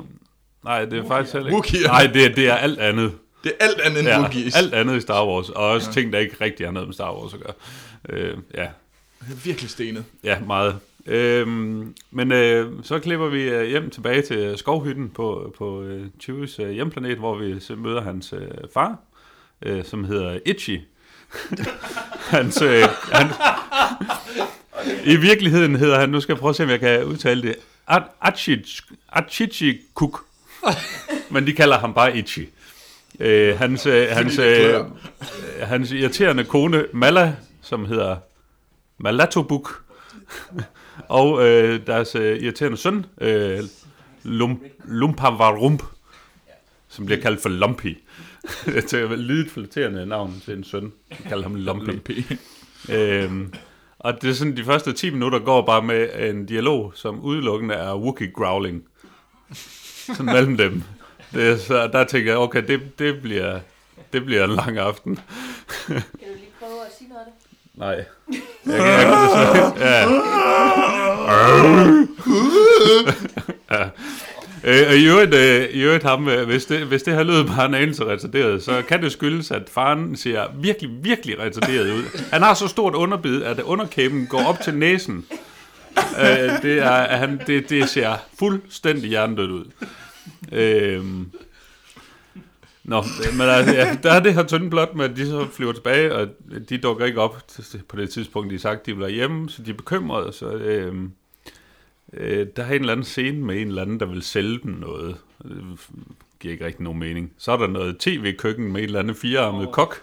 nej, det er faktisk heller ikke. Wookier. Nej, det, det er alt andet. Det er alt andet end Wookiees. Alt andet i Star Wars, og også Ja. ja. ting, der ikke rigtig har noget med Star Wars at gøre. Øh, ja. Virkelig stenet. Ja, meget. Øhm, men øh, så klipper vi øh, hjem tilbage til skovhytten på, på øh, Chewies øh, hjemplanet, hvor vi så møder hans øh, far, øh, som hedder Itchy. hans, øh, han, I virkeligheden hedder han, nu skal jeg prøve at se, om jeg kan udtale det, Achichi Cook. Men de kalder ham bare Itchy. Øh, hans, øh, hans, det øh, klæder. øh, hans irriterende kone, Mala, som hedder Malatobuk, og øh, deres øh, irriterende søn, øh, Lum, Lumpavarump, som bliver kaldt for Lumpy. det er et lidt flatterende navn til en søn. Vi kalder ham Lumpy. øhm, og det er sådan, de første 10 minutter går bare med en dialog, som udelukkende er Wookiee growling. Sådan mellem dem. Det er, så der tænker jeg, okay, det, det, bliver, det bliver en lang aften. Kan du lige prøve at sige noget af det? Nej. Jeg kan, jeg kan så, ja. ja. Øh, og i øvrigt, øh, i øvrigt ham, øh, hvis, det, hvis det her lød bare en anelse retarderet, så kan det skyldes, at faren ser virkelig, virkelig retarderet ud. Han har så stort underbid, at underkæben går op til næsen. Øh, det, er, han, det, det ser fuldstændig hjernedødt ud. Øhm, Nå, men altså, ja, der er det her tynde blot med, at de så flyver tilbage, og de dukker ikke op til- på det tidspunkt, de har sagt, de vil være hjemme, så de er bekymrede. Så, øh, øh, der er en eller anden scene med en eller anden, der vil sælge dem noget. Det giver ikke rigtig nogen mening. Så er der noget tv-køkken med en eller anden firearmet oh, kok.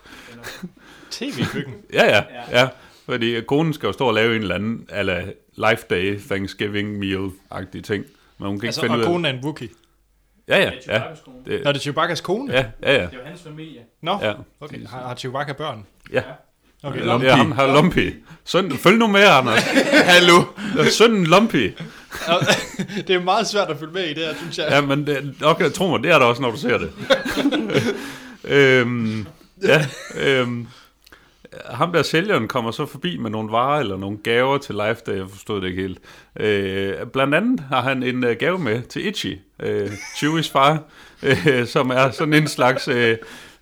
TV-køkken? ja, ja, ja. Fordi konen skal jo stå og lave en eller anden ala life day, Thanksgiving meal-agtige ting. Men hun kan ikke Altså, finde og ud af... konen er en Wookiee. Ja, ja. Det er Chewbacca's ja. kone. Nå, det er Chewbacca's kone? Ja, ja, ja. Det er jo hans familie. Nå, ja. Okay, har, har Chewbacca børn? Ja. Okay. Okay. Lumpy. Ja, ham her Lumpy. Søn, følg nu med, Anders. Hallo. Sønnen Lumpy. det er meget svært at følge med i det her, synes jeg. Ja, men det, okay, tro mig, det er der også, når du ser det. øhm, ja, øhm, ham der sælgeren kommer så forbi med nogle varer eller nogle gaver til Life Day, jeg forstod det ikke helt. Øh, blandt andet har han en øh, gave med til Itchy, øh, Chewies far, øh, som er sådan en slags øh,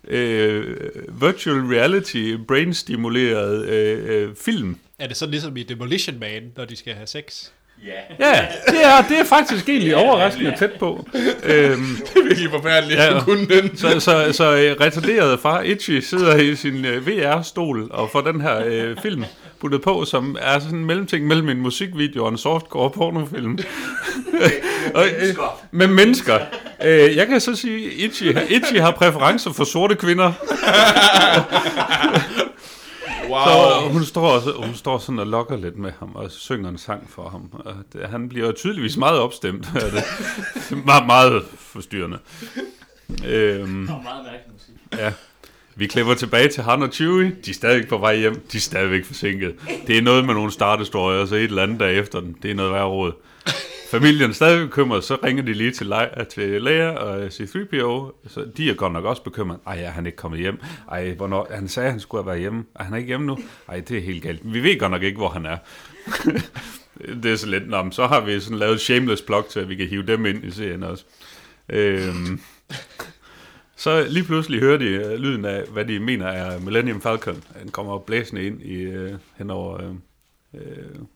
øh, virtual reality brainstimuleret øh, øh, film. Er det sådan ligesom i Demolition Man, når de skal have sex? Ja. Ja, det er, det er faktisk egentlig ja, overraskende ja. tæt på. Øhm, Det er virkelig forfærdeligt at kunne den. Så, så, så øh, retarderede far Itchy sidder i sin øh, VR-stol og får den her øh, film puttet på, som er sådan en mellemting mellem en musikvideo og en softcore pornofilm. Og, øh, med mennesker. Øh, jeg kan så sige, Itchy, Itchy har præferencer for sorte kvinder. Wow. Så hun står, også, hun står sådan og lokker lidt med ham og synger en sang for ham. Og det, han bliver tydeligvis meget opstemt. af det. det er meget, meget forstyrrende. Øhm, Og meget mærkelig musik. Ja. Vi klipper tilbage til Han og Chewie. De er stadigvæk på vej hjem. De er stadigvæk forsinket. Det er noget med nogle Star Destroyer, så et eller andet der efter den. Det er noget værre råd. Familien er stadig bekymret, så ringer de lige til, Le- til Leia og C-3PO. Så de er godt nok også bekymret. Ej, er han ikke kommet hjem? Ej, hvornår? Han sagde, at han skulle have været hjemme. Er han ikke hjemme nu? Ej, det er helt galt. Vi ved godt nok ikke, hvor han er. det er så lidt, Nå, men så har vi sådan lavet shameless plug til, at vi kan hive dem ind i serien også. Øhm. Så lige pludselig hører de øh, lyden af, hvad de mener er Millennium Falcon. Den kommer blæsende ind i, øh, hen over øh, øh,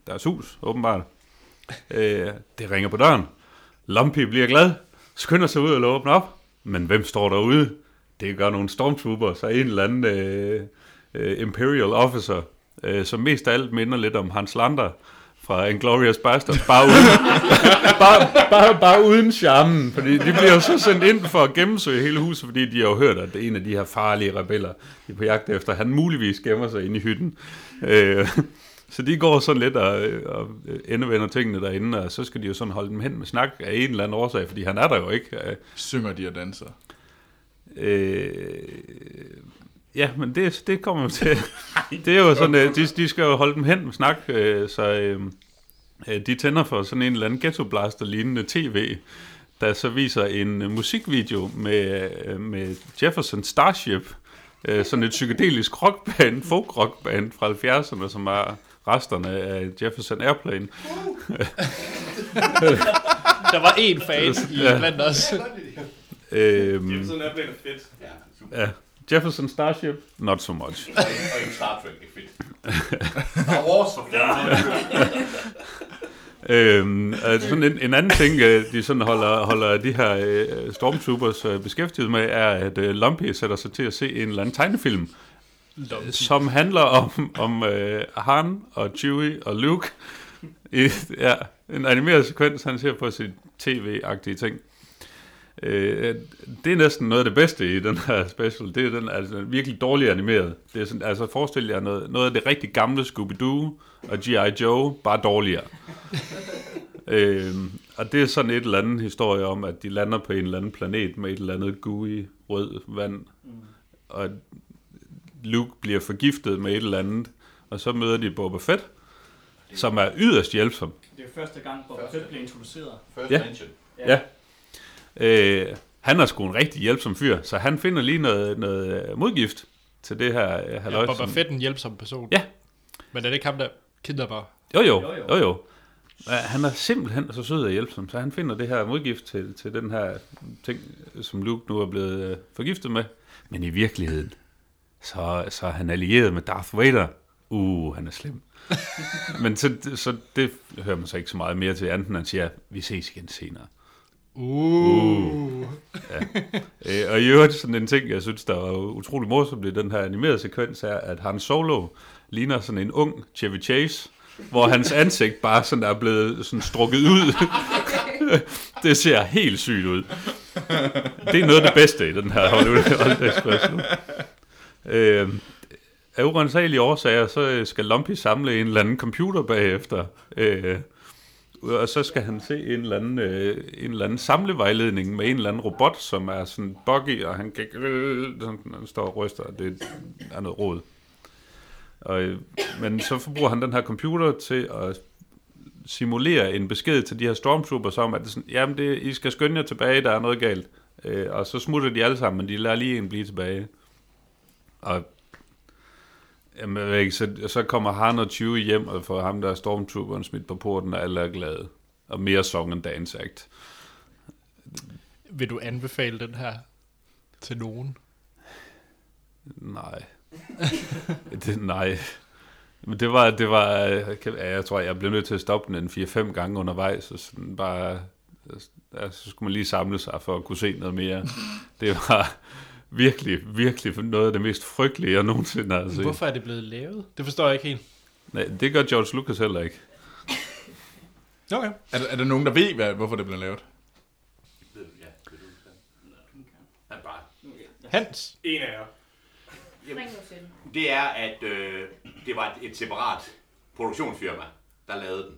deres hus, åbenbart. Øh, det ringer på døren. Lumpy bliver glad, skynder sig ud og åbner op. Men hvem står derude? Det gør nogle stormtrooper, så en eller anden øh, øh, Imperial Officer, øh, som mest af alt minder lidt om Hans Lander fra Inglourious Basterds, bare uden, bare, bare, bare uden charmen, fordi de bliver jo så sendt ind for at gennemsøge hele huset, fordi de har jo hørt, at en af de her farlige rebeller, de er på jagt efter, han muligvis gemmer sig inde i hytten. Øh, så de går sådan lidt og, og endevender tingene derinde, og så skal de jo sådan holde dem hen med snak af en eller anden årsag, fordi han er der jo ikke. Synger de og danser? Øh, ja, men det, det kommer jo til. Det er jo sådan, øh, de, de skal jo holde dem hen med snak, øh, så øh, øh, de tænder for sådan en eller anden ghetto blaster lignende tv, der så viser en øh, musikvideo med, øh, med Jefferson Starship, øh, sådan et psykedelisk rockband, folk rockband fra 70'erne, som er resterne af Jefferson Airplane. Der var én fan i blandt os. Øhm, Jefferson Airplane er fedt. Ja, Ja. Jefferson Starship, not so much. Og en- og en Star Trek er fedt. Star Wars for fanden. øhm, altså sådan en, en anden ting, øh, de sådan holder, holder de her øh, stormtroopers øh, beskæftiget med, er, at øh, Lumpy sætter sig til at se en eller anden tegnefilm, Lumpy. som handler om, om øh, Han og Chewie og Luke. I, ja, en animeret sekvens, han ser på sit tv-agtige ting. Øh, det er næsten noget af det bedste i den her special. Det er den altså, den er virkelig dårligt animeret. Det er sådan, altså forestil jer noget, noget af det rigtig gamle Scooby-Doo og G.I. Joe, bare dårligere. øh, og det er sådan et eller andet historie om, at de lander på en eller anden planet med et eller andet gooey rød vand. Mm. Og Luke bliver forgiftet med et eller andet. Og så møder de Boba Fett, som er yderst hjælpsom. Det er jo første gang, hvor Fett blev introduceret. Ja. ja. Øh, han er sgu en rigtig hjælpsom fyr, så han finder lige noget, noget modgift til det her øh, halløj. Ja, Boba som- Fett en hjælpsom person. Ja. Men er det ikke ham, der kidnapper? Jo, jo, jo, jo. jo. Ja, Han er simpelthen så sød og hjælpsom, så han finder det her modgift til, til den her ting, som Luke nu er blevet øh, forgiftet med. Men i virkeligheden, så, så er han allieret med Darth Vader. Uh, han er slem. Men så, så det hører man så ikke så meget mere til, andet end han siger, vi ses igen senere. Uh. Ja. Øh, og i øvrigt sådan en ting, jeg synes, der var utrolig morsomt i den her animerede sekvens, er, at Han Solo ligner sådan en ung Chevy Chase, hvor hans ansigt bare sådan er blevet sådan strukket ud. det ser helt sygt ud. Det er noget af det bedste i den her Hollywood Old Express nu. Øh, af urensagelige årsager, så øh, skal Lumpy samle en eller anden computer bagefter. Øh, og så skal han se en eller, anden, øh, en eller anden samlevejledning med en eller anden robot, som er sådan buggy, og han, kan, ikke- øh, sådan, han står og ryster, og det er noget råd. Og, øh, men så forbruger han den her computer til at simulere en besked til de her stormtroopers om, at det er sådan, jamen det, I skal skynde jer tilbage, der er noget galt. Øh, og så smutter de alle sammen, men de lader lige en blive tilbage. Og jamen, jeg ved ikke, så, så kommer han og 20 hjem og får ham, der er stormtrooperen, smidt på porten, og alle er glade. Og mere song end dance act. Vil du anbefale den her til nogen? Nej. det, nej. Men det var, det var, ja, jeg tror, jeg blev nødt til at stoppe den en 4-5 gange undervejs, og sådan bare, ja, så skulle man lige samle sig for at kunne se noget mere. Det var virkelig, virkelig noget af det mest frygtelige, Altså, jeg nogensinde har set. Hvorfor er det blevet lavet? Det forstår jeg ikke helt. Nej, det gør George Lucas heller ikke. Okay. Er, der- er der nogen, der ved, hvad, hvorfor det blev lavet? Han bare. Hans. En af jer. Jamen, Ring nu til den. det er, at øh, det var et, et separat produktionsfirma, der lavede den.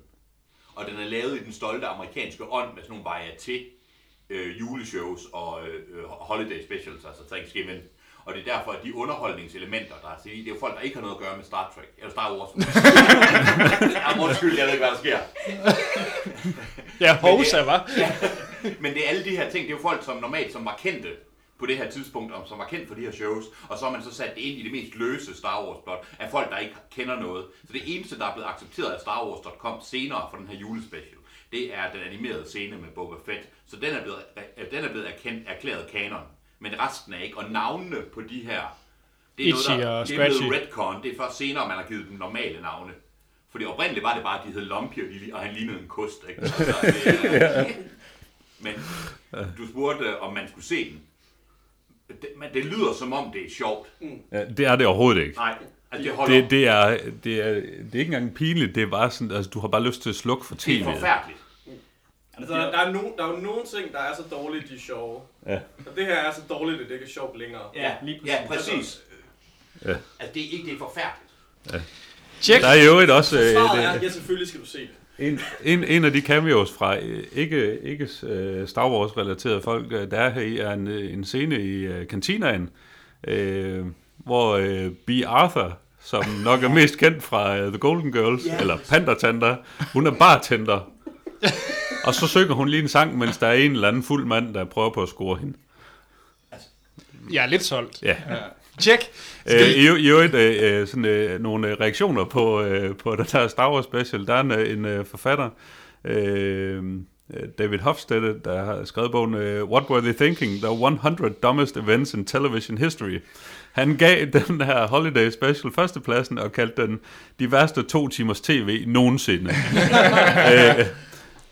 Og den er lavet i den stolte amerikanske ånd med sådan nogle varieté øh, juleshows og øh, øh, holiday specials, altså Thanksgiving. Og det er derfor, at de underholdningselementer, der er set i, det er jo folk, der ikke har noget at gøre med Star Trek. Eller Star Wars. Jamen, undskyld, jeg ved ikke, hvad der sker. Ja, Men det er- hovsa, hva'? Ja. Men det er alle de her ting, det er jo folk, som normalt som var kendte på det her tidspunkt, og som var kendt for de her shows, og så har man så sat det ind i det mest løse Star Wars plot af folk, der ikke kender noget. Så det eneste, der er blevet accepteret af StarWars.com senere for den her julespecial, det er den animerede scene med Boba Fett. Så den er blevet, øh, den er blevet erkendt, erklæret kanon, men resten er ikke. Og navnene på de her, det er, Itchy noget, der, og det er blevet Scratchy. retcon. Det er først senere, man har givet dem normale navne. Fordi oprindeligt var det bare, at de hed Lumpy, og, de, og han lignede en kost. Ikke? Altså, det, er- Ja. men du spurgte, øh, om man skulle se den. Det, men det lyder som om, det er sjovt. Ja, det er det overhovedet ikke. Nej, altså, det holder det, det, er, det, er, det er ikke engang pinligt, det er bare sådan, altså, du har bare lyst til at slukke for Det er tv'et. forfærdeligt. Altså, der, der, er no, der er jo nogle ting, der er så dårlige, de er sjove. Ja. Og det her er så dårligt, at det ikke er sjovt længere. Ja, ja, præcis. Ja. Altså, det er ikke det er forfærdeligt. Der er jo et også... øh, Svaret er, det- ja, selvfølgelig skal du se det. En, en, en af de cameos fra øh, ikke, ikke øh, Star Wars-relaterede folk, øh, der er her i, er en, øh, en scene i øh, kantinaen, øh, hvor øh, B. Arthur, som nok er mest kendt fra øh, The Golden Girls, Ja. yeah. eller Pandatender, hun er bartender. Og så synger hun lige en sang, mens der er en eller anden fuld mand, der prøver på at score hende. Jeg er lidt solgt. Ja. Tjek. Øh, I ø- i øvrigt øh, øh, sådan, øh, nogle øh, reaktioner på, øh, på den her Star Wars special. Der er en, øh, en øh, forfatter, øh, øh, David Hofstede, der har skrevet bogen øh, What Were They Thinking? The 100 Dumbest Events in Television History. Han gav den her Holiday Special førstepladsen og kaldte den de værste to timers tv nogensinde. øh,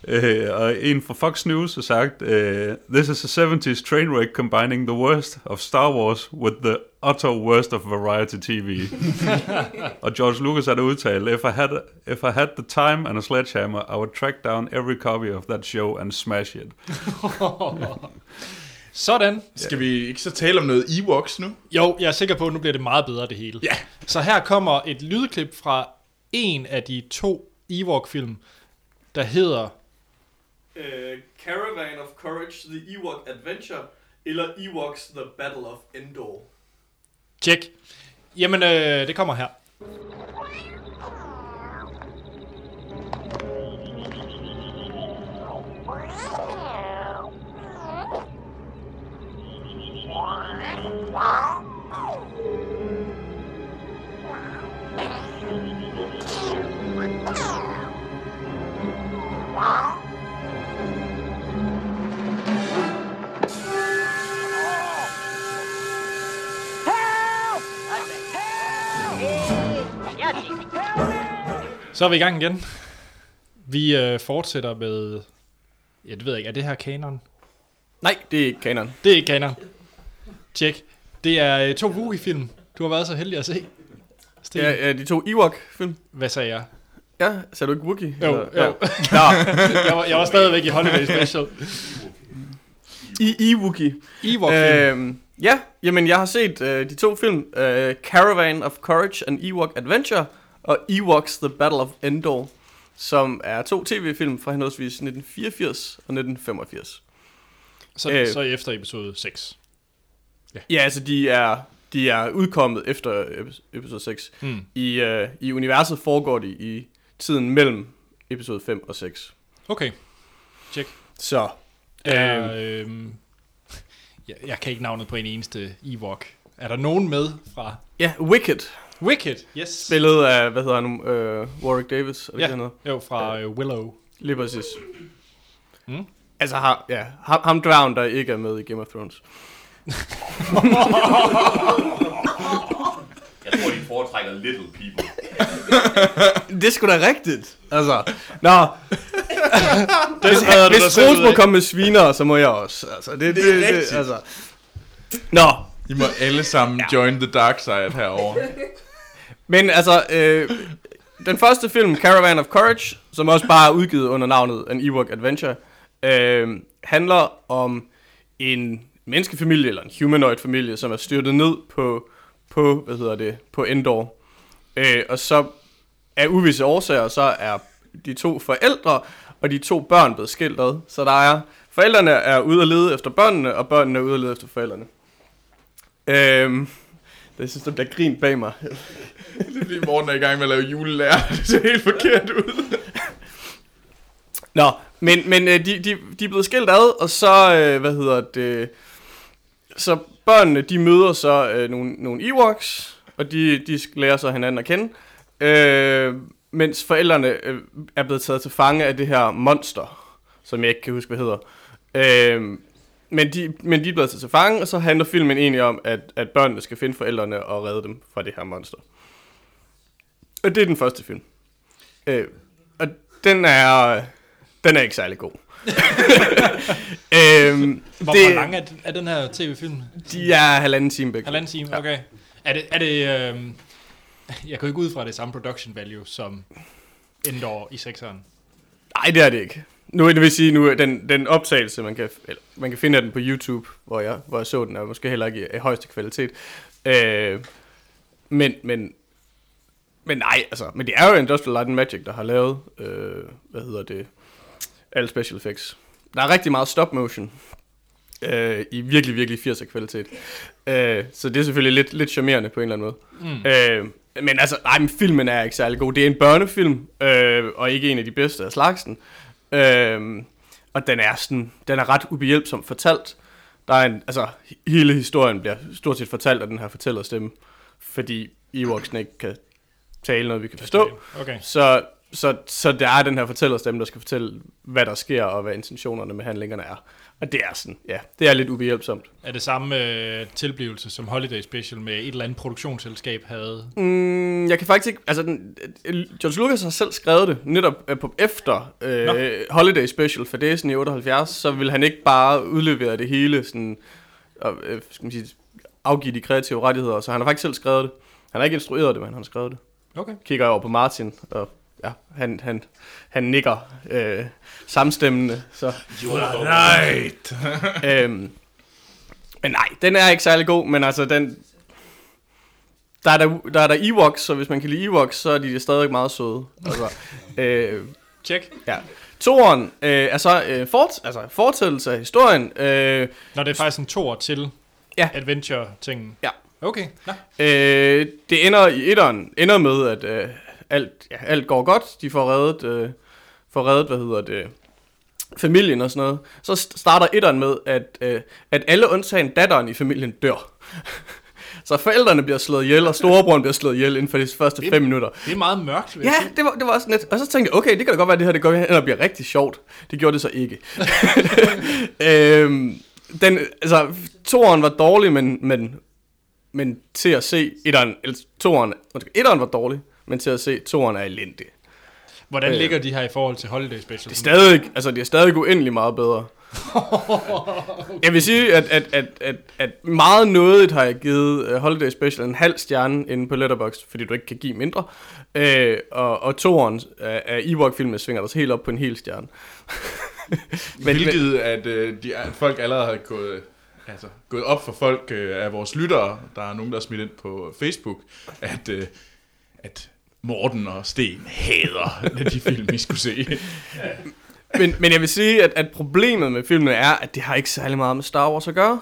Øh, og en fra Fox News har sagt, øh, This is a 70s train wreck combining the worst of Star Wars with the utter worst of variety TV. og George Lucas har da udtalt, if I, had, if I had the time and a sledgehammer, I would track down every copy of that show and smash it. Sådan. Skal vi ikke så tale om noget Ewoks nu? Jo, jeg er sikker på, at nu bliver det meget bedre det hele. Ja. Så her kommer et lydklip fra en af de to Ewok-film, der hedder... Uh, Caravan of Courage, The Ewok Adventure, eller Ewoks, The Battle of Endor. Tjek. Jamen, øh, det kommer her. Så er vi i gang igen. Vi øh, fortsætter med... Ja, det ved jeg ikke. Er det her kanon? Nej, det er ikke kanon. Det er ikke kanon. Tjek. Det er øh, to Wookie-film, du har været så heldig at se. Sten. Ja, ja, de to Ewok-film. Hvad sagde jeg? Ja, sagde du ikke Wookie? Jo, jo. Ja. jeg, var, jeg var stadigvæk i Holiday Special. I, I Wookie. Ewok-film. Øhm, ja, jamen jeg har set øh, de to film, øh, Caravan of Courage and Ewok Adventure, og Ewoks The Battle of Endor, som er to tv-film fra henholdsvis 1984 og 1985. Så, øh. Øh. så efter episode 6. Ja, ja altså de er, de er udkommet efter epis- episode 6. Mm. I, øh, I universet foregår de i tiden mellem episode 5 og 6. Okay. Tjek. Så. Er, øhm, jeg, jeg kan ikke navnet på en eneste Ewok. Er der nogen med fra... Ja, Wicked. Wicked, yes. Spillet af, hvad hedder han nu, øh, Warwick Davis, er det Ja, ikke noget? jo, fra øh, Willow. Lige præcis. Mm. Altså, har, ja, ham, ham Drown, der ikke er med i Game of Thrones. Jeg tror, de foretrækker little people. det er sgu da rigtigt. Altså, nå. Den hvis redder du dig hvis selv Troels ud må af. komme med sviner, så må jeg også. Altså, det, det, Det er det, rigtigt. det altså. Nå. I må alle sammen ja. join the dark side herover. Men altså, øh, den første film, Caravan of Courage, som også bare er udgivet under navnet An Ewok Adventure, øh, handler om en menneskefamilie, eller en humanoid familie, som er styrtet ned på, på hvad hedder det, på Endor. Øh, og så af uvisse årsager, så er de to forældre og de to børn blevet skilt ad. Så der er, forældrene er ude at lede efter børnene, og børnene er ude at lede efter forældrene. Øhm, det synes, der bliver grint bag mig. Det er fordi Morten er i gang med at lave julelærer. Det ser helt forkert ud. Nå, men, men øh, de, de, de er blevet skilt ad, og så, øh, hvad hedder det, så børnene, de møder så øh, nogle, nogle Ewoks, og de, de lærer så hinanden at kende, øh, mens forældrene øh, er blevet taget til fange af det her monster, som jeg ikke kan huske, hvad hedder. Øh, men, de, men de er blevet taget til fange, og så handler filmen egentlig om, at, at børnene skal finde forældrene og redde dem fra det her monster. Og det er den første film. Øh, og den er, den er ikke særlig god. øhm, Hvor, det, hvor lang er, den- er den her tv-film? De er halvanden time begge. Halvanden time, okay. Er det, er det øhm, jeg kan jo ikke ud fra at det er samme production value som Endor i 6'eren. Nej, det er det ikke. Nu det vil sige, nu er den, den optagelse, man kan, eller, man kan finde af den på YouTube, hvor jeg, hvor jeg så den, er måske heller ikke i, i højeste kvalitet. Øh, men, men, men nej, altså, men det er jo Industrial Light and Magic, der har lavet, øh, hvad hedder det, alle special effects. Der er rigtig meget stop motion øh, i virkelig, virkelig 80'er kvalitet. Øh, så det er selvfølgelig lidt, lidt charmerende på en eller anden måde. Mm. Øh, men altså, nej, men filmen er ikke særlig god. Det er en børnefilm, øh, og ikke en af de bedste af slagsen. Øh, og den er, sådan, den er ret ubehjælpsomt fortalt. Der er en, altså, hele historien bliver stort set fortalt af den her fortællerstemme, fordi Ewoksene ikke kan tale noget, vi kan forstå. Okay. Så, så, så der er den her fortællerstemme, der skal fortælle, hvad der sker, og hvad intentionerne med handlingerne er. Og det er sådan, ja, det er lidt ubehjælpsomt. Er det samme øh, tilblivelse som Holiday Special med et eller andet produktionsselskab havde? Mm, jeg kan faktisk ikke... Altså, den, øh, George Lucas har selv skrevet det, netop øh, på, efter Nå. øh, Holiday Special for Disney i 78, så vil han ikke bare udlevere det hele, sådan, og, øh, skal man sige, afgive de kreative rettigheder, så han har faktisk selv skrevet det. Han har ikke instrueret det, men han har skrevet det. Okay. Kigger jeg over på Martin, og ja, han, han, han nikker øh, samstemmende. Så. You are right. øhm, men nej, den er ikke særlig god, men altså den, der er der, der, er der Ewoks, så hvis man kan lide Ewoks, så er de stadig meget søde. Altså, øh, Check. Ja. Toren øh, er så øh, fort, altså fortællelse af historien. Øh, Når det er faktisk en tor til ja. adventure-tingen. Ja. Okay. Nå. Øh, det ender i etteren, ender med, at øh, alt, ja, alt går godt. De får reddet, øh, får reddet, hvad hedder det, familien og sådan noget. Så st- starter etteren med, at, øh, at alle undtagen datteren i familien dør. Så forældrene bliver slået ihjel, og storebroren bliver slået ihjel inden for de første Det- fem minutter. Det er meget mørkt, vil jeg Ja, det var, det var også net. Og så tænkte jeg, okay, det kan da godt være, at det her det går hen og bliver rigtig sjovt. Det gjorde det så ikke. øhm, den, altså, toeren var dårlig, men, men, men til at se, etteren, eller toeren, undskyld, etteren var dårlig, men til at se, toeren er elendig. Hvordan Øh. ligger de her i forhold til Holiday Special? Det er stadig, altså, det er stadig uendelig meget bedre. Jeg vil sige, at, at, at, at, at meget nådigt har jeg givet uh, Holiday Special en halv stjerne inde på Letterboxd, fordi du ikke kan give mindre. Uh, og, og toeren af, af Ewok-filmen svinger dig helt op på en hel stjerne. Men, Hvilket, at øh, de, at folk allerede har gået, altså, gået op for folk øh, af vores lyttere. Der er nogen, der har smidt ind på Facebook, at, øh, at Morten og Sten hader de film, vi skulle se. men, men jeg vil sige, at, at problemet med filmen er, at det har ikke særlig meget med Star Wars at gøre.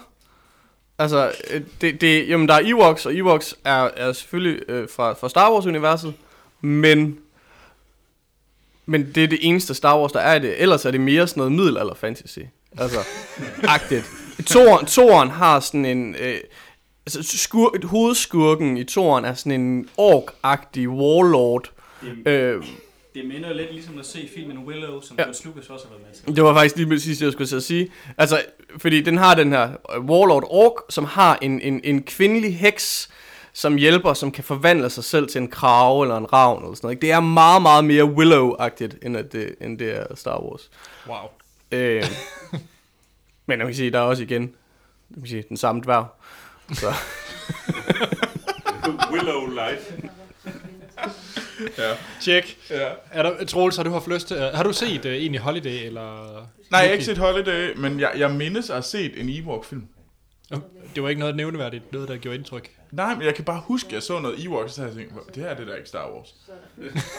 Altså, øh, det, det, jamen, der er Ewoks, og Ewoks er, er selvfølgelig øh, fra, fra Star Wars-universet, men, men det er det eneste Star Wars, der er i det. Ellers er det mere sådan noget middelalder fantasy. Altså, agtigt. Toren, toren har sådan en... Øh, altså, skur, hovedskurken i toren er sådan en ork-agtig warlord. Øh, Det minder lidt ligesom at se filmen Willow, som ja. George Lucas også har været med til. det var faktisk lige præcis det, jeg skulle til at sige. Altså, fordi den har den her øh, Warlord Ork, som har en, en, en kvindelig heks, som hjælper, som kan forvandle sig selv til en krave eller en ravn eller sådan noget. ikke? Det er meget, meget mere Willow-agtigt, end, at det, end det er Star Wars. Wow. Øh, men jeg kan sige, der er også igen man kan sige, den samme dværg. Så. Willow Light. ja. Tjek. Ja. Er der, Troels, har du haft lyst til, øh, har du set uh, egentlig Holiday? Eller Nej, jeg har ikke set Holiday, men jeg, jeg mindes at have set en Ewok-film. Det var ikke noget nævneværdigt, noget der gjorde indtryk. Nej, men jeg kan bare huske, at jeg så noget Ewok, så jeg tænkte, "Hvor- det her det er da ikke Star Wars.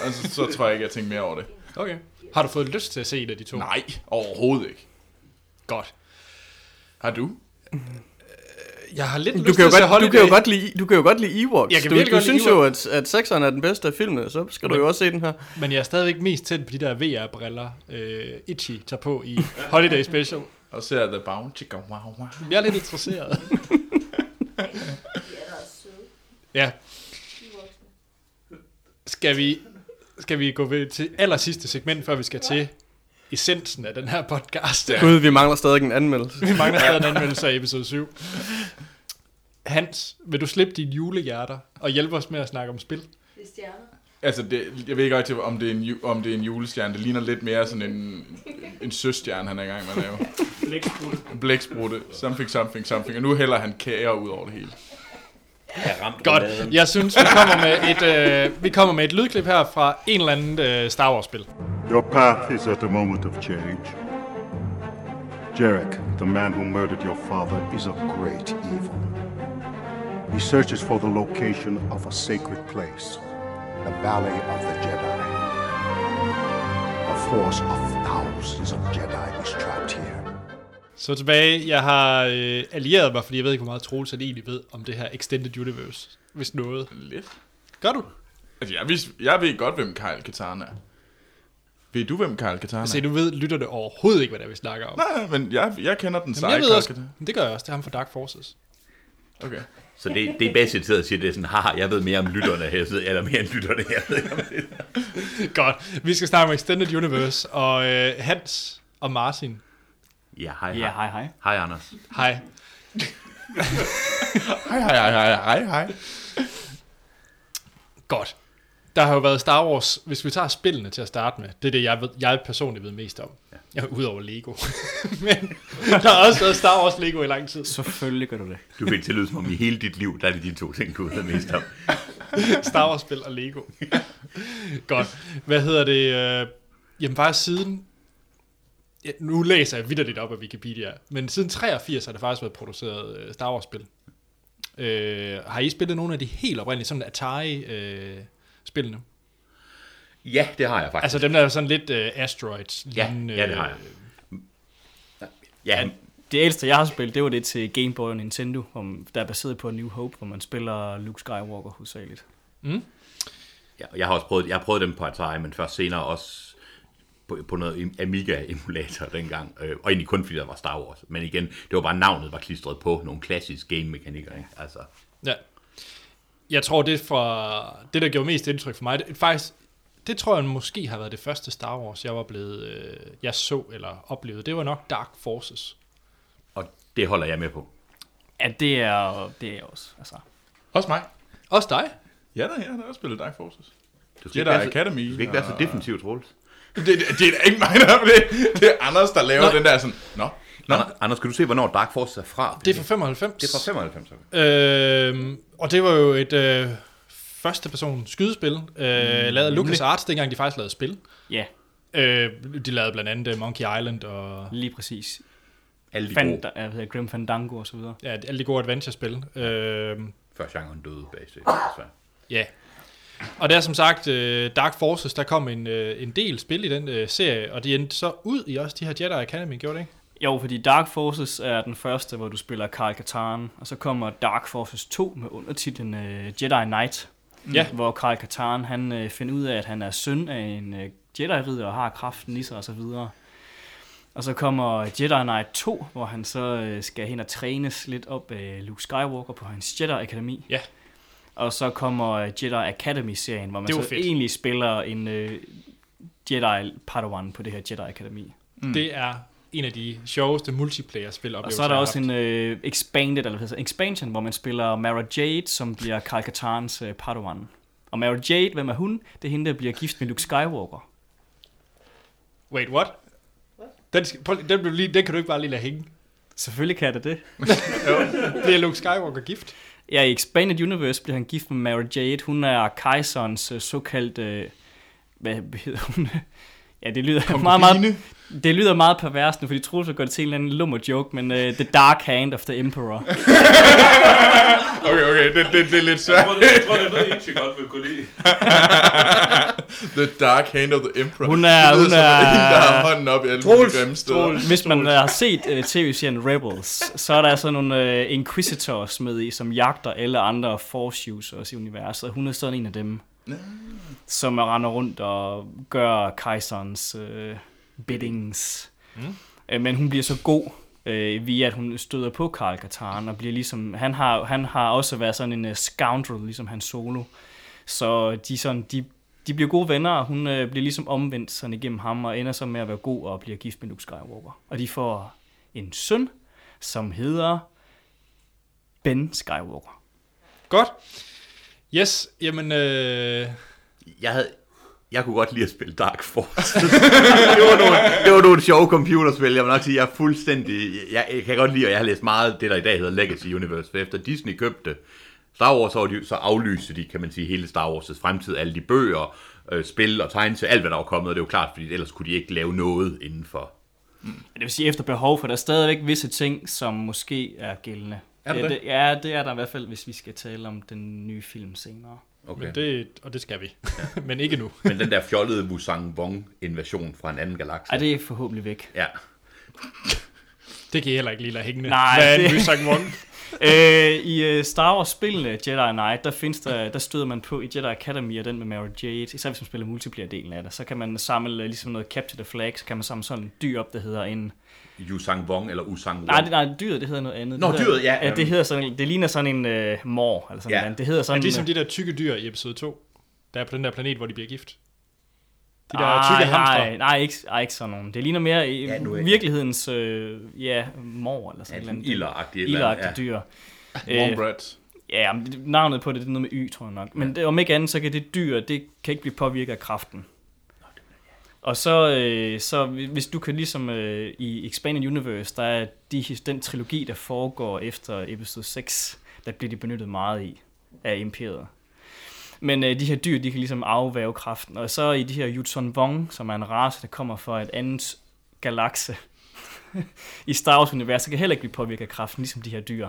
altså, så tror jeg ikke, jeg tænkte mere over det. Okay. Har du fået lyst til at se et af de to? Nej, overhovedet ikke. Godt. Har du? Jeg har lidt Du lyst kan, jo til at se godt, du, Holiday. kan jo godt lide, du kan jo godt lide Ewoks. Jeg kan du, virkelig du godt lide synes jo, at, at sekseren er den bedste af filmene, så skal du jo også se den her. Men jeg er stadigvæk mest tændt på de der VR-briller, øh, Itchy tager på i Holiday Special. Og ser The Bounty Go Wow Wow. Jeg er lidt interesseret. ja. Skal vi, skal vi gå ved til aller sidste segment, før vi skal til essensen af den her podcast? Ja. Gud, vi mangler stadig en anmeldelse. Vi mangler stadig en anmeldelse af episode 7. Hans, vil du slippe dine julehjerter og hjælpe os med at snakke om spil? Det er stjerner. Altså, det, jeg ved ikke rigtig, om det, er en, ju- om det er en julestjerne. Det ligner lidt mere sådan en, en søstjerne, han er i gang med at lave. Blæksprutte. Blæksprutte. Something, something, something. Og nu hælder han kager ud over det hele. Godt. Jeg synes, vi kommer med et, øh, vi kommer med et lydklip her fra en eller anden øh, Star Wars-spil. Your path is at a moment of change. Jarek, the man who murdered your father, is of great evil. He searches for the location of a sacred place, the Valley of the Jedi. A force of thousands of Jedi is trapped here. Så tilbage, jeg har øh, allieret mig, fordi jeg ved ikke, hvor meget Troels han egentlig ved om det her Extended Universe, hvis noget. Lidt. Gør du? Altså, jeg, vis, jeg ved godt, hvem Kyle Katarn er. Ved du, hvem Kyle Katarn er? Se, nu ved lytterne overhovedet ikke, hvad det er, vi snakker om. Nej, men jeg, jeg kender den Jamen, jeg seje ved Kyle også, Katarn. det gør jeg også, det er ham fra Dark Forces. Okay. Så det, det er bedst citeret at sige, det er sådan, haha, jeg ved mere om lytterne her, jeg ved, eller mere end lytterne her. Godt, vi skal snakke om Extended Universe, og øh, Hans og Martin. Ja, hej. Ja, hej, hej. Hej, Anders. Hej. hej, hej, hej, hej, hej, hej. Godt. Der har jo været Star Wars, hvis vi tager spillene til at starte med, det er det, jeg, ved, jeg personligt ved mest om. Ja. Udover Lego. Men der har også været Star Wars Lego i lang tid. Selvfølgelig gør du det. Du fik til at lyde som om i hele dit liv, der er det de to ting, du ved mest om. Star Wars-spil og Lego. Godt. Hvad hedder det? Øh, jamen bare siden... Ja, nu læser jeg vidderligt op af Wikipedia, men siden 83 har der faktisk været produceret øh, Star Wars-spil. Øh, har I spillet nogle af de helt oprindelige, sådan øh, Atari-spillene? Ja, det har jeg faktisk. Altså dem, der er sådan lidt øh, asteroids Ja, ja, det har jeg. Ja. Det ældste, jeg har spillet, det var det til Game Boy og Nintendo, om- der er baseret på A New Hope, hvor man spiller Luke Skywalker hovedsageligt. Ja, og jeg har også prøvet, jeg har prøvet dem på Atari, men først senere også på, på noget Amiga-emulator dengang. Øh, og egentlig kun fordi der var Star Wars. Men igen, det var bare navnet var klistret på nogle klassiske game-mekanikker. Ikke? Altså, Ja. Jeg tror, det fra det, der gjorde mest indtryk for mig, det, faktisk, det tror jeg måske har været det første Star Wars, jeg var blevet, øh, jeg så eller oplevede. Det var nok Dark Forces. Og det holder jeg med på. Ja, det er, det er også, altså... Også mig. Også dig? Ja, da, ja, der har spillet Dark Forces. Du Jedi være så- Academy. Du skal ikke være så og- defensiv, Troels. Det, det, det er da ikke mig, der er det. Det er Anders, der laver Nej. den der sådan, nå, Nå. Anders, skal du se, hvornår Dark Force er fra? Det er fra 95. Det er fra 95. okay. Øh, og det var jo et øh, første person skydespil, øh, mm, lavet af nemlig. LucasArts, dengang de faktisk lavede spil. Ja. Øh, de lavede blandt andet øh, Monkey Island og... Lige præcis. Alle de Fand, der, hvad hedder Grim Fandango og så videre. Ja, alle de gode adventure-spil. Øh, Før genren døde, basic. Ja. Og der som sagt, øh, Dark Forces, der kom en, øh, en del spil i den øh, serie, og de endte så ud i også de her Jedi Academy, gjorde det ikke? Jo, fordi Dark Forces er den første, hvor du spiller Karl Katarn, og så kommer Dark Forces 2 med undertitlen øh, Jedi Knight, Ja. hvor Karl Katarn han øh, finder ud af, at han er søn af en øh, Jedi-ridder og har kraften i sig og så videre. Og så kommer Jedi Knight 2, hvor han så øh, skal hen og trænes lidt op af Luke Skywalker på hans Jedi Akademi. Ja. Og så kommer øh, Jedi Academy-serien, hvor man Det var så fedt. egentlig spiller en øh, Jedi Padawan på det her Jedi Akademi. Mm. Det er en af de sjoveste multiplayer-spil, Og så er der også en øh, expanded, eller hvad hedder, det, expansion, hvor man spiller Mara Jade, som bliver Karl Katarns øh, Padawan. Og Mara Jade, hvem er hun? Det er hende, der bliver gift med Luke Skywalker. Wait, what? Den, skal, prøv, lige- den, blev lige, den kan du ikke bare lige lade hænge. Selvfølgelig kan det det. Bliver Luke Skywalker gift? Ja, i Expanded Universe bliver han gift med Mary Jade. Hun er kejserens øh, såkaldte... Øh, hvad hedder hun? ja, det lyder meget, meget... Det lyder meget pervers nu, fordi Troels har gjort det til en eller anden lummer joke, men uh, The Dark Hand of the Emperor. Okay, okay, det, det, det er lidt svært. Jeg tror, det- jeg tror, det er noget, Ichi godt vil kunne lide. the Dark Hand of the Emperor. Hun er, Det lyder hun som er... En, der har hånden op i alle mulige grimme steder. Hvis man øh, har set uh, tv-serien Rebels, så er der sådan nogle uh, Inquisitors med i, som jagter alle andre Force users i universet. Hun er sådan en af dem, Nå. som render rundt og gør kejserens uh, biddings. Mm. Mm. Øh, men hun bliver så god øh, via, at hun støder på Karl Katarn, og bliver ligesom, han har, han har også været sådan en uh, scoundrel, ligesom han solo. Så de, er sådan, de, de bliver gode venner, og hun øh, bliver ligesom omvendt sådan igennem ham, og ender så med at være god og bliver gift med Luke Skywalker. Og de får en søn, som hedder Ben Skywalker. Godt. Yes, jamen... Øh... Jeg havde... Jeg kunne godt lide at spille Dark Force. det, var nogle, det var nogle sjove computerspil. Jeg vil nok sige, jeg er fuldstændig... Jeg, jeg kan godt lide, og jeg har læst meget det, der i dag hedder Legacy Universe. For efter Disney købte Star Wars, så, var de, så aflyste de, kan man sige, hele Star Wars' fremtid. Alle de bøger, øh, spil og tegn til alt, hvad der var kommet. Og det er jo klart, fordi ellers kunne de ikke lave noget inden for... Det vil sige efter behov, for der er stadigvæk visse ting, som måske er gældende. Er der ja, det? det? Ja, det er der i hvert fald, hvis vi skal tale om den nye film senere. Okay. Men det, og det skal vi. Ja. men ikke nu. Men den der fjollede Musang Vong-invasion fra en anden galakse. Ej, det er forhåbentlig væk. Ja. Det kan jeg heller ikke lige lade hængende. Nej, Hvad er det- en Mysang Wong? øh, I øh, Star Wars-spillene Jedi Knight, der, findes der, der støder man på i Jedi Academy og den med Mara Jade, især hvis man spiller multiplayer-delen af det, så kan man samle øh, ligesom noget Capture the Flag, så kan man samle sådan en dyr op, der hedder en... Yusang Vong eller Usang Wong. Nej, det, nej, dyret, det hedder noget andet. Nå, Det hedder- dyret, ja, ja. det, øhm. hedder sådan, det ligner sådan en øh, mor, eller sådan Ja. ja. noget. Det hedder sådan... er det ligesom som øh, de der tykke dyr i episode 2? Der er på den der planet, hvor de bliver gift. De der øh, Ej, tykke nej, hamstre. nej, ikke, ej, ikke sådan nogen. Det ligner mere i Ja, ja, nu er jeg- virkelighedens øh, ja, mor eller sådan Ja, et sådan eller andet. ilderagtigt et eller andet, Ilderagtigt ja. dyr. Warm Øh, bread. Ja, men det- navnet på det, det er noget med Y, tror jeg nok. Men det, om ikke andet, så kan det dyr, det kan ikke blive påvirket af kraften. Og så, øh, så hvis du kan ligesom øh, i Expanded Universe, der er de, den trilogi, der foregår efter episode 6, der bliver de benyttet meget i af imperiet. Men øh, de her dyr, de kan ligesom afvæve kraften. Og så i de her Yutsun Vong, som er en race, der kommer fra et andet galakse i Star Wars-universet, så kan heller ikke blive påvirket af kraften, ligesom de her dyr.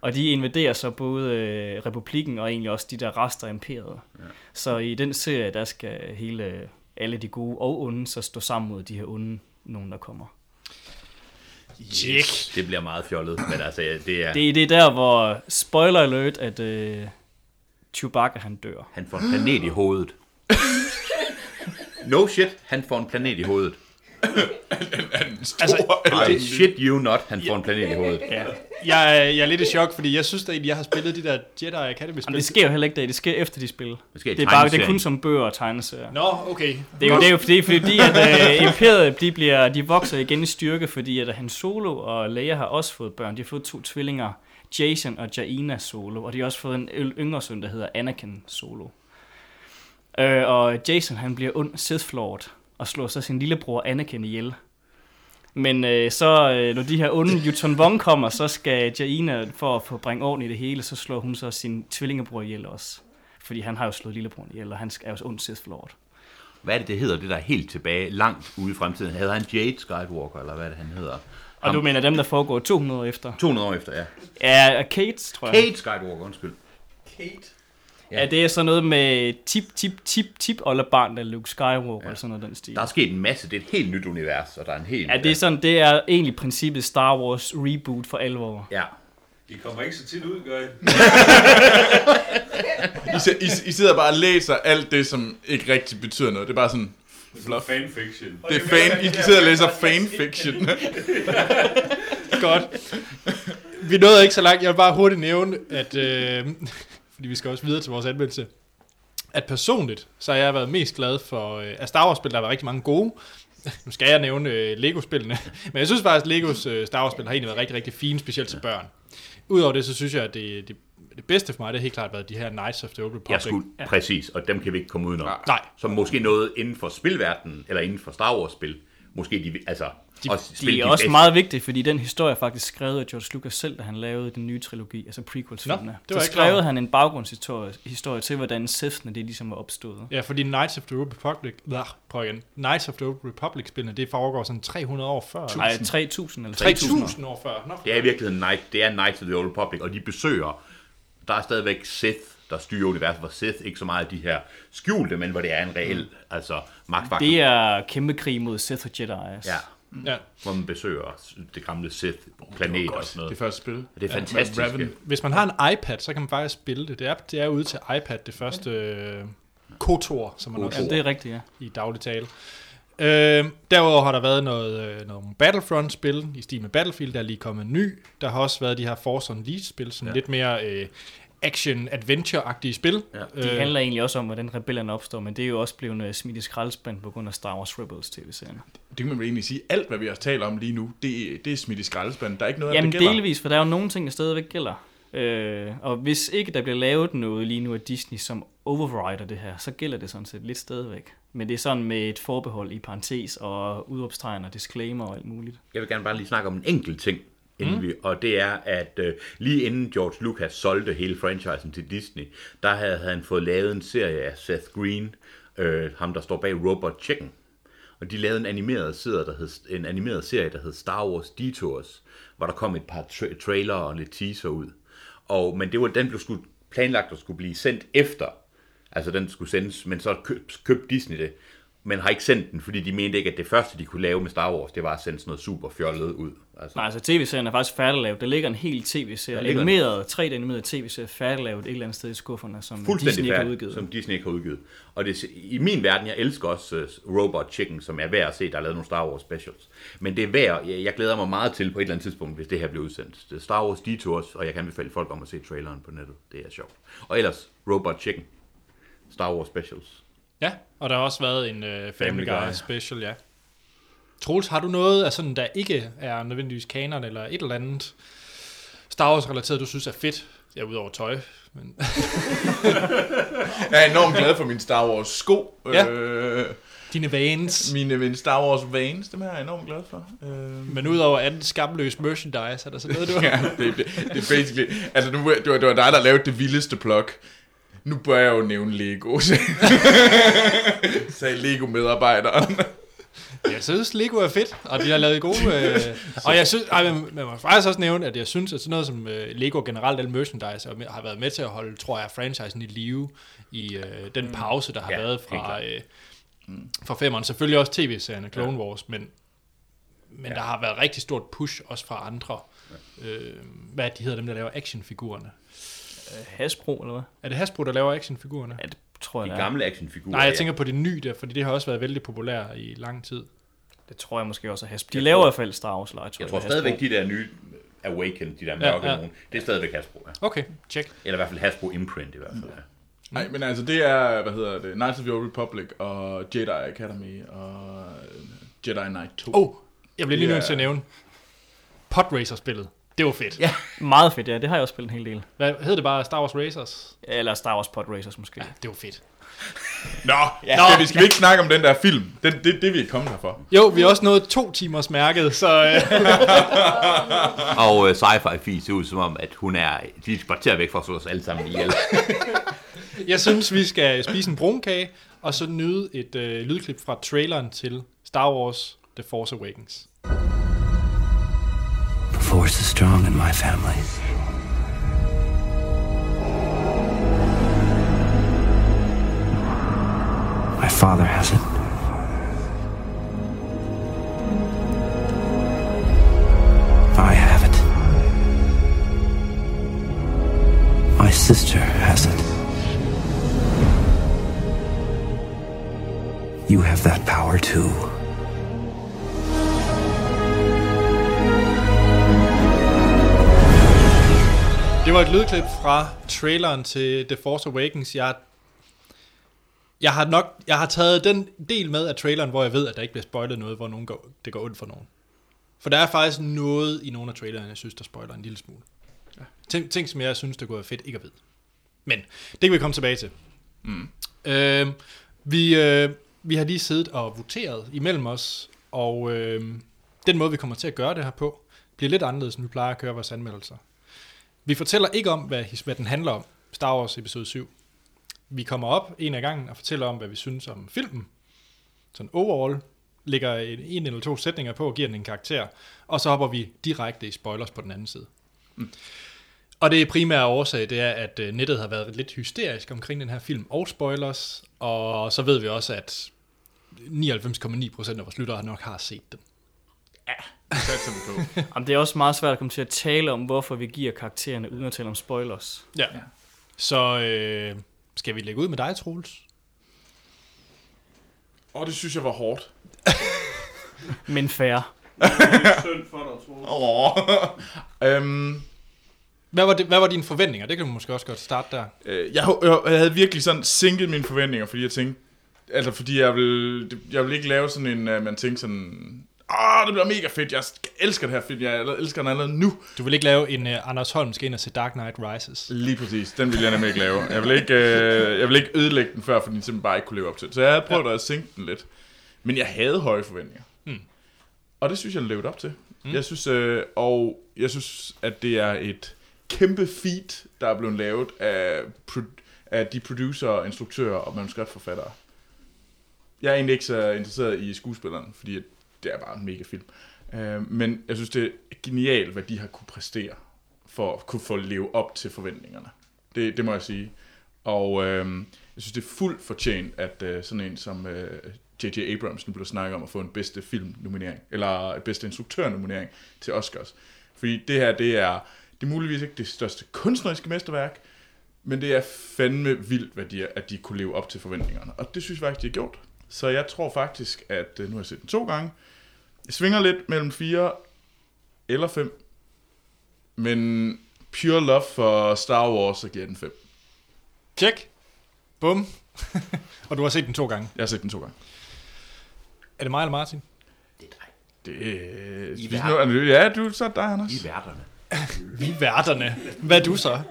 Og de invaderer så både øh, republikken og egentlig også de der rester af imperiet. Ja. Ja. Så i den serie, der skal hele, øh, alle de gode og onde så stå sammen mod de her onde, nogen der kommer. Yes. Det bliver meget fjollet, men altså, ja, det er... Ja. Det, det er der, hvor, spoiler alert, at øh, Chewbacca han dør. Han får en planet i hovedet. No shit, han får en planet i hovedet. altså, I shit you not, han får en planet i hovedet. Ja. Jeg, er- jeg er lidt i chok, fordi jeg synes da egentlig, jeg har spillet de der Jedi Academy-spil. Jamen, det sker jo heller ikke der, det sker efter de spil. Det sker i det, er bare, det er tegneserien. kun som bøger og tegneserier. Nå, okay. Det er jo, det er jo fordi, fordi at øh, imperiet de, bliver, de vokser igen i styrke, fordi at han Solo og Leia har også fået børn. De har fået to tvillinger, Jason og Jaina Solo, og de har også fået en yl- yngre søn, der hedder Anakin Solo. Øh, og Jason han bliver ond Sith Lord og slår så sin lillebror Anakin ihjel. Men øh, så, øh, når de her onde Yuton Wong kommer, så skal Jaina, for at få bringe orden i det hele, så slår hun så sin tvillingebror ihjel også. Fordi han har jo slået lillebroren ihjel, og han er jo ond Sith Lord. Hvad er det, det hedder, det der er helt tilbage, langt ude i fremtiden? Hedder han Jade Skywalker, eller hvad er det, han hedder? Og du mener dem, der foregår 200 år efter? 200 år efter, ja. Ja, Kate, tror jeg. Kate Skywalker, undskyld. Kate? Ja, det er sådan noget med tip, tip, tip, tip, oldebarn af Luke Skywalker, ja. eller sådan noget af den stil. Der er sket en masse, det er et helt nyt univers, og der er en helt... Ja, det er sådan, det er egentlig princippet Star Wars reboot for alvor. Ja. De kommer ikke så tit ud, gør I? I, si- I, si- I sidder bare og læser alt det, som ikke rigtig betyder noget. Det er bare sådan... Fluff. Fanfiction. Det er fan... I sidder og læser fanfiction. Godt. Vi nåede ikke så langt. Jeg vil bare hurtigt nævne, at... Øh, fordi vi skal også videre til vores anmeldelse. At personligt, så har jeg været mest glad for... Øh, af Star Wars-spil, der har været rigtig mange gode. Nu skal jeg nævne øh, Lego-spillene. Men jeg synes faktisk, at Legos øh, Star Wars-spil har egentlig været rigtig, rigtig fine, specielt til børn. Udover det, så synes jeg, at det, det, det bedste for mig, det har helt klart været de her Knights of the Old Republic. Jeg skulle, ja. præcis, og dem kan vi ikke komme udenom. Nej. Som måske noget inden for spilverdenen, eller inden for Star Wars-spil, måske de, altså, De, at de spille er også bedste. meget vigtige, fordi den historie er faktisk skrevet af George Lucas selv, da han lavede den nye trilogi, altså prequels Nå, filmene. det var Så jeg ikke klar over. skrev han en baggrundshistorie historie til, hvordan Sith'ene det ligesom var opstået. Ja, fordi Knights of the Old Republic, Blah, prøv igen. Knights of the Old Republic spillene, det foregår sådan 300 år før. Nej, 3000 eller 3000 år før. Nå, Det er i virkeligheden Knight, det er Knights of the Old Republic, og de besøger, der er stadigvæk Sith, der styrer universet, hvor Sith ikke så meget de her skjulte, men hvor det er en reel Mm. altså, magtfaktor. Det er kæmpe krig mod Sith og Jedi. Ja. Ja. Hvor man besøger det gamle Sith-planet og sådan noget. Mm. det første spil. Og det er Ja, med fantastisk. Raven. Hvis man har en iPad, så kan man faktisk spille det. Det er, det er ude til iPad, det første øh, KOTOR, som man KOTOR. også Ja, det er rigtigt, ja. I daglig tale. Øh, derudover har der været noget, øh, nogle Battlefront-spil i stil med Battlefield, der er lige kommet en ny. Der har også været de her Force Unleashed-spil, sådan Ja. ja. lidt mere øh, action-adventure-agtige spil. Det handler egentlig også om, hvordan rebellerne opstår, men det er jo også blevet øh, smidt i skraldespand på grund af Star Wars Rebels tv-serien. Det kan man vel egentlig sige, alt hvad vi også taler om lige nu, det, det er smidt i skraldespanden. Der er ikke noget, af Jamen det gælder. delvis, for der er jo nogle ting, der stadigvæk gælder. Øh, og hvis ikke der bliver lavet noget lige nu af Disney, som overrider det her, så gælder det sådan set lidt stadigvæk. Men det er sådan med et forbehold i parentes og udopstegn og disclaimer og alt muligt. Jeg vil gerne bare lige snakke om en enkelt ting, inden Mm. mm. vi, og det er, at øh, lige inden George Lucas solgte hele franchisen til Disney, der havde han fået lavet en serie af Seth Green, øh, ham der står bag Robot Chicken. Og de lavede en animeret serie, der hed, en animeret serie, der hed Star Wars Detours, hvor der kom et par tra- trailer og lidt teaser ud. Og, men det var, den blev skulle, planlagt at skulle blive sendt efter. Altså den skulle sendes, men så køb, købte Disney det. Men har ikke sendt den, fordi de mente ikke, at det første, de kunne lave med Star Wars, det var at sende sådan noget super fjollet ud. Altså, Nej, altså tv-serien er faktisk færdiglavet. Der ligger en hel tv-serie, Der ligger en- animeret, 3D-animeret tv-serie, færdiglavet et eller andet sted i skufferne, som fuldstændig Disney ikke har færdig, udgivet. som Disney ikke har udgivet. Og det, i min verden, jeg elsker også uh, Robot Chicken, som er værd at se, der er lavet nogle Star Wars specials. Men det er værd, jeg, jeg glæder mig meget til på et eller andet tidspunkt, hvis det her bliver udsendt. Det er Star Wars Detours, og jeg kan anbefale folk om at se traileren på nettet. Det er sjovt. Og ellers, Robot Chicken. Star Wars specials. Ja, og der har også været en øh, Family Family Guy Guy, ja. special, ja. Troels, har du noget af sådan, der ikke er nødvendigvis kanon eller et eller andet Star Wars-relateret, du synes er fedt? Ja, udover tøj. Men... Jeg er enormt glad for mine Star Wars sko. Ja. Øh, Dine vans. Mine, mine Star Wars vans, dem er jeg enormt glad for. Øh, Men udover andet skamløs merchandise, er der så noget, du ja, det, det, det er basically... Altså, nu, det, var, det var dig, der lavede det vildeste plug. Nu bør jeg jo nævne Lego. Sagde Lego-medarbejderen. Jeg synes, Lego er fedt, og de har lavet gode... Øh, Altså- og jeg synes, ej, men man må faktisk også nævne, at jeg synes, at sådan noget som øh, Lego generelt, al merchandise, har med- har været med til at holde, tror jeg, franchisen i live i øh, den pause, der har ja, været fra, øh, fra femmeren. Selvfølgelig også tv-serien Clone ja. Wars, men, men ja. der har været rigtig stort push også fra andre. Ja. Øh, hvad er det, de hedder dem, der laver actionfigurerne? Hasbro, eller hvad? Er det Hasbro, der laver actionfigurerne? Ja, det tror jeg, De det er. gamle actionfigurer, Nej, jeg ja. tænker på det nye der, fordi det har også været vældig populært i lang tid. Det tror jeg måske også er Hasbro. De laver i hvert fald Star Wars-legetøj. Jeg tror med Hasbro. stadigvæk, de der nye øh, Awaken, de der mørke ja, ja. ja. nogen, det er stadigvæk Hasbro. Ja. Okay, check. Eller i hvert fald Hasbro Imprint i hvert fald. Ja. Nej, men altså, det er, hvad hedder det, Knights of the Old Republic og Jedi Academy og øh, Jedi Knight 2. Oh, jeg bliver lige Det nødt til er- at nævne. Podracer-spillet. Det var fedt. Ja. Meget fedt, ja. Det har jeg også spillet en hel del. Hvad hed det bare? Star Wars Racers? Eller Star Wars Pod Racers måske. Ja, det var fedt. Nå, ja. Nå, skal vi, skal vi ikke snakke om den der film? Den, det, det, er vi er kommet her for. Jo, vi har også nået to timers mærket, så... Øh. Og øh, sci-fi fi ser ud som om, at hun er... De er et kvarter væk fra at slå os alle sammen ihjel. jeg synes, vi skal spise en brunkage, og så nyde et øh, lydklip fra traileren til Star Wars The Force Awakens. The Force is strong in my family. My father has it. I have it. My sister has it. You have that power too. Det var et lydklip fra traileren til The Force Awakens. Jeg, jeg har nok jeg har taget den del med af traileren, hvor jeg ved, at der ikke bliver spoilet noget, hvor nogen går, det går ondt for nogen. For der er faktisk noget i nogle af trailerne, jeg synes, der spoiler en lille smule. Ja. Ting, ting, som jeg synes, det kunne være fedt ikke at vide. Men det kan vi komme tilbage til. Mm. Øhm, Øh, vi, øh, vi har lige siddet og voteret imellem os, Og øh, den måde, vi kommer til at gøre det her på, bliver lidt anderledes, end vi plejer at køre vores anmeldelser. Vi fortæller ikke om, hvad, his- hvad den handler om, Star Wars episode 7. Vi kommer op en af gangen og fortæller om, hvad vi synes om filmen. Sådan overall lægger en, en eller to sætninger på og giver den en karakter. Og så hopper vi direkte i spoilers på den anden side. Mm. Og det primære årsag, det er, at øh, nettet har været lidt hysterisk omkring den her film og spoilers, og så ved vi også, at 99,9% af vores lyttere nok har set den. Jamen, det er også meget svært at komme til at tale om, hvorfor vi giver karaktererne, uden at tale om spoilers. Ja. Så øh, skal vi lægge ud med dig, Troels? Åh, det synes jeg var hårdt. Men fair. Synd for dig, Troels. øhm, hvad, var det, hvad var dine forventninger? Det kan du måske også godt starte der. Øh, jeg, jeg, jeg havde virkelig sådan sænket mine forventninger, fordi jeg tænkte, altså fordi jeg vil, jeg vil ikke lave sådan en, øh, man tænker sådan, ah, det bliver mega fedt, jeg elsker det her film, jeg elsker den allerede nu. Du vil ikke lave en uh, Anders Holm skal ind og se Dark Knight Rises. Lige præcis, den vil jeg nemlig ikke lave. Jeg vil ikke, øh, jeg vil ikke ødelægge den før, fordi den simpelthen bare ikke kunne leve op til det. Så jeg havde prøvet ja. at sænke den lidt. Men jeg havde høje forventninger. Mm. Og det synes jeg, den levede op til. Mm. Mm. Jeg synes, øh, og jeg synes, at det er et kæmpe feat, der er blevet lavet af, pro- af de producer, instruktører og manuskriptforfattere. Jeg er egentlig ikke så interesseret i skuespilleren, fordi at det er bare en mega film. Øh, men jeg synes, det er genialt, hvad de har kunne præstere for at kunne få leve op til forventningerne. Det, det må jeg sige. Og øh, jeg synes, det er fuldt fortjent, at øh, sådan en som øh, J.J. Abrams nu blev snakket om at få en bedste filmnominering, eller bedste instruktørnominering til Oscars. Fordi det her, det er, det er muligvis ikke det største kunstneriske mesterværk, men det er fandme vildt, hvad de er, at de kunne leve op til forventningerne. Og det synes jeg faktisk, de har gjort. Så jeg tror faktisk, at øh, nu har jeg set den to gange. Jeg svinger lidt mellem fire eller fem. Men pure love for Star Wars, så giver jeg den fem. Tjek. Bum. og du har set den to gange. Jeg har set den to gange. Er det mig eller Martin? Det er I I værter. nu, Ja, du, så er det dig, Anders. I værterne. Vi er værterne. Hvad er du så? Jeg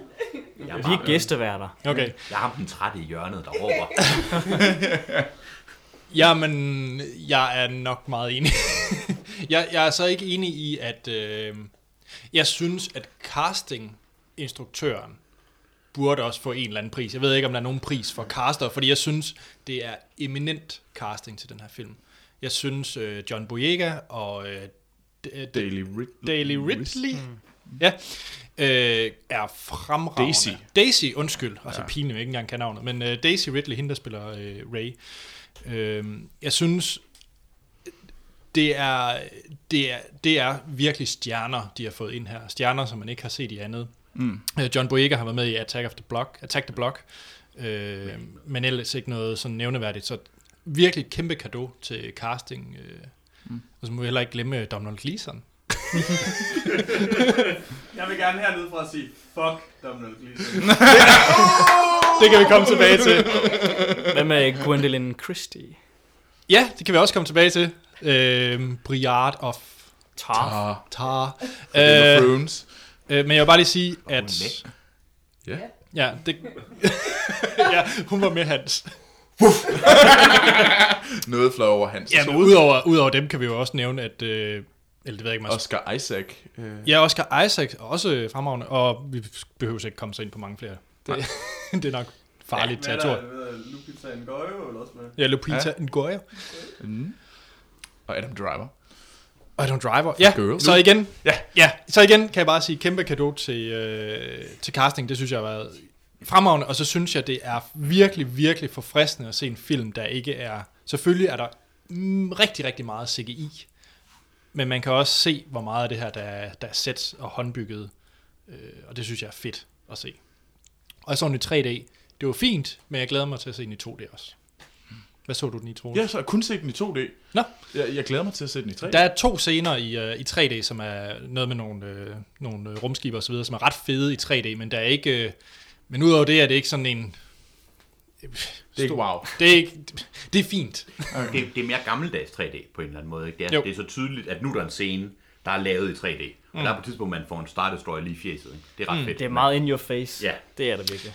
er Vi er bare- gæsteværter. Okay. Jeg har den trætte i hjørnet, der råber. Jamen, jeg er nok meget enig. jeg, jeg er så ikke enig i, at øh, jeg synes, at casting-instruktøren burde også få en eller anden pris. Jeg ved ikke, om der er nogen pris for caster, fordi jeg synes, det er eminent casting til den her film. Jeg synes, øh, John Boyega og øh, d- øh, Daily Rid- Daily Ridley ja, øh, er fremragende. Daisy. Daisy, undskyld. Altså Ja. ja. pinligt, jeg ikke engang kan navnet. Men øh, Daisy Ridley, hende der spiller øh, Ray. Øh, jeg synes, det er, det, er, det er virkelig stjerner, de har fået ind her. Stjerner, som man ikke har set i andet. Mm. Øh, John Boyega har været med i Attack of the Block, Attack the Block øh, men ellers ikke noget sådan nævneværdigt. Så virkelig et kæmpe gave til casting. Øh. Mm. Mm. Og så må vi heller ikke glemme Donald Gleeson. Jeg vil gerne hernede fra at sige, fuck Donald Gleeson. Oh! det kan vi komme tilbage til. Hvad med Gwendolyn Christie? Ja, det kan vi også komme tilbage til. Øh, Briard of Tar. Tar. Game of Øh, Thrones. Øh, men jeg vil bare lige sige, at... Ja. Ja, det... ja, hun var med Hans. Noget flot over Hans. Ja, men udover, udover dem kan vi jo også nævne, at... Øh, eller det ved jeg ikke, man... Oscar Isaac. Øh, Ja, Oscar Isaac er også fremragende, og vi behøver ikke komme så ind på mange flere. Det, det er nok farligt Hvad er territorium. der? Hvad er Lupita Ngoyo eller også med? Ja, Lupita ja. Ngoye. Mm. Og Adam Driver. Og Adam Driver. Ja, Girl. så igen, Ja. ja, så igen kan jeg bare sige kæmpe kado til, øh, til casting. Det synes jeg har været fremragende. Og så synes jeg, det er virkelig, virkelig forfriskende at se en film, der ikke er... Selvfølgelig er der mm, rigtig, rigtig meget CGI. Men man kan også se, hvor meget af det her, der, er- der er sæt og håndbygget. Øh, og det synes jeg er fedt at se. Og jeg så den i 3D. Det var fint, men jeg glæder mig til at se den i 2D også. Hvad så du den i, Troels? Ja, så jeg kun set den i 2D. Nå. Jeg, jeg glæder mig til at se den i 3D. Der er to scener i, øh, i 3D, som er noget med nogle, øh, nogle øh, rumskibe og så videre, som er ret fede i 3D, men der er ikke... Øh, men udover det er det ikke sådan en... øh, Det er ikke wow. Det er, ikke, det er fint. Okay. Det, det er mere gammeldags 3D på en eller anden måde. Ikke? Det, er, Jo. det er så tydeligt, at nu er der en scene, der er lavet i 3D. Og Mm. der er på et tidspunkt, man får en Star Destroyer lige i fjeset. Ikke? Det er ret Mm. fedt. Det er meget in your face. Ja. Det er det virkelig.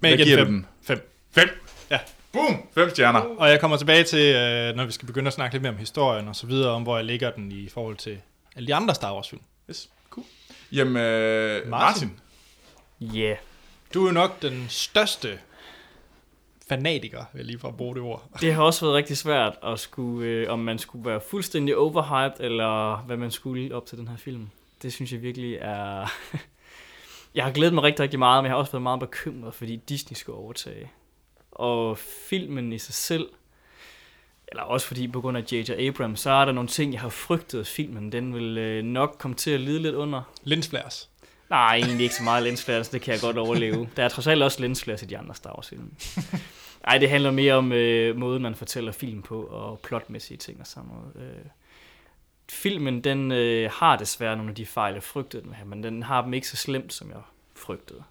Men igen, fem. Fem. Fem? Ja. Boom! Fem stjerner. Og jeg kommer tilbage til, øh, når vi skal begynde at snakke lidt mere om historien og så videre, om hvor jeg ligger den i forhold til alle de andre Star Wars-film. Yes, cool. Jamen, øh, Martin. Ja. Yeah. Du er jo nok den største fanatiker, vil jeg lige for at bruge det ord. Det har også været rigtig svært, at skulle, øh, om man skulle være fuldstændig overhyped, eller hvad man skulle op til den her film. Det synes jeg virkelig er... jeg har glædet mig rigtig, rigtig meget, men jeg har også været meget bekymret, fordi Disney skulle overtage. Og filmen i sig selv, eller også fordi på grund af J.J. Abrams, så er der nogle ting, jeg har frygtet, filmen den vil øh, nok komme til at lide lidt under. Lensflares. Nej, egentlig ikke så meget lensflares, det kan jeg godt overleve. Der er trods alt også lensflares i de andre Star wars film. Nej, det handler mere om øh, måden, man fortæller film på, og plotmæssige ting og sådan noget. Øh, filmen, den øh, har desværre nogle af de fejl, jeg frygtede den her, men den har dem ikke så slemt, som jeg frygtede.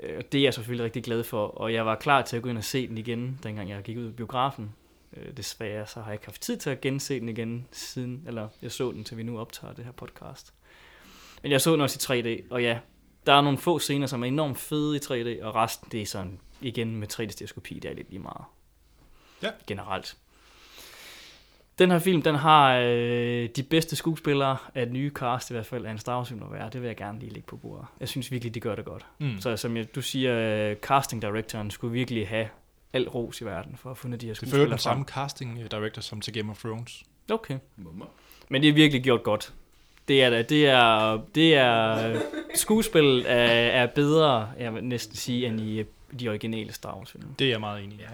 Øh, og det er jeg selvfølgelig rigtig glad for, og jeg var klar til at gå ind og se den igen, dengang jeg gik ud i biografen. Øh, desværre så har jeg ikke haft tid til at gense den igen siden, eller jeg så den, til vi nu optager det her podcast. Men jeg så den også i 3D, og ja, der er nogle få scener, som er enormt fede i 3D, og resten, det er sådan igen med 3D-stereoskopi, det er lidt lige meget. Ja. Generelt. Den her film, den har øh, de bedste skuespillere af den nye cast, i hvert fald af en Star Wars film at være. Det vil jeg gerne lige lægge på bordet. Jeg synes virkelig, de gør det godt. Mm. Så som jeg, du siger, øh, casting directoren skulle virkelig have al ros i verden for at finde de her Det skuespillere fører den frem. samme casting øh, director som til Game of Thrones. Okay. Men det er virkelig gjort godt. Det er da, det er, det er, skuespil er, er bedre, jeg vil næsten sige, end i øh, de originale Star Wars film. Det er jeg meget enig i, ja.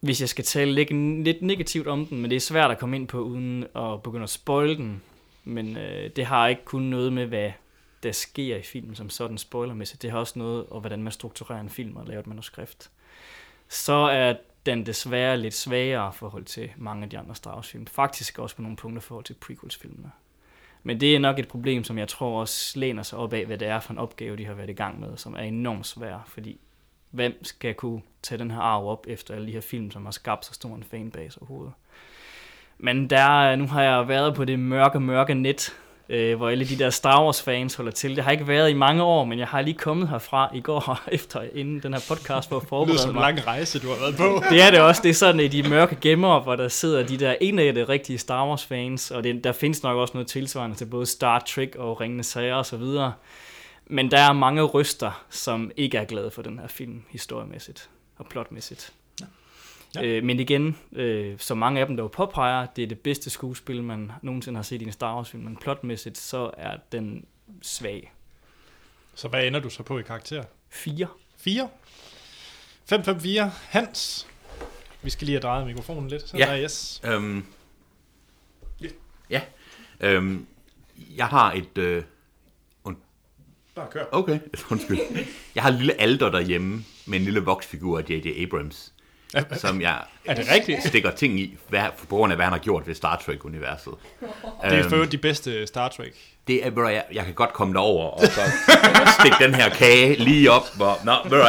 Hvis jeg skal tale lidt, lidt negativt om den, men det er svært at komme ind på, uden at begynde at spoil den. Men øh, det har ikke kun noget med, hvad der sker i filmen som sådan spoilermæssigt. Det har også noget om, hvordan man strukturerer en film og laver et manuskript. Så er den desværre lidt svagere i forhold til mange af de andre Star Wars-film. Faktisk også på nogle punkter i forhold til prequels-filmene. Men det er nok et problem, som jeg tror også læner sig op af, hvad det er for en opgave, de har været i gang med, som er enormt svær, fordi hvem skal kunne tage den her arv op efter alle de her film, som har skabt så stor en fanbase overhovedet. Men der, nu har jeg været på det mørke, mørke net, øh, hvor alle de der Star Wars-fans holder til. Det har ikke været i mange år, men jeg har lige kommet herfra i går efter, inden den her podcast, for at Det lyder forberede som en mig. lang rejse, du har været på. Det er det også. Det er sådan i de mørke gemmer, hvor der sidder de der enægte rigtige Star Wars fans, og det, der findes nok også noget tilsvarende til både Star Trek og Ringende Sager og så videre. Men der er mange ryster, som ikke er glade for den her film, historiemæssigt og plotmæssigt. Ja. Øh, men igen, øh, som mange af dem dog påpeger, det er det bedste skuespil, man nogensinde har set i en Star Wars-film, men plotmæssigt, så er den svag. Så hvad ender du så på i karakter? 4. 4? 5, 5, 4. Hans. Vi skal lige have drejet mikrofonen lidt. Så Der, yes. Øhm, ja. Øhm, jeg har et... Øh, und, Bare kør. Okay, undskyld. Jeg har en lille alder derhjemme med en lille voksfigur af J.J. Abrams, som jeg Er det rigtigt? stikker ting i, hvad, for på grund af, hvad han har gjort ved Star Trek-universet. Øhm, Det er for øvrigt de bedste Star Trek. det er, ved du hvad, jeg, jeg kan godt komme derover og så stikke den her kage lige op. Hvor, nå, ved du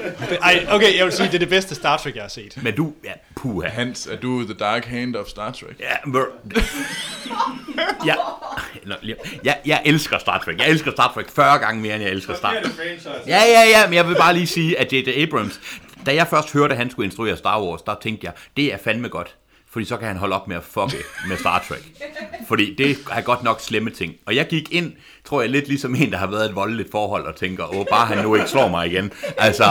hvad, Ej, okay, jeg vil sige, det er det bedste Star Trek, jeg har set. Men du, ja, puha. Hans, er du the dark hand of Star Trek? Ja, mør. Ja. Nå, lige- jeg, jeg elsker Star Trek. Jeg elsker Star Trek 40 gange mere, end jeg elsker Star Forkerte Trek. franchise. Ja, ja, ja, men jeg vil bare lige sige, at J.J. Abrams, da jeg først hørte, at han skulle instruere Star Wars, der tænkte jeg, det er fandme godt. Fordi så kan han holde op med at fucke med Star Trek. Fordi det er godt nok slemme ting. Og jeg gik ind, tror jeg, lidt ligesom en, der har været i et voldeligt forhold, og tænker, åh, bare han nu ikke slår mig igen. Altså,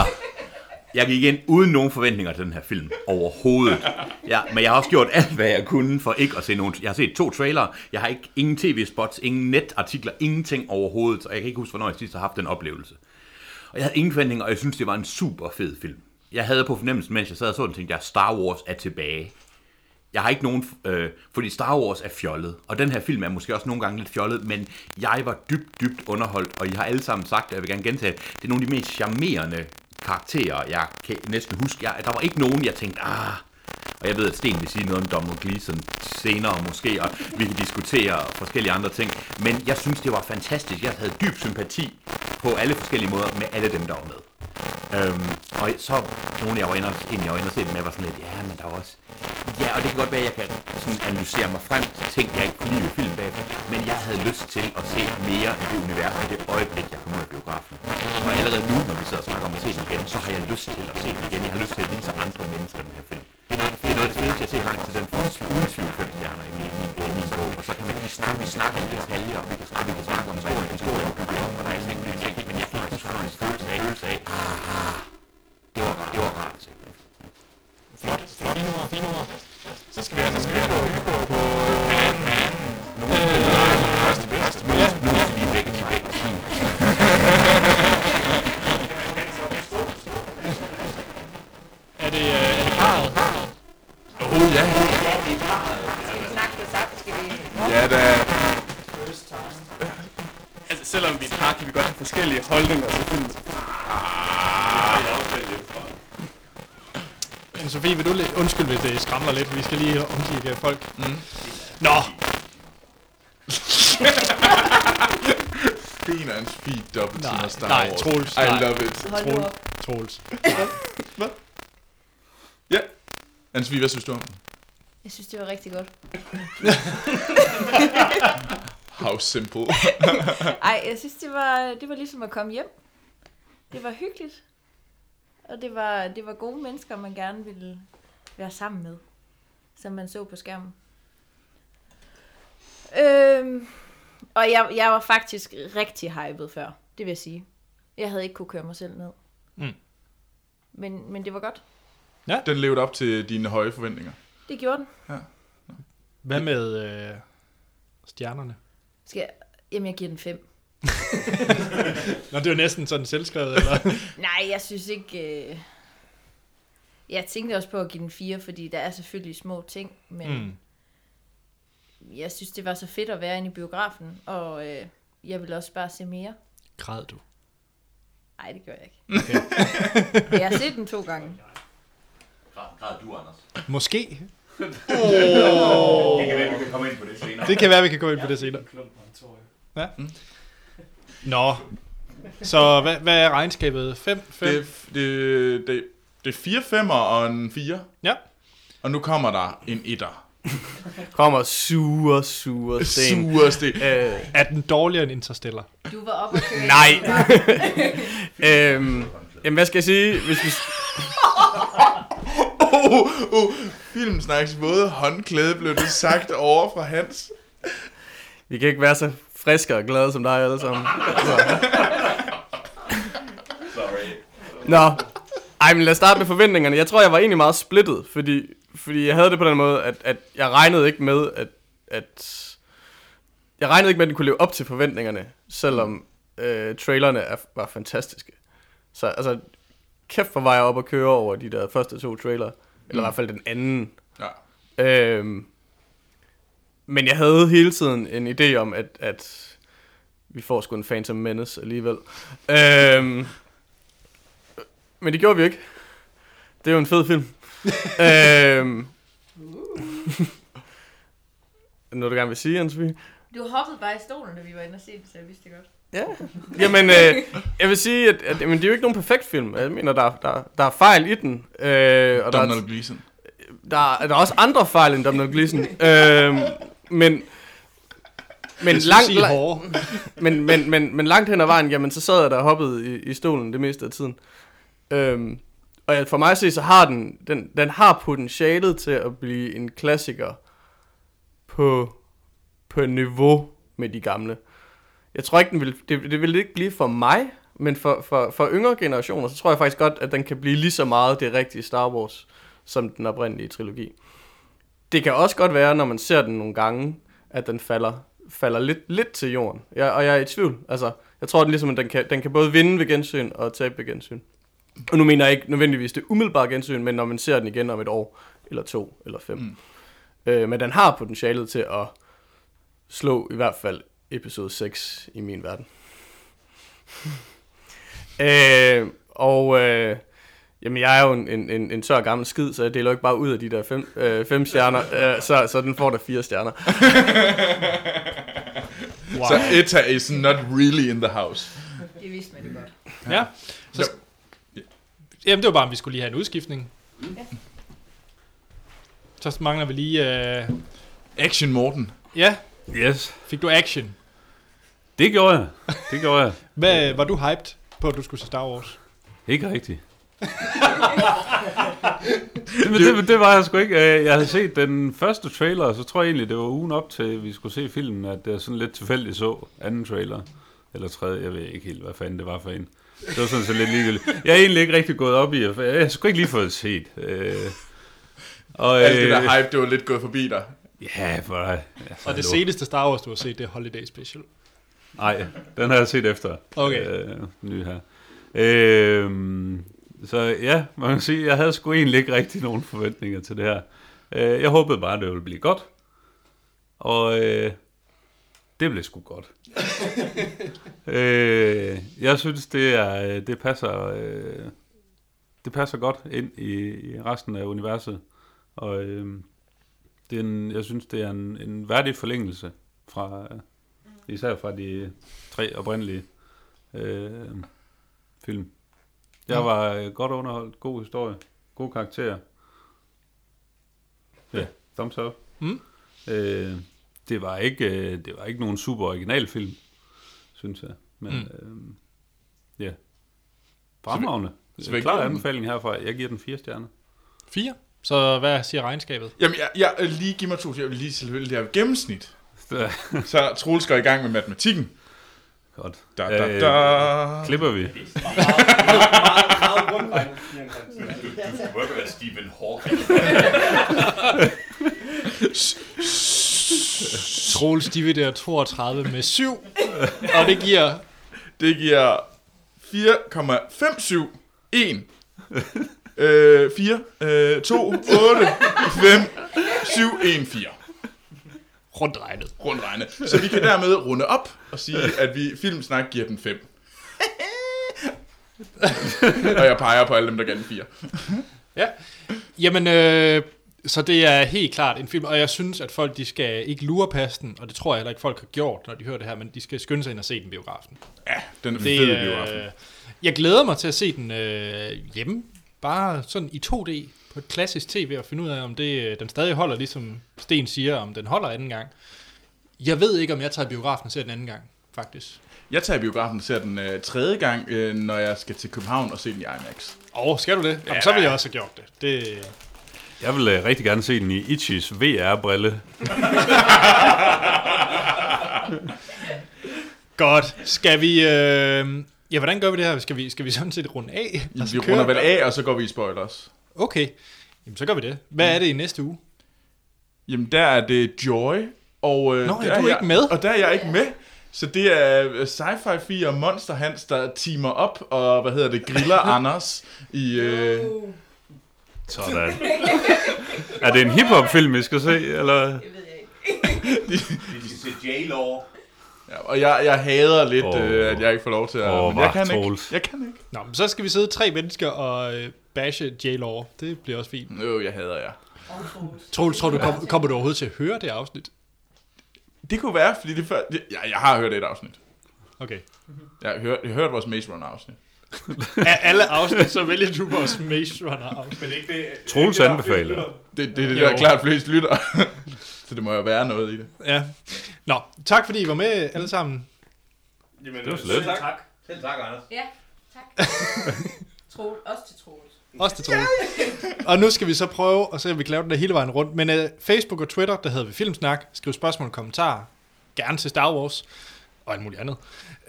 jeg gik ind uden nogen forventninger til den her film overhovedet. Ja, men jeg har også gjort alt, hvad jeg kunne for ikke at se nogen. Jeg har set to trailere. Jeg har ikke ingen tv-spots, ingen netartikler, ingenting overhovedet. Og jeg kan ikke huske, hvornår jeg sidst har haft den oplevelse. Og jeg havde ingen forventninger, og jeg synes, det var en super fed film. Jeg havde på fornemmelsen, mens jeg sad og så den, tænkte jeg, Star Wars er tilbage. Jeg har ikke nogen... Øh, fordi Star Wars er fjollet, og den her film er måske også nogle gange lidt fjollet, men jeg var dybt, dybt underholdt, og I har alle sammen sagt, og jeg vil gerne gentage, det, det er nogle af de mest charmerende karakterer, jeg kan næsten huske. Jeg, der var ikke nogen, jeg tænkte, ah... Og jeg ved, at Sten vil sige noget om Donald Gleeson senere måske, og vi kan diskutere forskellige andre ting. Men jeg synes, det var fantastisk. Jeg havde dyb sympati på alle forskellige måder med alle dem, der var med. Øhm, og så nogle, jeg var inde og, en, jeg var inde og se dem med, var sådan lidt, ja, men der var også Ja, og det kan godt være, at jeg kan sådan analysere mig frem til ting, jeg ikke kunne lide ved filmen bagefter. Men jeg havde lyst til at se mere af det univers i det øjeblik, jeg kom ud af biografen. Og allerede nu, når vi sidder og snakker om at se den igen, så har jeg lyst til at se den igen. Jeg har lyst til at vise andre mennesker den her film. Det er, det er noget af det fedeste, jeg ser lang til den film. Uden tvivl fem stjerner i min, i min, i min bog. Og så kan man lige snakke, vi snakker i detaljer, og vi kan snakke, vi kan snakke om historien, historien, og bygge op, og der er sådan en ting, men jeg får en sådan følelse af, følelse af, ah, det var rart, det var rart at se. Flot, flot, fine ord, fine ord. Så skal vi altså skrive på Hybo på nogle af de første bedste, men nu er de væk, de er væk. Er det, øh, er det parret? Oh ja. Ja, da. Altså, selvom vi er et par, kan vi godt have forskellige holdninger til film. Ah. Men Sofie, vil du lidt... Undskyld, hvis det skramler lidt. Vi skal lige omkigge folk. Mm. Nå! Sten og en speed dobbelt Nej, timer Star nej, Wars. Troels, I nej. love it. Hold nu Troels. op. Troels. Hvad? Ja. Ansvi, hvad synes du om den? Jeg synes, det var rigtig godt. How simple. Ej, jeg synes, det var, det var ligesom at komme hjem. Det var hyggeligt. Og det var, det var gode mennesker, man gerne ville være sammen med. Som man så på skærmen. Øhm, og jeg, jeg var faktisk rigtig hyped før, det vil jeg sige. Jeg havde ikke kunne køre mig selv ned. Mm. Men, men det var godt. Ja. Den levede op til dine høje forventninger. Det gjorde den. Hvad med øh, stjernerne? Skal jeg... Jamen, jeg giver den fem. Nå, det er jo næsten sådan selvskrevet, eller? Nej, jeg synes ikke... Øh... Jeg tænkte også på at give den 4, fordi der er selvfølgelig små ting, Hmm. men mm. jeg synes, det var så fedt at være inde i biografen, og øh, jeg vil også bare se mere. Græd du? Nej, det gør jeg ikke. Okay. Men jeg har set den to gange. Græd du, Anders? Måske. Oh. Det kan være, vi kan komme ind på det senere. Det kan være, vi kan komme ind på det senere. Ja. Nå. Så hvad, hvad er regnskabet? 5? 5? Det, det, det, det er fire femmer og en fire. Ja. Og nu kommer der en etter. Kommer sure, sure sten. Sure sten. Øh, er den dårligere end Interstellar? Du var oppe at køre. Nej. øhm, jamen, hvad skal jeg sige? Hvis vi... Oh, oh, filmsnaks våde håndklæde blev det sagt over fra Hans. vi kan ikke være så friske og glade som dig alle sammen. Sorry. Nå. Ej, men lad os starte med forventningerne. Jeg tror, jeg var egentlig meget splittet, fordi, fordi jeg havde det på den måde, at, at jeg regnede ikke med, at, at... Jeg regnede ikke med, at den kunne leve op til forventningerne, selvom øh, trailerne er, var fantastiske. Så altså, kæft for var jeg op at køre over de der første to trailer. Eller i Mm. hvert fald den anden. Ja. Øhm, men jeg havde hele tiden en idé om, at, at vi får sgu en Phantom Menace alligevel. Øhm, men det gjorde vi ikke. Det er jo en fed film. øhm, Uh. Er der Noget du gerne vil sige, Ansby? Du hoppede bare i stolen, da vi var inde og se den, så jeg vidste det godt. Ja. Jamen, øh, jeg vil sige, at, at jamen, det er jo ikke nogen perfekt film. Jeg mener, der, der, der er fejl i den. Øh, og der, Donald er- Gleeson. der, er- der er også andre fejl end Donald Gleeson. øh, men, men, Jeg skulle langt, sige la- hårde. men, men, men, men langt hen ad vejen, jamen, så sad jeg der og hoppede i, i stolen det meste af tiden. Øhm, og jeg- for mig at se, så har den, den, den har potentialet til at blive en klassiker på, på niveau med de gamle. Jeg tror ikke, den vil, det, det vil ikke blive for mig, men for, for, for yngre generationer, så tror jeg faktisk godt, at den kan blive lige så meget det rigtige Star Wars, som den oprindelige trilogi. Det kan også godt være, når man ser den nogle gange, at den falder, falder lidt, lidt til jorden. Jeg, og jeg er i tvivl. Altså, jeg tror, den, ligesom, at den, kan, den kan både vinde ved gensyn og tabe ved gensyn. Og nu mener jeg ikke nødvendigvis det umiddelbare gensyn, men når man ser den igen om et år, eller to, eller fem. Mm. Øh, men den har potentialet til at slå i hvert fald episode 6 i min verden. øh, og øh, jamen, jeg er jo en, en, en, en tør gammel skid, så jeg deler jo ikke bare ud af de der fem, øh, fem stjerner, øh, så, så den får der fire stjerner. Wow. Så Etta is not really in the house. Det vidste man jo godt. Ja. Så, Jamen, det var bare, om vi skulle lige have en udskiftning. Så mangler vi lige... Øh... Action Morten. Ja. Yes. Fik du action? Det gjorde jeg. Det gjorde jeg. Hvad, var du hyped på, at du skulle se Star Wars? Ikke rigtigt. det, det, det var jeg sgu ikke. Øh, Jeg havde set den første trailer, og så tror jeg egentlig, det var ugen op til, vi skulle se filmen, at jeg sådan lidt tilfældigt så anden trailer. Eller tredje, jeg ved ikke helt, hvad fanden det var for en. Det var sådan så lidt ligegyldigt. Jeg er egentlig ikke rigtig gået op i, for jeg jeg skulle ikke lige få det set. Øh, og, Alt det der øh, hype, det var lidt gået forbi dig. Ja, for altså, Og det lort. seneste Star Wars, du har set, det er Holiday Special. Nej, den har jeg set efter. Okay. Øh, ny her. Øh, så ja, man kan sige, jeg havde sgu egentlig ikke rigtig nogen forventninger til det her. Øh, jeg håbede bare, det ville blive godt. Og øh, det blev sgu godt. øh, jeg synes, det, er, øh, det passer... Øh, det passer godt ind i, i resten af universet. Og øh, det er en, jeg synes, det er en, en værdig forlængelse fra, øh, især fra de tre oprindelige øh, film. Jeg var øh, godt underholdt, god historie, gode karakterer. Ja, thumbs up. Mm. Øh, det, var ikke, øh, det var ikke nogen super original film, synes jeg. Men mm. øh, ja, fremragende. så Så vi- vi, Klar anbefaling herfra. Jeg giver den fire stjerner. Fire? Så hvad siger regnskabet? Jamen, jeg, jeg, øh, lige giv mig to, jeg vil lige selvfølgelig det her gennemsnit. så Troels går i gang med matematikken. Godt. Da, da, Øh, da. klipper vi. Du, du burde være Stephen Hawking. Troels dividerer 32 med 7, og det giver... Det giver 4,571. øh, 4, øh, 2, 8, 5, 7, 1, 4. Rundt regnet. Rundt regnet. Så vi kan dermed runde op og sige, at vi filmsnak giver den 5. og jeg peger på alle dem, der gav den 4. Ja. Jamen, øh, så det er helt klart en film, og jeg synes, at folk de skal ikke lure past den, og det tror jeg heller ikke, folk har gjort, når de hører det her, men de skal skynde sig ind og se den i biografen. Ja, den er fed i biografen. Jeg glæder mig til at se den øh, hjemme, bare sådan i 2D på et klassisk tv, og finde ud af, om det, øh, den stadig holder, ligesom Sten siger, om den holder anden gang. Jeg ved ikke, om jeg tager i biografen og ser den anden gang, faktisk. Jeg tager i biografen og ser den øh, tredje gang, øh, når jeg skal til København og se den i IMAX. Åh, oh, skal du det? Jamen, så vil jeg også have gjort det. det... Jeg vil uh, rigtig gerne se den i Ichis VR-brille. Godt. Skal vi... Øh... Ja, hvordan gør vi det her? Skal vi, skal vi sådan set runde af? Vi så runder køre? vel af, og så går vi i spoilers. Okay. Jamen, så gør vi det. Hvad er det i næste uge? Jamen, der er det Joy, og... Øh, Nå, ja, der du er jeg, ikke med. Og der er jeg ikke med. Så det er øh, Sci-Fi 4 og Monster Hans, der timer op og, hvad hedder det, griller Anders i... Øh... Sådan. er det en hiphop-film, vi skal se, eller? Vi skal se J-Law. Ja, og jeg, jeg hader lidt, Åh. oh. øh, at jeg ikke får lov til at... Åh, men jeg hva, kan ikke. Troels. Jeg kan ikke. Nå, men så skal vi sidde tre mennesker og øh, bashe J-Law. Det bliver også fint. Nå, jeg hader jer. Troels, tror du, kom, kommer du overhovedet til at høre det afsnit? Det kunne være, fordi det før... det- Jeg, jeg har hørt et afsnit. Okay. Jeg har hørt, jeg har hørt vores Maze Runner-afsnit. Af alle afsnit, så vælger du vores Maze Runner afsnit. Men ikke det... ikke Troels det, der- anbefaler. Det, det er Jo. det, der klart flest lytter. så det må jo være noget i det. Ja. Nå, tak fordi I var med alle sammen. Jamen, Det var øh, så lidt. selv tak. Selv tak, Anders. Ja, tak. Troel, også til Troels. Også det tror jeg. Og nu skal vi så prøve at se, om vi kan lave den der hele vejen rundt. Men uh, Facebook og Twitter, der hedder vi Filmsnak. Skriv spørgsmål og kommentarer. Gerne til Star Wars og alt muligt andet.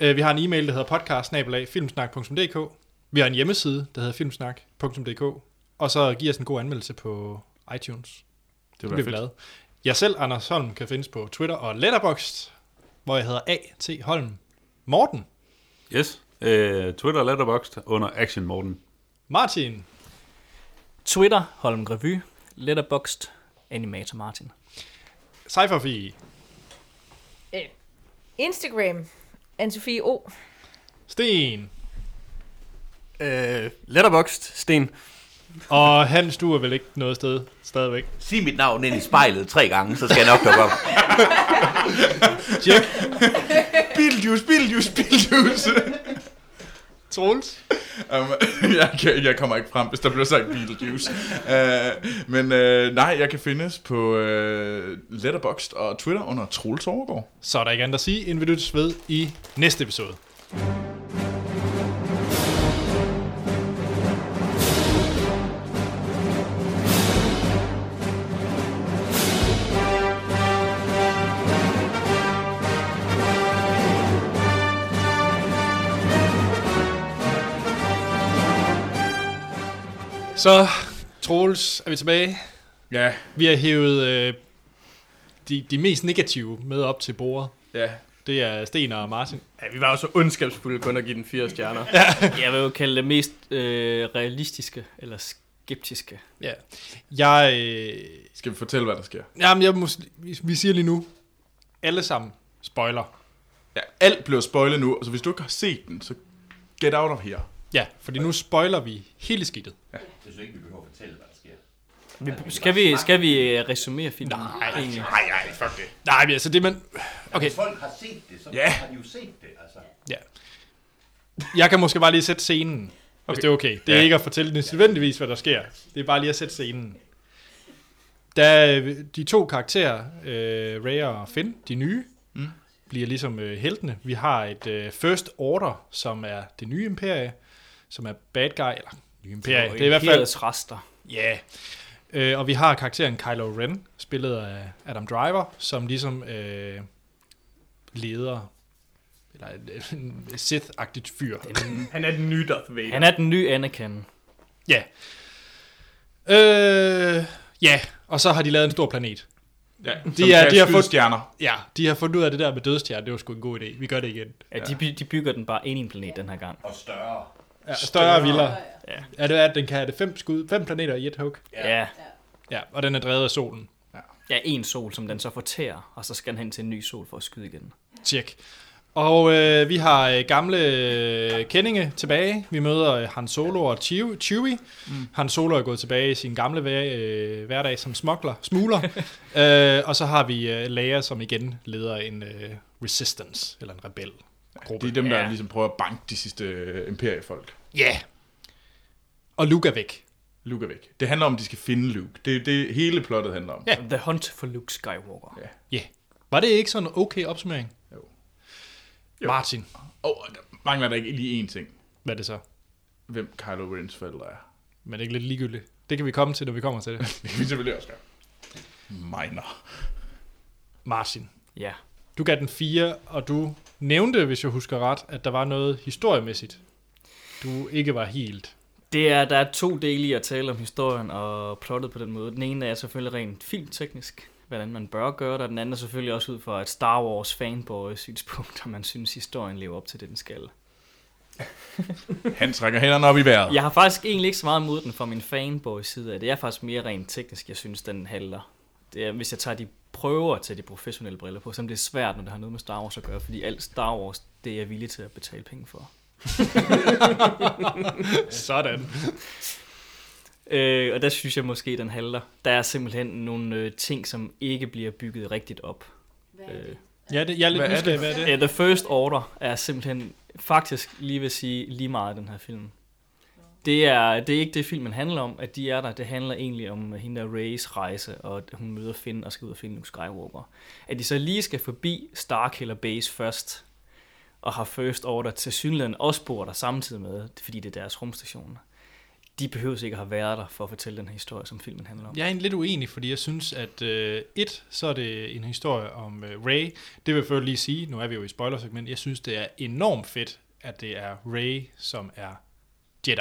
Uh, vi har en e-mail, der hedder podcast Vi har en hjemmeside, der hedder filmsnak.dk. Og så giv os en god anmeldelse på iTunes. Det, være bliver vi fedt. glade. Jeg selv, Anders Holm, kan findes på Twitter og Letterboxd, hvor jeg hedder A.T. Holm. Morten, Yes. Øh, Twitter og Letterboxd under Action Morten. Martin, Twitter, Holm Revy, Letterboxd, Animator Martin. Cypherfi, Øh, Instagram, Anne-Sophie O. Sten Øh, letterboxd, Sten. og Hans, du er vel ikke noget sted stadigvæk? Sig mit navn ind i spejlet tre gange, så skal jeg nok dukke op. Tjek. Bildjus, bildjus, bildjus. Troels? um, jeg, kan, jeg kommer ikke frem, hvis der bliver sagt Beetlejuice. Uh, men uh, nej, jeg kan findes på uh, Letterboxd og Twitter under Troels Overgaard. Så er der ikke andet at sige, end vi lyttes ved i næste episode. Så, Troels, er vi tilbage. Ja. Vi har hævet øh, de, de mest negative med op til bordet. Ja. Det er Sten og Martin. Ja, vi var jo så ondskabsfulde kun at give den fire stjerner. Jeg vil jo kalde det mest øh, realistiske, eller skeptiske. Ja. Jeg... Øh, Skal vi fortælle, hvad der sker? jamen, jeg må, s- vi- vi siger lige nu, alle sammen, spoiler. Ja, alt bliver spoilet nu, så hvis du ikke har set den, så get out of here. Ja, fordi nu spoiler vi hele skidtet. Jeg synes ikke, vi behøver at fortælle, hvad der sker. Vi, skal, vi, skal vi øh, resumere filmen? Nej, nej, nej, fuck det. Nej, men altså det, man... Okay. Okay, Hvis folk har set det, så Ja. har de jo set det. Altså. ja. Jeg kan måske bare lige sætte scenen, okay. hvis det er okay. Det er Ja. ja. ikke at fortælle nødvendigvis, hvad der sker. Det er bare lige at sætte scenen. Da øh, de to karakterer, øh, Ray og Finn, de nye, Mm. mm. bliver ligesom øh, heltene. Vi har et øh, First Order, som er det nye imperie, som er bad guy, eller nye imperie. Det er i hvert fald Imperiets rester. Ja. Øh, og vi har karakteren Kylo Ren, spillet af Adam Driver, som ligesom øh, leder, eller en, en Sith-agtigt fyr. Han er den nye Darth Vader. Han er den nye Anakin. Ja. Øh, ja, og så har de lavet en stor planet. Ja, som kan skyde stjerner. Ja, de har fundet ud af det der med dødstjerner, det var sgu en god idé. Vi gør det igen. Ja, de, by- de bygger den bare ind i en planet den her gang. Og større. Ja, større og vildere. Ja. Er det, at den kan have det fem skud, fem planeter i et hug? Ja. Ja, og den er drevet af solen. Ja, en sol, som den så fortærer, og så skal den hen til en ny sol for at skyde igen. Tjek. Og øh, vi har øh, gamle øh, kendinge tilbage. Vi møder øh, Han Solo og Chew- Chewie. Mm. Han Solo er gået tilbage i sin gamle hver, øh, hverdag som smokler, smugler. øh, og så har vi øh, Leia, som igen leder en øh, resistance, eller en rebel. Det er dem, der Ja. ligesom prøver at banke de sidste øh, imperiefolk. Ja. Yeah. Og Luke er væk. Luke er væk. Det handler om, at de skal finde Luke. Det er det, hele plottet handler om. Ja. The Hunt for Luke Skywalker. Ja. Ja. Yeah. Var det ikke sådan en okay opsummering? Jo. jo. Martin. Og oh, der mangler der ikke lige én ting. Hvad er det så? Hvem Kylo Rens forældre er. Men det er ikke lidt ligegyldigt. Det kan vi komme til, når vi kommer til det. det kan vi selvfølgelig også gøre. Minor. Martin. Ja. Du gav den 4, og du nævnte, hvis jeg husker ret, at der var noget historiemæssigt, du ikke var helt. Det er, der er to dele i at tale om historien og plottet på den måde. Den ene er selvfølgelig rent filmteknisk, hvordan man bør gøre det, og den anden er selvfølgelig også ud fra et Star Wars fanboy synspunkt, om man synes, historien lever op til det, den skal. Han trækker hænderne op i vejret. Jeg har faktisk egentlig ikke så meget mod den fra min fanboy-side af det. Jeg er faktisk mere rent teknisk, jeg synes, den handler. Det er, hvis jeg tager de prøver til de professionelle briller på, så er det svært, når det har noget med Star Wars at gøre, fordi alt Star Wars, det er jeg villig til at betale penge for. Sådan. Øh, og der synes jeg måske, den halter. Der er simpelthen nogle øh, ting, som ikke bliver bygget rigtigt op. Øh, Ja, det, jeg er lidt nysgerrig, hvad er det? Ja, The First Order er simpelthen faktisk lige ved at sige lige meget i den her film. Det er, det er ikke det, filmen handler om, at de er der. Det handler egentlig om øh, hende der Rays rejse, og at hun møder Finn og skal ud og finde Luke Skywalker. At de så lige skal forbi Starkiller Base først, og har First Order til synligheden også bor der samtidig med, fordi det er deres rumstation. De behøver ikke at have været der for at fortælle den her historie, som filmen handler om. Jeg er egentlig lidt uenig, fordi jeg synes, at øh, et, så er det en historie om øh, Ray. Det vil jeg først lige sige, nu er vi jo i spoilersegment, jeg synes, det er enormt fedt, at det er Ray, som er Jedi,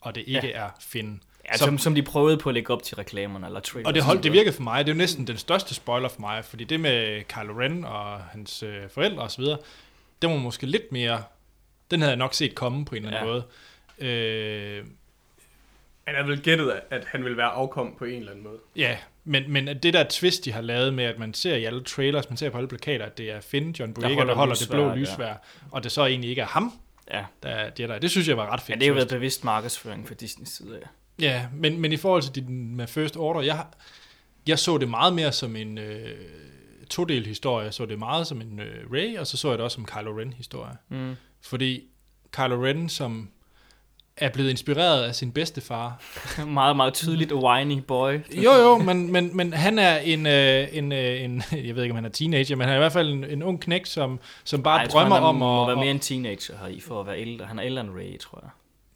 og det ikke Ja. er Finn. Ja, altså, som, som de prøvede på at lægge op til reklamerne eller trailers. Og det, hold, det virkede for mig, det er jo næsten den største spoiler for mig, fordi det med Kylo Ren og hans øh, forældre osv., den var måske lidt mere, den havde jeg nok set komme på en eller anden måde. Øh, Han er vel gættet, at han vil være afkom på en eller anden måde. ja, men, men at det der twist, de har lavet med, at man ser i alle trailers, man ser på alle plakater, at det er Finn, John Boyega, der holder, der holder det blå lyssværd, lysvær, ja. og det så egentlig ikke er ham, ja. der er Jedi. Det synes jeg var ret fedt. Ja, det har jo twist. været bevidst markedsføring fra Disneys side af. Ja, men, men i forhold til din med First Order, jeg, jeg så det meget mere som en øh, todel historie. Jeg så det meget som en øh, Ray, og så så jeg det også som Kylo Ren historie. Mm. Fordi Kylo Ren, som er blevet inspireret af sin bedstefar. meget, meget tydeligt whiny boy. jo, jo, men, men, men han er en, øh, en, øh, en, jeg ved ikke, om han er teenager, men han er i hvert fald en, en ung knæk, som, som bare Ej, Ej, jeg drømmer tror, han om er- må at... være mere en teenager her i, for at være ældre. Han er ældre end Ray, tror jeg.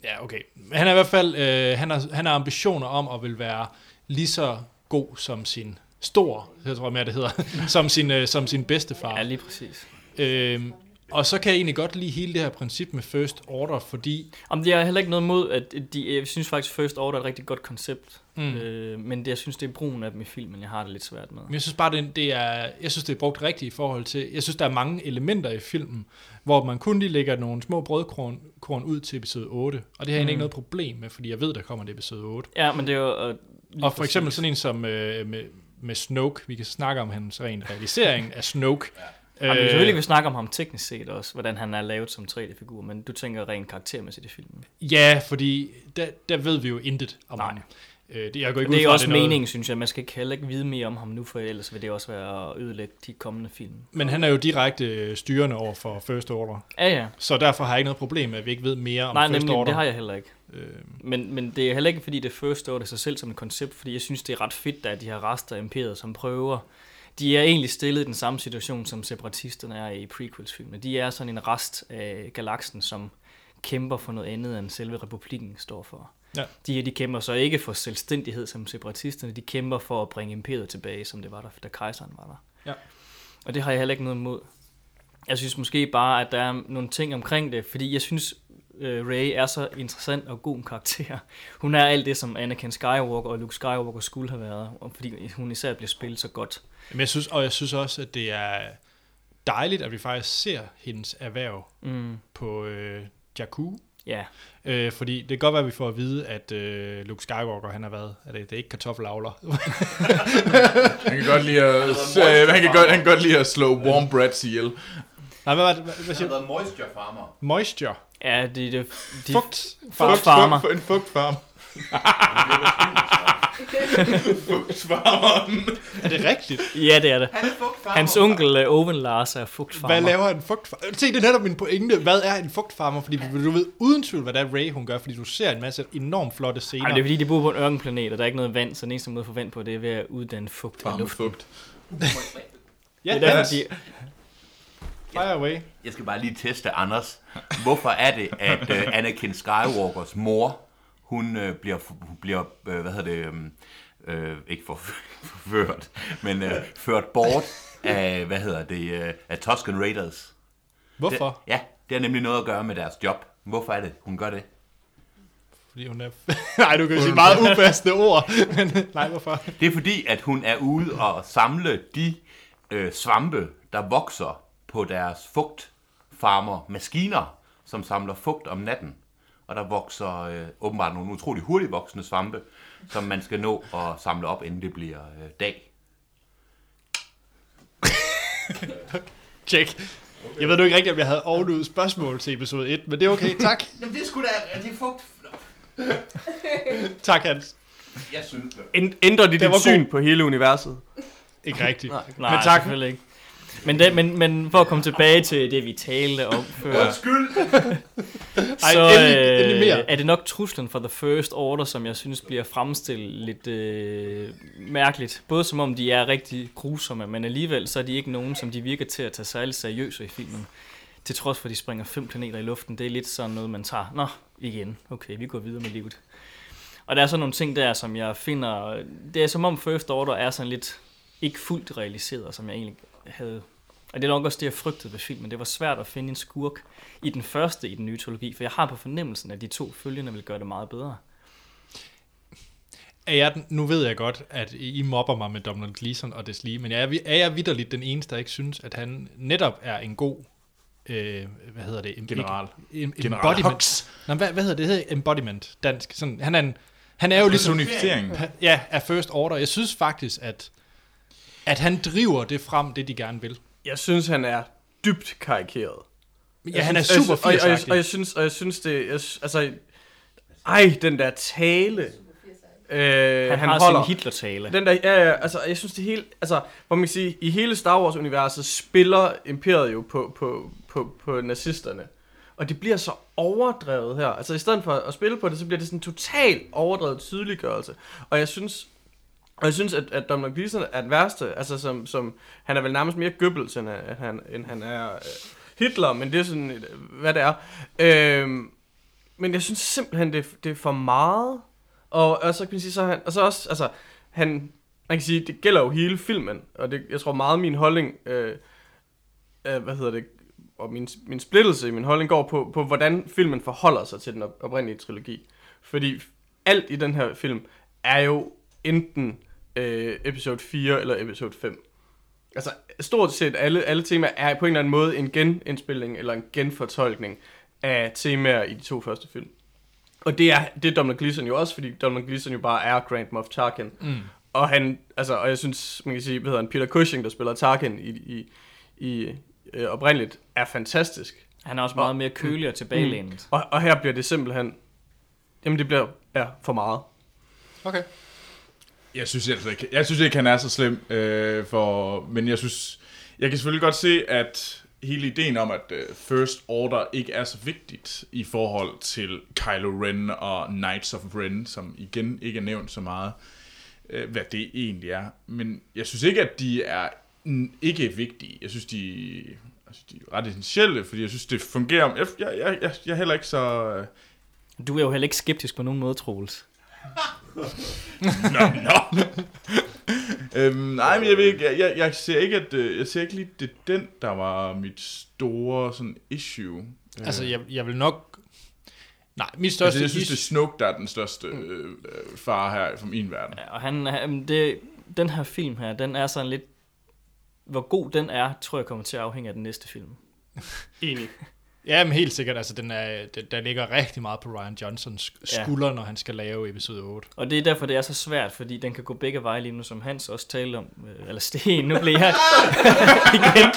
Ja, okay. Han er i hvert fald, øh, han, har, han har ambitioner om at vil være lige så god som sin stor, jeg tror mere det hedder, som sin, øh, som sin bedstefar. Ja, lige præcis. Øhm, og så kan jeg egentlig godt lide hele det her princip med First Order, fordi... Om det er heller ikke noget mod, at de, jeg synes faktisk, First Order er et rigtig godt koncept. Mm. Mm. Øh, men det, jeg synes, det er brugen af dem i filmen, jeg har det lidt svært med. Men jeg synes bare, det, det er, jeg synes, det er brugt rigtigt i forhold til... Jeg synes, der er mange elementer i filmen, hvor man kun lige lægger nogle små brødkorn korn ud til episode 8. Og det har jeg mm. Mm. ikke noget problem med, fordi jeg ved, der kommer det episode 8. Ja, men det er jo... øh, lige Og for eksempel præcis. sådan en som øh, med, med Snoke, vi kan snakke om hans rent realisering af Snoke. Øh... Jamen, selvfølgelig kan vi snakke om ham teknisk set også, hvordan han er lavet som 3D-figur, men du tænker rent karaktermæssigt i filmen. Ja, fordi der, der ved vi jo intet om Nej. ham. Øh, det, jeg går ikke det ud er jo fra, også noget- meningen, synes jeg. Man skal ikke heller ikke vide mere om ham nu, for ellers vil det også være at ødelægge de kommende film. Men han er jo direkte øh, styrende over for First Order. Ja, ja. Så derfor har jeg ikke noget problem med, at vi ikke ved mere om Nej, First nemlig, Order. det har jeg heller ikke. Øh. Men, men det er heller ikke, fordi det First Order sig selv som et koncept, fordi jeg synes, det er ret fedt, der er de her rester af imperiet, som prøver. De er egentlig stillet i den samme situation, som separatisterne er i prequels-filmene. De er sådan en rest af galaksen, som kæmper for noget andet, end selve republikken står for. Ja. De her, de kæmper så ikke for selvstændighed som separatisterne, de kæmper for at bringe imperiet tilbage, som det var der, da kejseren var der. Ja. Og det har jeg heller ikke noget imod. Jeg synes måske bare, at der er nogle ting omkring det, fordi jeg synes, øh, Ray er så interessant og god en karakter. Hun er alt det, som Anakin Skywalker og Luke Skywalker skulle have været, og fordi hun især bliver spillet så godt. Men jeg synes, og jeg synes også, at det er dejligt, at vi faktisk ser hendes erhverv Mm. på øh, Jakku. Ja. Øh, fordi det kan godt være, at vi får at vide, at øh, Luke Skywalker, han har været, at det, det er ikke kartoffelavler. Han kan godt lide at, øh, han kan godt, han kan godt lide at slå warm breads ihjel. Nej, hvad var det? Hvad, hvad Han siger har du? været moisture farmer. Moisture. Ja, det er det. De fugt. Fugt- farmer. fugt- En fugtfarmer. Fugtfarmeren. Er det rigtigt? Ja, det er det. Han er fugtfarmer. Hans onkel øh, Owen Lars er fugtfarmer. Hvad laver en fugtfarmer? Se, det er netop min pointe. Hvad er en fugtfarmer? Fordi du ved uden tvivl, hvad det er, Ray hun gør, fordi du ser en masse enormt flotte scener. Ej, men det er fordi, de bor på en ørkenplanet, og der er ikke noget vand, så den eneste måde at få vand på, det er ved at uddanne fugt i Varme luften. fugt. Ja, det er derfor, yes. de, Fire away. Jeg skal bare lige teste Anders. Hvorfor er det, at øh, Anakin Skywalkers mor, hun øh, bliver, hun bliver øh, hvad hedder det, øhm, øh, ikke forf- forført, men øh, ført bort af, hvad hedder det, øh, af Tusken Raiders? Hvorfor? Det, ja, det har nemlig noget at gøre med deres job. Hvorfor er det, hun gør det? Fordi hun er... Nej, du kan jo sige meget upassende ord. Men nej, hvorfor? Det er fordi, at hun er ude og samle de øh, svampe, der vokser på deres fugtfarmer maskiner, som samler fugt om natten. Og der vokser øh, åbenbart nogle utrolig hurtigt voksende svampe, som man skal nå at samle op, inden det bliver øh, dag. Check. Jeg ved nu ikke rigtigt, om jeg havde overlydet spørgsmål til episode 1, men det er okay. Tak. Jamen det skulle da, det er fugt. tak, Hans. Jeg synes det. Ænd- ændrer de Den dit var syn god. på hele universet? Ikke rigtigt. Nej. Nej, men tak. selvfølgelig ikke. Men, det, men, men for at komme tilbage til det, vi talte om før. Undskyld. Ej, så endelig- endelig mere. øh, er det nok truslen for The First Order, som jeg synes bliver fremstillet lidt øh, mærkeligt. Både som om de er rigtig grusomme, men alligevel så er de ikke nogen, som de virker til at tage særlig seriøse i filmen. Til trods for, at de springer fem planeter i luften, det er lidt sådan noget, man tager. Nå, igen. Okay, vi går videre med livet. Og der er sådan nogle ting der, som jeg finder... Det er som om First Order er sådan lidt ikke fuldt realiseret, som jeg egentlig havde... Og det er nok også det, jeg frygtede ved filmen. Det var svært at finde en skurk i den første i den nye trilogi, for jeg har på fornemmelsen, at de to følgende vil gøre det meget bedre. Er jeg den, nu ved jeg godt, at I mobber mig med Donald Gleason og des lige, men er jeg, er jeg vidderligt den eneste, der ikke synes, at han netop er en god... Øh, hvad hedder det? En, General. En, en General embodiment. Hux. Nå, hvad, hvad hedder det? det hedder embodiment dansk. Sådan, han er en, han er jo ligesom... Personificering. Ja, af First Order. Jeg synes faktisk, at, at han driver det frem, det de gerne vil. Jeg synes, han er dybt karikeret. Ja, Jeg han er synes- super og, jeg- og, jeg, firsagtig. og, jeg synes, og jeg synes, det... Jeg, sy- altså, ej, den der tale. Øh, Han han, har sin holder. Hitler-tale. Den der, ja, ja, altså, jeg synes det hele, altså, hvor man kan sige, i hele Star Wars-universet spiller imperiet jo på, på, på, på nazisterne. Og det bliver så overdrevet her. Altså i stedet for at spille på det, så bliver det sådan en total overdrevet tydeliggørelse. Og jeg synes, og jeg synes, at, at Dominic Gleeson er den værste. Altså som, som, han er vel nærmest mere Goebbels, end, at han, end han er øh, Hitler, men det er sådan, et, hvad det er. Øhm, men jeg synes simpelthen, det, det er for meget. Og, og så kan man sige, så er han, og så også, altså, han, man kan sige, det gælder jo hele filmen, og det, jeg tror meget min holdning, øh, øh, hvad hedder det, og min, min splittelse i min holdning går på, på, hvordan filmen forholder sig til den op- oprindelige trilogi. Fordi alt i den her film er jo enten øh, episode 4 eller episode 5. Altså stort set alle, alle temaer er på en eller anden måde en genindspilning eller en genfortolkning af temaer i de to første film. Og det er, det er Donald Gleeson jo også, fordi Donald Gleeson jo bare er Grand Moff Tarkin. Mm. Og han, altså, og jeg synes, man kan sige, hvad hedder han, Peter Cushing, der spiller Tarkin i, i, i øh, oprindeligt, er fantastisk. Mm. Han er også meget mere kølig og tilbagelænet. Og, og her bliver det simpelthen, jamen det bliver ja, for meget. Okay. Jeg synes altså ikke, jeg synes ikke han er så slem, øh, for, men jeg synes, jeg kan selvfølgelig godt se, at hele ideen om, at øh, First Order ikke er så vigtigt i forhold til Kylo Ren og Knights of Ren, som igen ikke er nævnt så meget, øh, hvad det egentlig er. Men jeg synes ikke, at de er mm, ikke vigtige. Jeg synes, de, jeg synes, de er ret essentielle, fordi jeg synes, det fungerer. Jeg, jeg, jeg, jeg, jeg er heller ikke så... Øh, Du er jo heller ikke skeptisk på nogen måde, Troels. nå, nå. øhm, nej, men jeg, ved ikke, jeg, jeg, jeg ser ikke, at øh, jeg ser ikke lige, det er den, der var mit store sådan, issue. Øh, Altså, jeg, jeg vil nok... Nej, mit største altså, jeg synes, det er issue- Snoke, der er den største Mm. øh, øh, far her fra min verden. Og han, han det, den her film her, den er sådan lidt... Hvor god den er, tror jeg kommer til at afhænge af den næste film. Enig. Ja, men helt sikkert. Altså, den er, den, der ligger rigtig meget på Ryan Johnsons Ja. skulder, ja. når han skal lave episode 8. Og det er derfor, det er så svært, fordi den kan gå begge veje lige nu, som Hans også talte om. Øh, Eller Sten, nu bliver jeg igen.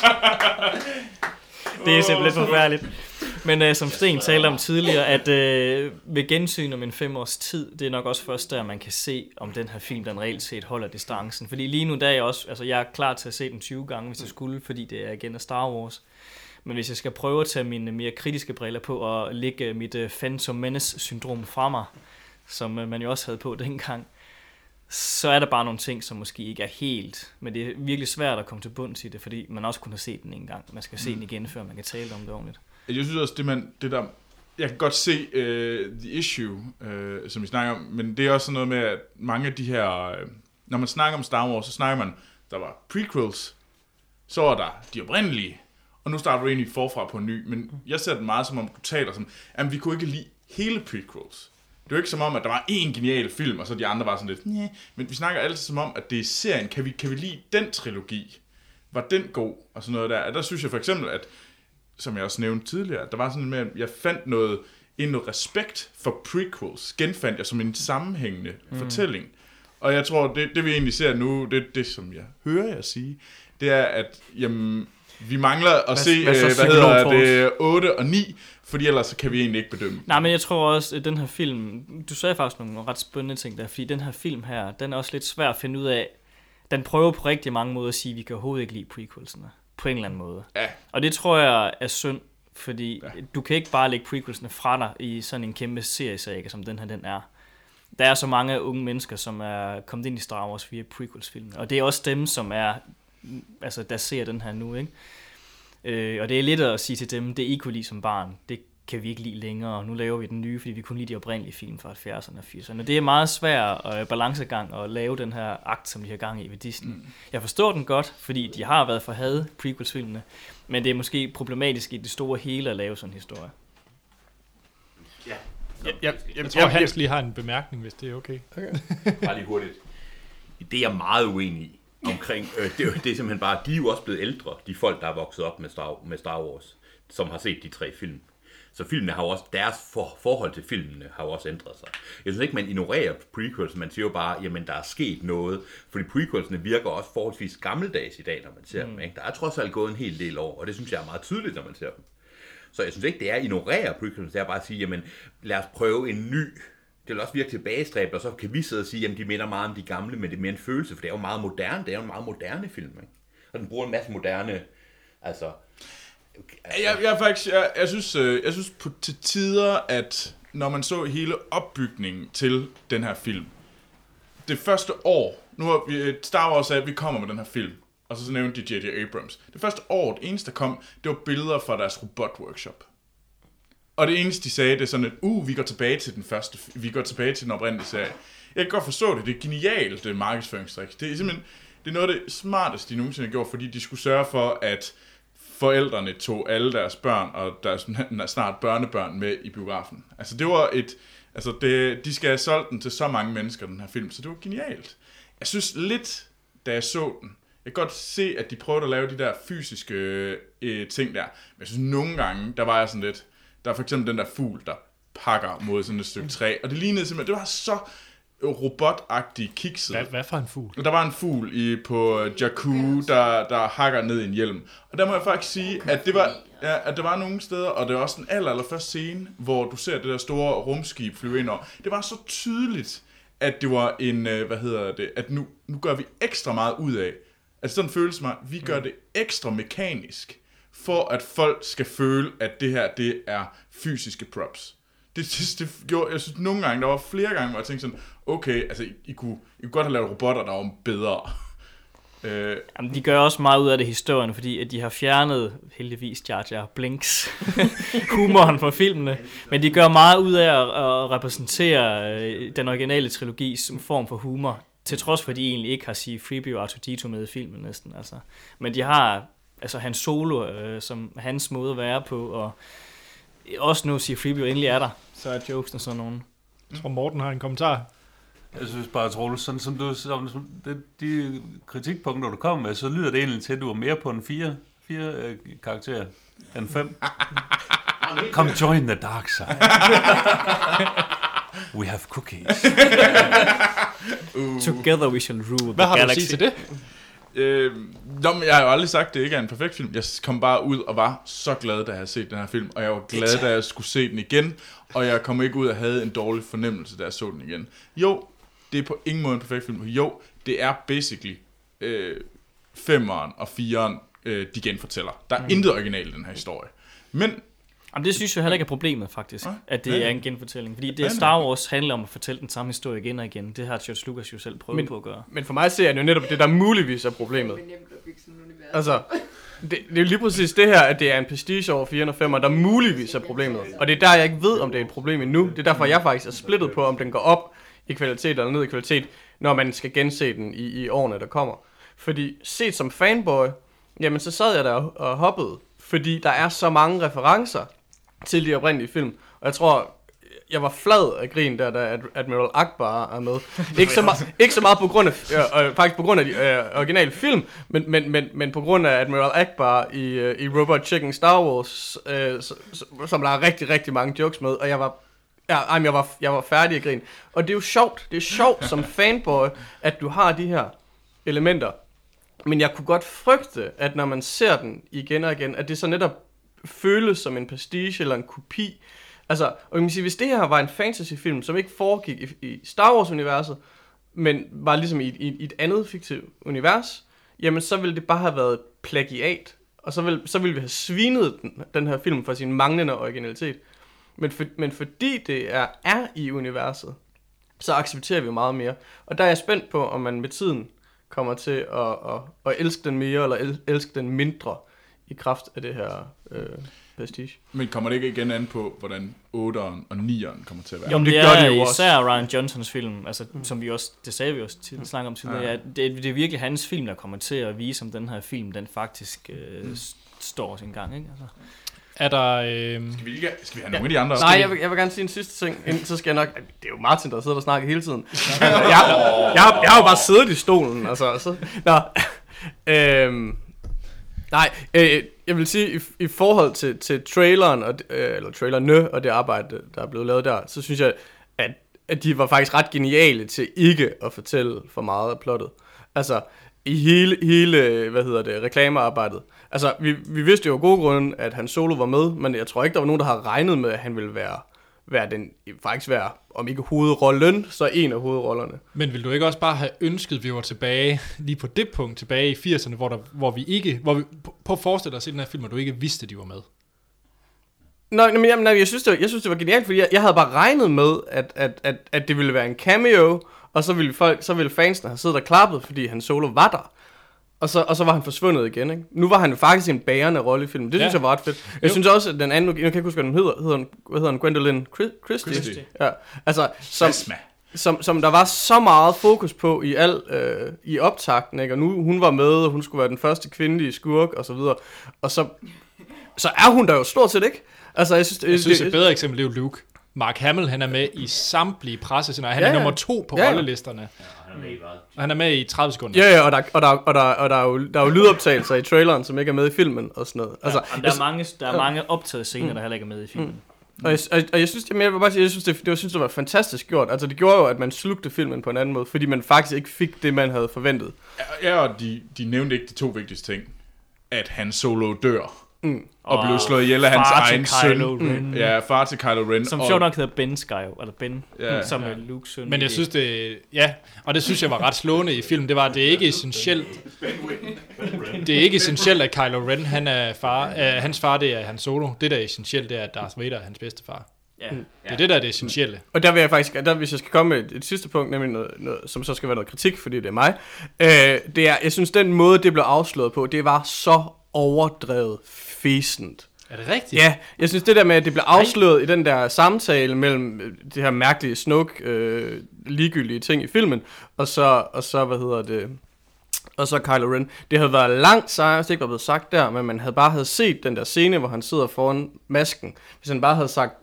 Det er simpelthen forfærdeligt. Men øh, som Sten talte om tidligere, at øh, ved gensyn om en fem års tid, det er nok også først der, man kan se, om den her film, den reelt set holder distancen. Fordi lige nu, der er jeg også, altså jeg er klar til at se den 20 gange, hvis jeg skulle, fordi det er igen af Star Wars. Men hvis jeg skal prøve at tage mine mere kritiske briller på og lægge mit øh, Phantom Menace-syndrom fra mig, som øh, man jo også havde på dengang, så er der bare nogle ting, som måske ikke er helt, men det er virkelig svært at komme til bunds i det, fordi man også kun har set den en gang. Man skal se den igen, før man kan tale om det ordentligt. Jeg synes også, det, man, det der... Jeg kan godt se uh, The Issue, uh, som vi snakker om, men det er også sådan noget med, at mange af de her... Uh, når man snakker om Star Wars, så snakker man, der var prequels, så var der de oprindelige, og nu starter du egentlig forfra på en ny, men jeg ser det meget som om, du taler som, at vi kunne ikke lide hele prequels. Det er jo ikke som om, at der var én genial film, og så de andre var sådan lidt, "Næh." men vi snakker altid som om, at det er serien, kan vi, kan vi lide den trilogi? Var den god? Og sådan noget der. Og der synes jeg for eksempel, at som jeg også nævnte tidligere, at der var sådan med, at jeg fandt noget, en noget respekt for prequels, genfandt jeg som en sammenhængende Mm. mm. fortælling. Og jeg tror, det, det vi egentlig ser nu, det det, som jeg hører jer sige, det er, at jamen, vi mangler at Hvad- hvad, se, hvad hvad, så hvad psykolog, hedder Troels? det, 8 og 9, fordi ellers så kan vi egentlig ikke bedømme. Nej, men jeg tror også, at den her film, du sagde faktisk nogle ret spændende ting der, fordi den her film her, den er også lidt svær at finde ud af. Den prøver på rigtig mange måder at sige, at vi kan overhovedet ikke lide prequelsene, på en eller anden måde. Ja. Og det tror jeg er synd, fordi ja. du kan ikke bare lægge prequelsene fra dig i sådan en kæmpe seriesaga, som den her den er. Der er så mange unge mennesker, som er kommet ind i Star Wars via prequels-filmen, og det er også dem, som er, altså, der ser den her nu, ikke? Øh, og det er lidt at sige til dem, det I kunne lide som barn, det kan vi ikke lide længere, og nu laver vi den nye, fordi vi kun lide de oprindelige film fra 70'erne og 80'erne. Det er meget svær øh, balancegang at lave den her akt, som de har gang i ved Disney. Mm. Jeg forstår den godt, fordi de har været for had, prequels-filmene, men det er måske problematisk i det store hele at lave sådan en historie. Ja. Jeg, jeg, jeg, jeg jeg tror, tror, Hans lige har en bemærkning, hvis det er okay. okay. Bare lige hurtigt. Det er jeg meget uenig i omkring. Øh, det, er jo- det er simpelthen bare, de er jo også blevet ældre, de folk, der er vokset op med Star, med Star Wars, som har set de tre film. Så filmene har jo også, deres for, forhold til filmene har jo også ændret sig. Jeg synes ikke, man ignorerer prequels, man siger jo bare, jamen der er sket noget. Fordi prequelsene virker også forholdsvis gammeldags i dag, når man ser mm. Mm. dem. Ikke? Der er trods alt gået en hel del år, og det synes jeg er meget tydeligt, når man ser dem. Så jeg synes ikke, det er at ignorere prequels, det er bare at sige, jamen lad os prøve en ny. Det vil også virke tilbagestræbende, og så kan vi sidde og sige, jamen de minder meget om de gamle, men det er mere en følelse, for det er jo meget moderne, det er jo en meget moderne film, ikke? Og den bruger en masse moderne, altså Jeg, jeg, er faktisk, jeg, jeg synes, øh, jeg synes på, til tider, at når man så hele opbygningen til den her film, det første år, nu har vi, øh, Star Wars sagde, at vi kommer med den her film, og så, så nævnte de J.J. Abrams. Det første år, det eneste, der kom, det var billeder fra deres robotworkshop. Og det eneste, de sagde, det er sådan, at uh, vi går tilbage til den første, vi går tilbage til den oprindelige serie. Jeg kan godt forstå det, det er genialt, det markedsføringstrik. Det er simpelthen, det er noget af det smarteste, de nogensinde har gjort, fordi de skulle sørge for, at forældrene tog alle deres børn og deres snart børnebørn med i biografen. Altså det var et, altså det, de skal have solgt den til så mange mennesker, den her film, så det var genialt. Jeg synes lidt, da jeg så den, jeg kan godt se, at de prøvede at lave de der fysiske øh, ting der, men jeg synes nogle gange, der var jeg sådan lidt, der er for eksempel den der fugl, der pakker mod sådan et stykke træ, og det lignede simpelthen, det var så robotagtig kikset. Hvad, hvad for en fugl? Der var en fugl i, på øh, Jakku, der, der hakker ned i en hjelm. Og der må jeg faktisk sige, at det var, ja, at der var nogle steder, og det var også den aller, aller første scene, hvor du ser det der store rumskib flyve ind over. Det var så tydeligt, at det var en, øh, hvad hedder det, at nu, nu gør vi ekstra meget ud af. Altså sådan føles mig, vi gør det ekstra mekanisk, for at folk skal føle, at det her, det er fysiske props det, det, det gjorde, jeg synes nogle gange, der var flere gange, hvor jeg tænkte sådan, okay, altså I, I, kunne, I kunne godt have lavet robotter, der var bedre. Øh. Jamen, de gør også meget ud af det historien, fordi at de har fjernet, heldigvis, Jar Jar Blinks humoren fra filmene, men de gør meget ud af at, at repræsentere øh, den originale trilogi som form for humor, til trods for, at de egentlig ikke har sige Freebie og Dito med i filmen næsten. Altså. Men de har altså hans solo, øh, som hans måde at være på, og også nu siger Freebie endelig er der, så er jokes og sådan nogen. Jeg tror, Morten har en kommentar. Jeg synes bare, Troels, sådan som du, som, som de, de kritikpunkter, du kommer med, så lyder det egentlig til, at du er mere på en 4, 4 øh, karakter end 5. Ah, Come join the dark side. We have cookies. uh. Together we shall rule the Hvad har galaxy. du at sige til det? Øh, nå, men jeg har jo aldrig sagt, at det ikke er en perfekt film. Jeg kom bare ud og var så glad, da jeg havde set den her film. Og jeg var glad, da jeg skulle se den igen. Og jeg kom ikke ud og havde en dårlig fornemmelse, da jeg så den igen. Jo, det er på ingen måde en perfekt film. Jo, det er basically øh, femeren og fireren, øh, de genfortæller. Der er mm. intet original i den her historie. Men Jamen, det synes jeg heller ikke er problemet, faktisk, ja, at det ja, er en genfortælling. Fordi det Star Wars handler om at fortælle den samme historie igen og igen. Det har George Lucas jo selv prøvet men, på at gøre. Men for mig ser jeg jo netop det, der muligvis er problemet. Altså, det, det er jo lige præcis det her, at det er en prestige over 4 og 5, der muligvis er problemet. Og det er der, jeg ikke ved, om det er et problem endnu. Det er derfor, jeg faktisk er splittet på, om den går op i kvalitet eller ned i kvalitet, når man skal gense den i, i årene, der kommer. Fordi set som fanboy, jamen så sad jeg der og, og hoppede, fordi der er så mange referencer til de oprindelige film. Og jeg tror, jeg var flad af grin der, da Ad- Admiral Akbar er med. Ikke så, meget, ikke så meget på grund af, øh, øh, faktisk på grund af de øh, originale film, men, men, men, men på grund af Admiral Akbar i, øh, i Robot Chicken Star Wars, øh, s- s- som der er rigtig, rigtig mange jokes med, og jeg var Ja, ej, men jeg var, jeg var færdig at grine. Og det er jo sjovt, det er sjovt som fanboy, at du har de her elementer. Men jeg kunne godt frygte, at når man ser den igen og igen, at det så netop føles som en pastiche eller en kopi. Altså, og man kan sige, hvis det her var en fantasyfilm, som ikke foregik i, i Star Wars-universet, men var ligesom i, et- i, et- i et andet fiktivt univers, jamen så ville det bare have været plagiat, og så ville, så ville vi have svinet den, den her film for sin manglende originalitet. Men, for, men fordi det er, er i universet, så accepterer vi meget mere. Og der er jeg spændt på, om man med tiden kommer til at, at, at elske den mere, eller el, elske den mindre, i kraft af det her øh, prestige. Men kommer det ikke igen an på, hvordan 8'eren og 9'eren kommer til at være? Jo, men det, det gør er det jo især også. Ryan Johnsons film, altså, mm. som vi også, det sagde vi også til, snakkede om tidligere, Ja. ja. det, det er virkelig hans film, der kommer til at vise, om den her film, den faktisk øh, mm. står sin gang. Ikke? Altså. Er der... Øh... Skal vi, ikke, skal vi have nogle af de andre? Nej, jeg vil, jeg vil gerne sige en sidste ting, inden så skal jeg nok... Det er jo Martin, der sidder og snakker hele tiden. jeg, jeg, jeg, har- jeg har jo bare siddet i stolen, altså. Så, nå. Øhm, nej, øh, jeg vil sige, i, i forhold til, til traileren, og, d- øh, eller trailerne og det arbejde, der er blevet lavet der, så synes jeg, at, at de var faktisk ret geniale til ikke at fortælle for meget af plottet. Altså, i hele, hele hvad hedder det, reklamearbejdet. Altså, vi, vi vidste jo af gode grunde, at han Solo var med, men jeg tror ikke, der var nogen, der har regnet med, at han ville være være den, faktisk være, om ikke hovedrollen, så en af hovedrollerne. Men vil du ikke også bare have ønsket, at vi var tilbage lige på det punkt, tilbage i 80'erne, hvor, der, hvor vi ikke, hvor vi, på at forestille dig at se den her film, og du ikke vidste, at de var med? Nå, nej, men jamen, nej, jeg, synes, det var, jeg synes, det var genialt, fordi jeg, jeg havde bare regnet med, at, at, at, at det ville være en cameo, og så ville, folk, så ville fansene have siddet og klappet, fordi han solo var der. Og så, og så var han forsvundet igen, ikke? Nu var han jo faktisk en bærende rolle i filmen. Det synes Ja. jeg var ret fedt. Jeg Jo. synes også, at den anden, nu kan jeg ikke huske, hvad den hedder, hedder den, hvad hedder den Gwendolyn Chris- Christie? Christie. Ja, altså, som, som, som der var så meget fokus på i al øh, i optakten, ikke? Og nu hun var med, og hun skulle være den første kvindelige skurk, og så videre. Og så, så er hun der jo stort set ikke. Altså, jeg synes, Jeg synes, et bedre eksempel det er jo Luke. Mark Hamill, han er med i samtlige pressescenarier. Han ja, er Ja, ja. nummer to på Ja, ja, ja. rollelisterne. Og han er med i 30 sekunder. Ja, ja, og der, og der, og der, og der, er, jo, der er jo lydoptagelser i traileren, som ikke er med i filmen og sådan noget. Altså, Jamen, der, er mange, der er Ja. mange optaget scener, der heller ikke er med i filmen. Mm. Og jeg, og, og jeg synes, jamen, jeg vil bare sige, jeg synes, det, det, jeg synes, det var fantastisk gjort. Altså, det gjorde jo, at man slugte filmen på en anden måde, fordi man faktisk ikke fik det, man havde forventet. Ja, og de, de nævnte ikke de to vigtigste ting. At han solo dør. Mm. Og Og blev slået ihjel af hans far til egen Kylo søn. Mm. Ren. Ja, far til Kylo Ren. Som og- sjovt nok hedder Ben Skyo, eller Ben, Ja. som Ja. er Luke's søn. Mm. Men jeg i- synes, det, ja, og det synes jeg var ret slående i filmen, det var, at det er ikke essentielt, det er ikke essentielt, at Kylo Ren, han er far, øh, hans far, det er hans solo. Det, der er essentielt, det er, at Darth Vader er hans bedste far. Ja. Mm. Det er det, der er det essentielle. Og der vil jeg faktisk, der, hvis jeg skal komme med et, et sidste punkt, nemlig noget, noget, som så skal være noget kritik, fordi det er mig, øh, det er, jeg synes, den måde, det blev afsløret på, det var så overdrevet fæsent. Er det rigtigt? Ja, jeg synes det der med, at det blev afsløret i den der samtale mellem øh, det her mærkelige, snuk, øh, ligegyldige ting i filmen, og så, og så, hvad hedder det, og så Kylo Ren. Det havde været langt sejere, hvis det ikke var blevet sagt der, men man havde bare havde set den der scene, hvor han sidder foran masken. Hvis han bare havde sagt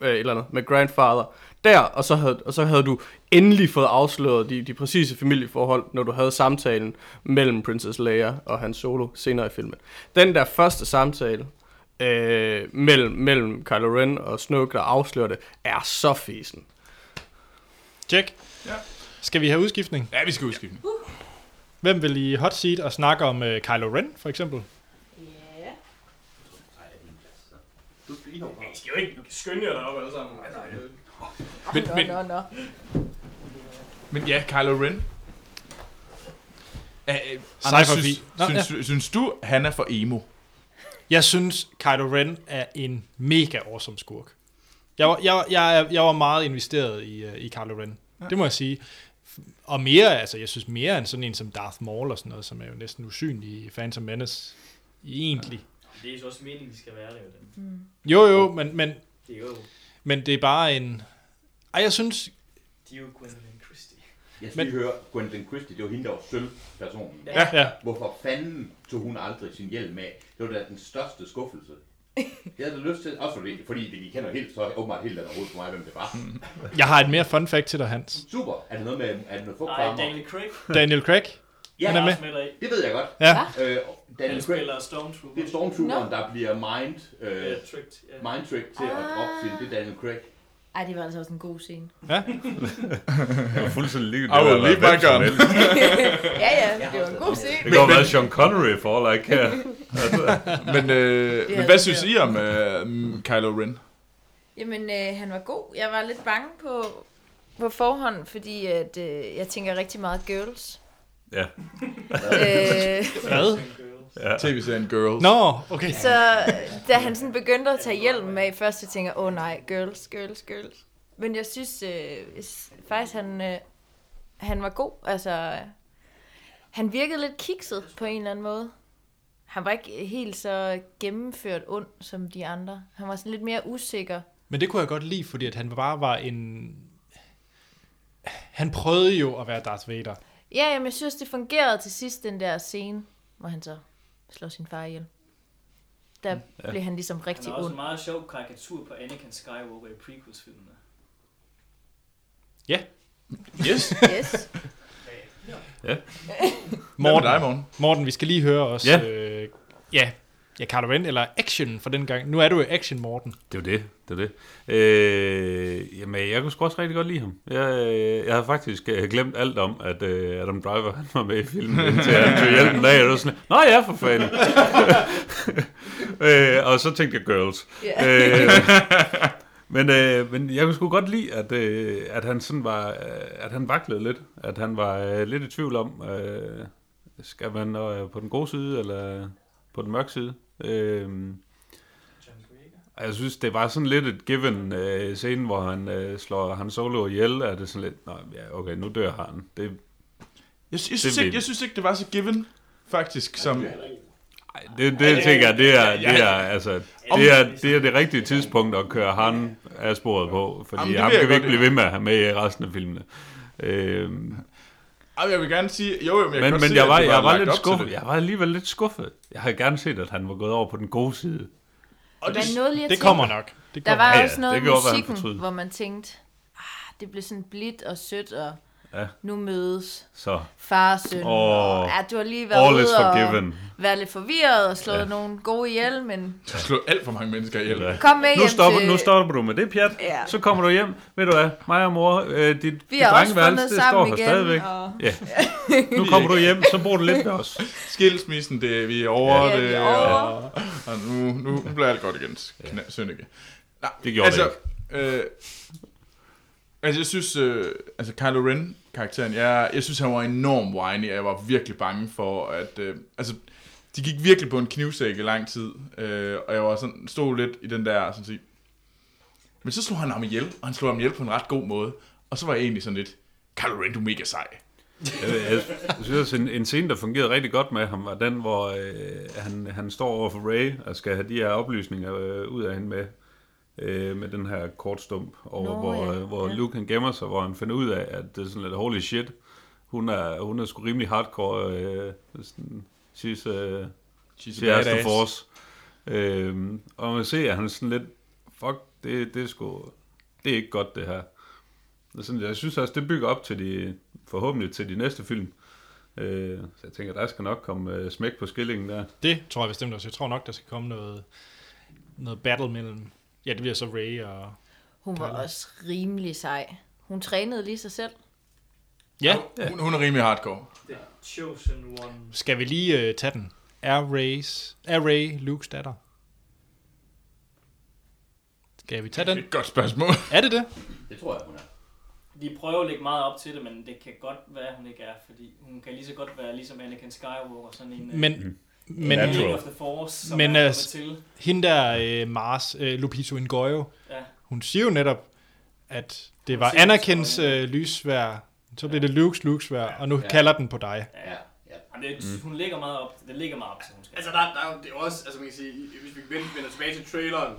øh, et eller andet med grandfather der, og så havde, og så havde du endelig fået afsløret de, de præcise familieforhold, når du havde samtalen mellem Princess Leia og Han Solo senere i filmen. Den der første samtale øh, mellem, mellem Kylo Ren og Snoke, der afslører det, er så fesen. Tjek. Ja. Skal vi have udskiftning? Ja, vi skal udskiftning. Hvem vil i hot seat og snakke om uh, Kylo Ren, for eksempel? I skal altså, jo ikke skynde jer deroppe alle sammen. Men, Nå, men, nå, nå. men ja, Kylo Ren. Æh, Cypher synes, synes, Nå, ja. synes, synes du, han er for emo? Jeg synes, Kylo Ren er en mega awesome skurk. Jeg var, jeg, var- jeg, er- jeg var meget investeret i, øh, i Kylo Ren. Ja. Ja. Det må jeg sige. Og mere, altså jeg synes mere end sådan en som Darth Maul og sådan noget, som er jo næsten usynlig i Phantom Menace. Egentlig. Det er så også meningen, de skal være det. Jo, den. Mm. Jo jo, men, men, Det er jo- men det er bare en... Ej, jeg synes... De er jo Gwendolyn Christie. Jeg skal lige høre, Gwendolyn Christie, det var hende, der var sølvpersonen. Ja. Ja. Hvorfor fanden tog hun aldrig sin hjelm af? Det var da den største skuffelse. Jeg havde da lyst til, også fordi, fordi det gik hen og helt, så åbenbart helt andet overhovedet for mig, hvem det var. Jeg har et mere fun fact til dig, Hans. Super. Er det noget med, er det noget Nej, fugtvarmer? Daniel Craig. Daniel Craig? Ja, han er med. Det ved jeg godt. Ja. Øh, Daniel Han Craig. spiller Stormtrooper. Det er Stormtrooperen, Nå. der bliver mind, øh, Ja, tricked, ja. mind tricked til at droppe sin. Det er Daniel Craig. Ej, det var altså også en god scene. Ja. Det var fuldstændig lige, I will leave my gun. ja, ja, det var en god scene. Det kunne have været Sean Connery for all I care. men, øh, Det men er hvad det synes der. I om øh, mm, Kylo Ren? Jamen, øh, han var god. Jeg var lidt bange på, på forhånd, fordi at, øh, jeg tænker rigtig meget girls. Ja. Øh. Hvad? Ja. TV-serien Girls. Nå, okay. Så øh, da han sådan begyndte at tage hjelmen af først, så tænker jeg, åh oh, nej, girls, girls, girls. Men jeg synes øh, jeg synes faktisk, han, øh, han var god. Altså, øh, han virkede lidt kikset på en eller anden måde. Han var ikke helt så gennemført ond som de andre. Han var sådan lidt mere usikker. Men det kunne jeg godt lide, fordi at han bare var en... Han prøvede jo at være Darth Vader. Ja, jamen, jeg synes, det fungerede til sidst, den der scene, hvor han så slår sin far ihjel. Der Ja. ja. blev han ligesom Han rigtig har også ond. en meget sjov karikatur på Anakin Skywalker i prequels-filmene. Ja. Yes. yes. Ja. Morten, Hvad med dig, Morten? Morten, vi skal lige høre os... Ja. Øh, ja. Ja, Carlo Ren, eller Action for den gang. Nu er du jo Action, Morten. Det var det, det var det. Øh, jamen, jeg kunne sgu også rigtig godt lide ham. Jeg, øh, jeg havde faktisk øh, glemt alt om, at øh, Adam Driver han var med i filmen, indtil han tog hjælpen af, og det var sådan, Nå ja, for fanden. øh, og så tænkte jeg, girls. Ja. Øh, Men, øh, men jeg kunne sgu godt lide, at, øh, at han sådan var, øh, at han vaklede lidt. At han var øh, lidt i tvivl om, øh, skal man øh, på den gode side, eller på den mørke side. Øh, og jeg synes, det var sådan lidt et given øh, scene, hvor han øh, slår Han Solo ihjel. Er det sådan lidt, nej, ja, okay, nu dør han. Det, Jeg, sy- jeg, synes ikke, jeg synes ikke, det var så given, faktisk, som... Det, det tænker jeg, det er, det er, altså, det er, det er det rigtige tidspunkt at køre han af sporet på, fordi Jamen, det ham vil jeg kan vi godt ikke blive ved med at have med i resten af filmene. Øhm, Ej, jeg vil gerne sige... Jo, jo, men jeg kan men godt men se, jeg, at var, det var jeg var lagt lidt op til skuffet. det. Jeg var alligevel lidt skuffet. Jeg havde gerne set, at han var gået over på den gode side. Og det, nåede lige at det tænke- kommer nok. Det der kommer. var Ja, ja, også noget det det kan godt være, han musikken, fortryder. hvor man tænkte, ah, det blev sådan blidt og sødt, og Ja. nu mødes Så. far og søn. Åh, og, ja, du har lige været all ude is og forgiven. været lidt forvirret og slået Ja. ja. nogle gode ihjel, men Jeg slog alt for mange mennesker ihjel. Kom med nu, hjem stopper, til- nu stopper du med det pjat, Ja. så kommer du hjem. Ved du hvad, mig og mor, øh, dit, dit Vi har også drengeværelse, fundet det står sammen her igen, stadigvæk. og- Ja. Nu kommer du hjem, så bor du lidt med os. Skilsmissen, det er vi er over Ja, det. vi er Og, og nu, nu bliver alt godt igen. Kna, synd ikke. Nej, Det gjorde det ikke. Øh, altså, jeg synes, øh, altså Kylo Ren karakteren, jeg, jeg synes, han var enormt whiny, og jeg var virkelig bange for, at, øh, altså, de gik virkelig på en knivsæk i lang tid, øh, og jeg var sådan, stod lidt i den der, sådan at sige, men så slog han ham ihjel, og han slog ham ihjel på en ret god måde, og så var jeg egentlig sådan lidt, Kylo Ren, du er mega sej. Jeg, jeg synes, også, en, en scene, der fungerede rigtig godt med ham, var den, hvor øh, han, han står over for Ray og skal have de her oplysninger øh, ud af hende med, øh, med den her kortstump, og Nå, hvor, ja, øh, hvor ja. Luke han gemmer sig, hvor han finder ud af, at det er sådan lidt holy shit. Hun er, hun er sgu rimelig hardcore. Øh, sådan, she's, øh, She's she's, a she's the badass. force. Øhm, og man ser, at han er sådan lidt, fuck, det, det er sgu, det er ikke godt det her. Og Sådan, jeg synes også, det bygger op til de, forhåbentlig til de næste film. Øh, så jeg tænker, der skal nok komme øh, smæk på skillingen der. Det tror jeg bestemt også. Jeg tror nok, der skal komme noget, noget battle mellem... Ja, det bliver så Ray og... hun var Kylo. også rimelig sej. Hun trænede lige sig selv. Ja. Hun, hun er rimelig hardcore. The chosen one. Skal vi lige øh, tage den? Er, Ray's, er Ray Luke's datter? Skal vi tage den? Et godt spørgsmål. Er det det? Det tror jeg, hun er. De prøver at lægge meget op til det, men det kan godt være, hun ikke er, fordi hun kan lige så godt være ligesom Anakin Skywalker, sådan en... øh, Mm. Men, en men, Ring of the Force, som men er altså, kommet til. hende der øh, Mars, øh, Lupito Ngoyo, Ja. hun siger jo netop, at det Hun var siger, Anakins øh, lysvær, så blev det Lukes lysvær, og nu Ja. kalder den på dig. Ja, ja. Jamen, det, Mm. hun ligger meget op, det ligger meget op til, hun skal. Altså, der, der er jo det er også, altså man kan sige, hvis vi vender, vender tilbage til traileren,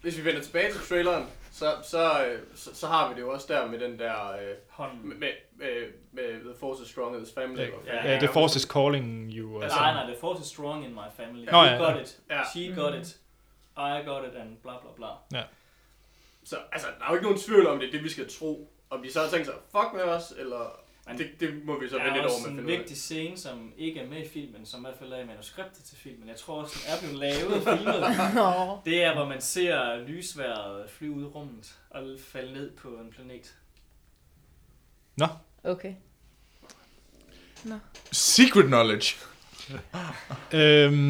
hvis vi vender tilbage til traileren, så, så, øh, så, så har vi det jo også der med den der, øh, Hånden. med, med, med, med The Force is Strong as Family. Ja, eller hvad fanden ja, the force is calling you. og Nej, sådan. nej, the force is strong in my family. Nå, He ja. got it, Ja. Mm-hmm. she got it, I got it, and bla bla bla. Ja. Så altså, der er jo ikke nogen tvivl om, det er det, vi skal tro. Om de så har tænkt sig, fuck med os, eller... det, det må vi så Der vente er lidt også over en med at finde ud vigtig scene, som ikke er med i filmen, som i hvert fald er i manuskriptet til filmen. Jeg tror også, den er blevet lavet i filmen. Nå. det er, hvor man ser lysværet flyve ud i rummet og falde ned på en planet. Okay. Secret knowledge. Øhm, af.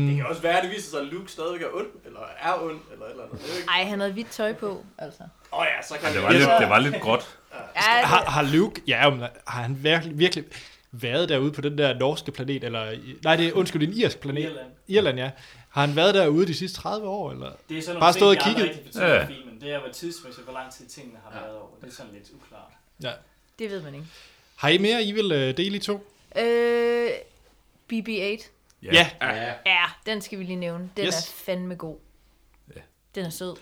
Det kan også være, at det viser sig, at Luke stadigvæk er ond, eller er ond, eller eller andet. Det er jo ikke- Ej, han havde hvidt tøj på, altså. Åh oh, ja, så kan Ej, det vi- var lidt- det var lidt gråt. Ja, Har, har Luke, ja, men har han virkelig, virkelig været derude på den der norske planet, eller, i- nej, det er, undskyld, det er en irsk planet. Irland. Irland, ja. Har han været derude de sidste 30 år, eller? Det er sådan nogle Bare ting, stået jeg og aldrig kigget. rigtig fortæller ja. i filmen. Det er, hvor tidsmæssigt, hvor lang tid tingene har været over. Det er sådan lidt uklart. Ja. Det ved man ikke. Har I mere, I vil øh, dele i to? Øh, BB-8. Ja. Ja. ja. Ja. den skal vi lige nævne. Den Yes. er fandme god. Den er sød.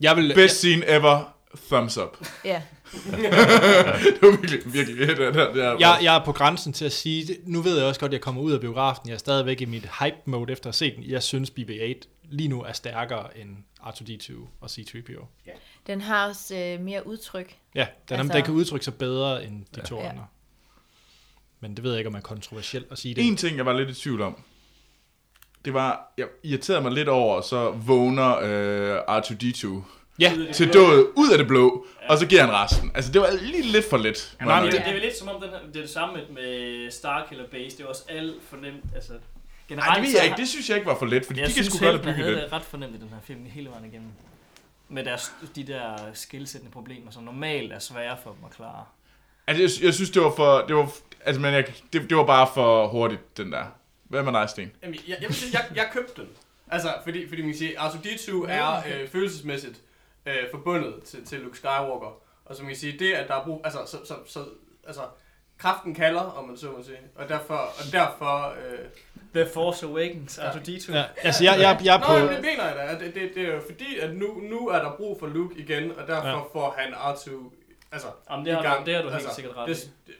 Jeg vil... Best scene ever. Thumbs up. Ja. det var virkelig, virkelig det, der, der, der. Jeg, jeg er på grænsen til at sige, det- nu ved jeg også godt, at jeg kommer ud af biografen, jeg er stadigvæk i mit hype-mode efter at have set den. Jeg synes, BB-8 lige nu er stærkere end R2-D2 og C-3PO. Ja, Den har også øh, mere udtryk. ja den, altså, den kan udtrykke sig bedre end de to Ja. andre. Men det ved jeg ikke, om er kontroversielt at sige det. En ting, jeg var lidt i tvivl om, det var, jeg irriterede mig lidt over, så vågner øh, R2-D2 Ja. til død ud af det blå, og så giver han resten. Altså, det var lige lidt for lidt. må Nej, jeg men det, nok det, er jo lidt som om, den her, det er det samme med- med Starkiller Base. Det er også alt fornemt. Altså, Ej, det ved jeg ikke. Det synes jeg ikke var for let, fordi Jeg de kan synes sgu godt have heltene bygget havde lidt. det ret fornemt i den her film hele vejen igennem. Med deres, de der skilsættende problemer, som normalt er svære for dem at klare. Altså, jeg, jeg synes, det var for... Det var, altså, men jeg, det, det var bare for hurtigt, den der. Hvad med dig, Sten? Jamen, jeg, jeg, vil sige, jeg, jeg købte den. Altså, fordi, fordi man kan sige, Arthur D2 er øh, følelsesmæssigt øh, forbundet til, til Luke Skywalker. Og så man kan sige, det at der er brug... Altså, så, så, så, altså kraften kalder, om man så må sige. Og derfor... Og derfor øh, The Force Awakens, Arthur D2. Ja, altså, jeg- jeg- jeg er på- Nå, jamen, det mener jeg da. at Det, det, det er jo fordi, at nu, nu er der brug for Luke igen, og derfor Ja. ja. får han R2 altså, Jamen, det i har du- gang. det har du helt altså, sikkert ret Det, det,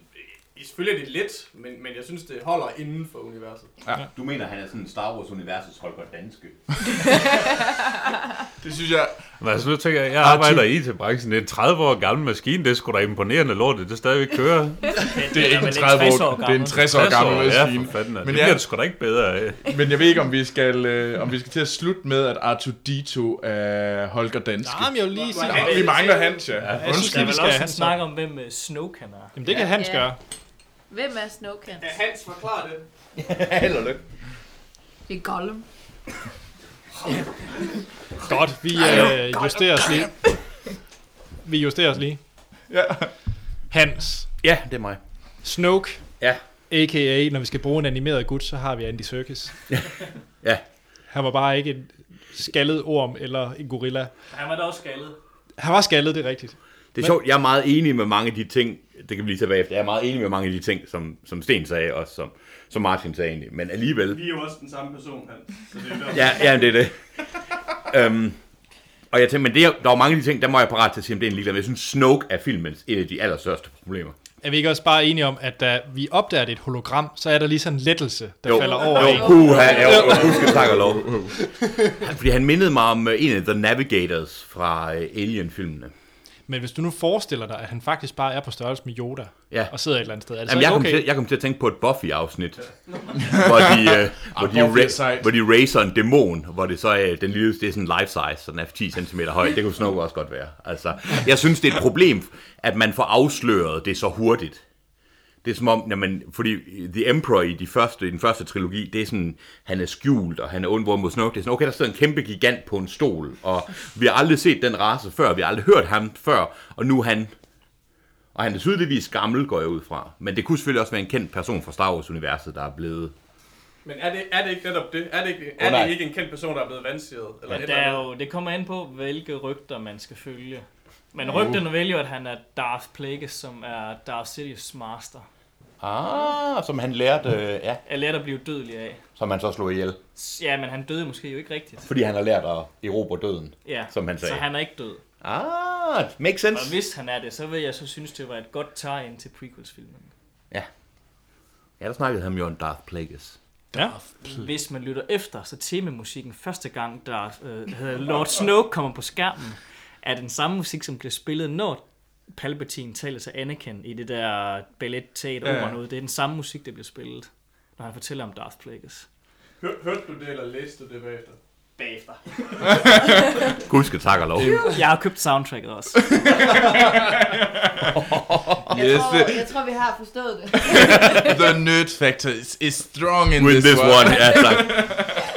det- selvfølgelig er det lidt, men, men jeg synes, det holder inden for universet. Ja. Du mener, han er sådan Star Wars-universets Holger Danske. Det synes jeg... Men altså, nu tænker jeg, jeg arbejder i IT-branchen. Det er en 30 år gammel maskine. Det er sgu da imponerende lort, at det stadigvæk kører. Det er ikke en 30 år, det er en 60 år gammel maskine. Ja, for fanden, men Men det jeg- bliver det sgu da ikke bedre af. Men jeg ved ikke, om vi skal, øh, om vi skal til at slutte med, at R2-D2 er Holger Danske. Nej, men jeg vil lige sige... Nå, vi mangler Hans, ja. Jeg synes, Der er lige, vi vel skal have også en Hans snak om, hvem øh, Snoke han er. Jamen, det kan Hans Ja. gøre. Hvem er Snowcans? Hans, forklar det. Held og lykke. Det er Gollum. Godt, vi Ej, øh, godt. justerer os lige. Vi justerer os lige. Ja. Hans. Ja, det er mig. Snoke. Ja. A.k.a. når vi skal bruge en animeret gut, så har vi Andy Serkis. ja. Han var bare ikke en skaldet orm eller en gorilla. Han var da også skaldet. Han var skaldet, det er rigtigt. Det er Men- sjovt, jeg er meget enig med mange af de ting, det kan vi lige tage bagefter, jeg er meget enig med mange af de ting, som, som Sten sagde, og som, som Martin sagde egentlig, men alligevel, Vi er jo også den samme person, han. Så det er derfor. ja, ja det er det. øhm, og jeg tænker, men det, er- der er jo mange af de ting, der må jeg parat til at sige, om det er en ligeglad, men jeg synes, Snoke er filmens et af de allerstørste problemer. Er vi ikke også bare enige om, at da vi opdager det er et hologram, så er der lige sådan en lettelse, der jo, falder over jo, en? Puha, jo, jo, husk, tak og lov. Fordi han mindede mig om øh, en af The Navigators fra øh, Alien-filmene. Men hvis du nu forestiller dig, at han faktisk bare er på størrelse med Yoda, Ja. og sidder et eller andet sted, er det Jamen, jeg, så ikke kom okay? til, jeg kom til at tænke på et Buffy-afsnit, hvor de, øh, hvor, de Ah, Buffy er ra- hvor de racer en dæmon, hvor det så er den lille, det er sådan life size, så den er 10 cm høj. Det kunne Snoke også godt være. Altså, jeg synes, det er et problem, at man får afsløret det så hurtigt. Det er som om, jamen, fordi The Emperor i, de første, i den første trilogi, det er sådan, han er skjult, og han er ond, hvor mod Snoke, det er sådan, okay, der sidder en kæmpe gigant på en stol, og vi har aldrig set den race før, vi har aldrig hørt ham før, og nu er han og han er tydeligvis gammel, går jeg ud fra. Men det kunne selvfølgelig også være en kendt person fra Star Wars-universet, der er blevet... Men er det, er det ikke netop det? Er det ikke, Åh, er nej. det ikke en kendt person, der er blevet vansiret? Eller Ja, et der eller andet? er jo, det kommer an på, hvilke rygter man skal følge. Men Uh. rygterne vælger, jo, at han er Darth Plagueis, som er Darth Sidious master. Ah, som han lærte... Øh, ja, Er let at blive dødelig af. som han så slog ihjel. S- Ja, men han døde måske jo ikke rigtigt. Fordi han har lært at erobre døden, Ja, som han sagde. så han er ikke død. Ah, makes sense. Og hvis han er det, så vil jeg så synes, det var et godt tegn til prequels-filmen. Ja, der snakkede han jo om Darth Plagueis. Ja. Hvis man lytter efter, så temamusikken første gang, der øh, hedder Lord Snoke kommer på skærmen, er den samme musik, som bliver spillet, når Palpatine taler til Anakin i det der ballet teater Ja. ja. noget. Det er den samme musik, der bliver spillet, når han fortæller om Darth Plagueis. Hør, hørte du det, eller læste du det bagefter? Bagefter. Gudske tak og lov. Jeg har købt soundtracket også. Jeg, Yes, tror, the- jeg tror, vi har forstået det. The nerd factor is, is strong in With this, this one, ja, tak.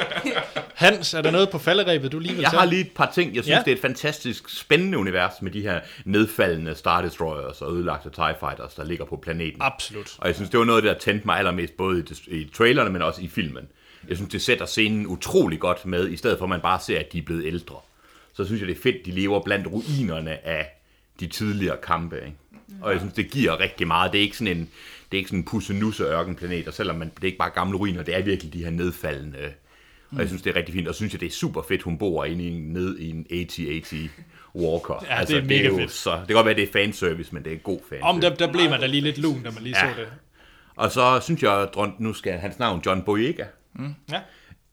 Hans, er der noget på falderæbet, du lige vil Jeg tage? har lige et par ting. Jeg synes, Ja. ja. det er et fantastisk spændende univers med de her nedfaldende Star Destroyers og ødelagte TIE Fighters, der ligger på planeten. Absolut. Og jeg synes, det var noget, der tændte mig allermest, både i, dis- i trailerne, men også i filmen. Jeg synes, det sætter scenen utrolig godt med, i stedet for at man bare ser, at de er blevet ældre. Så synes jeg, det er fedt, de lever blandt ruinerne af de tidligere kampe. Ikke? Mm. Og jeg synes, det giver rigtig meget. Det er ikke sådan en, det er ikke sådan en pusse-nusse ørkenplanet, og selvom man, det er ikke bare gamle ruiner, det er virkelig de her nedfaldende øh, og Mm. jeg synes, det er rigtig fint, og synes jeg, det er super fedt, hun bor inde i en, ned i en AT-AT Walker. Altså, Ja, det er mega jo fedt. Så, det kan godt være, det er fanservice, men det er god fanservice. Om der, der blev man da lige lidt lun, da man lige Ja. så det. Og så synes jeg, dron- nu skal hans navn John Boyega. Mm. Ja.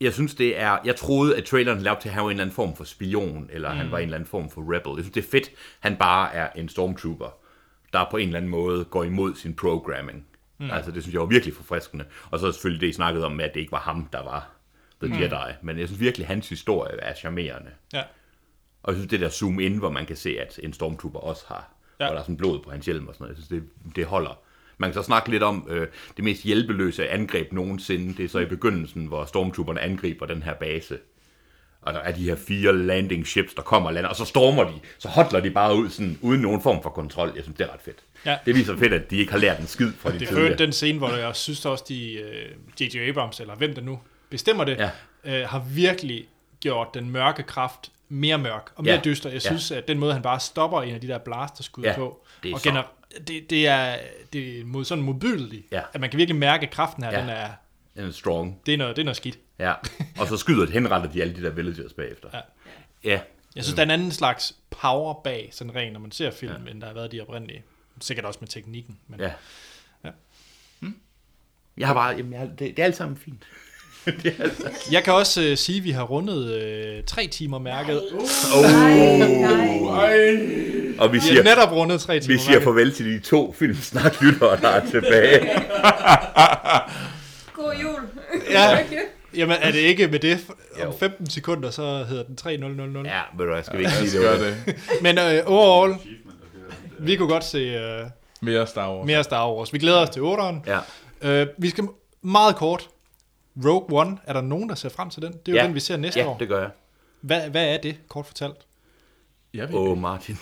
Jeg synes, det er... Jeg troede, at traileren lavede til, at han var en eller anden form for spion, eller mm. han Mm. var en eller anden form for rebel. Jeg synes, det er fedt, han bare er en stormtrooper, der på en eller anden måde går imod sin programming. Mm. Mm. Altså, det synes jeg var virkelig forfriskende. Og så selvfølgelig det, I snakkede om, med, at det ikke var ham, der var The Mm. mm. Jedi. Men jeg synes virkelig, at hans historie er charmerende. Ja. Og jeg synes, det der zoom ind, hvor man kan se, at en stormtrooper også har, Ja. ja. og der er sådan blod på hans hjelm og sådan noget, jeg synes, det, det holder. Man kan så snakke lidt om øh, det mest hjælpeløse angreb nogensinde. Det er så i begyndelsen, hvor stormtrooperne angriber den her base. Og der er de her fire landing ships, der kommer og lander, og så stormer de, så hotler de bare ud sådan, uden nogen form for kontrol. Jeg synes, det er ret fedt. Ja. Det viser fedt, at de ikke har lært en skid fra de Det tidligere. er den scene, hvor jeg synes også, de øh, J.J. Abrams, eller hvem der nu bestemmer det, Ja. øh, har virkelig gjort den mørke kraft mere mørk og mere Ja. dyster. Jeg Ja. synes, at den måde, han bare stopper en af de der blasterskud Ja. på, Det er og så- gener- det, det er, det er mod, sådan modbydeligt, Ja. at man kan virkelig mærke, at kraften her, Ja. den er, Den er strong. det er, noget, det er noget skidt. Ja. Og så skyder henretter de alle de der villagers bagefter. Ja. ja. Jeg synes, der er en anden slags power bag, sådan rent, når man ser film, ja. end der har været de oprindelige. Sikkert også med teknikken. Men, Ja. ja. Jeg har bare, jamen, jeg, har- det, det, er alt sammen fint. det er alt sammen. Jeg kan også øh, sige, at vi har rundet øh, tre timer mærket. Oh. Og vi Vi har siger, netop rundet tre timer Vi siger mærket. farvel til de to filmsnaklyttere, der er tilbage. God jul. Ja. Okay. Jamen, er det ikke med det? Om 15 sekunder, så hedder den 3000. Ja, ved du hvad, skal vi ikke Ja, sige lad os det? gøre Men øh, overall, vi kunne godt se øh, Mere Star Wars. mere Star Wars. Vi glæder os til 8'eren. Ja. Øh, vi skal meget kort. Rogue One, er der nogen, der ser frem til den? Det er jo Ja. den, vi ser næste Ja, år. det gør jeg. Hvad, hvad er det, kort fortalt? Jeg Åh, oh, Martin.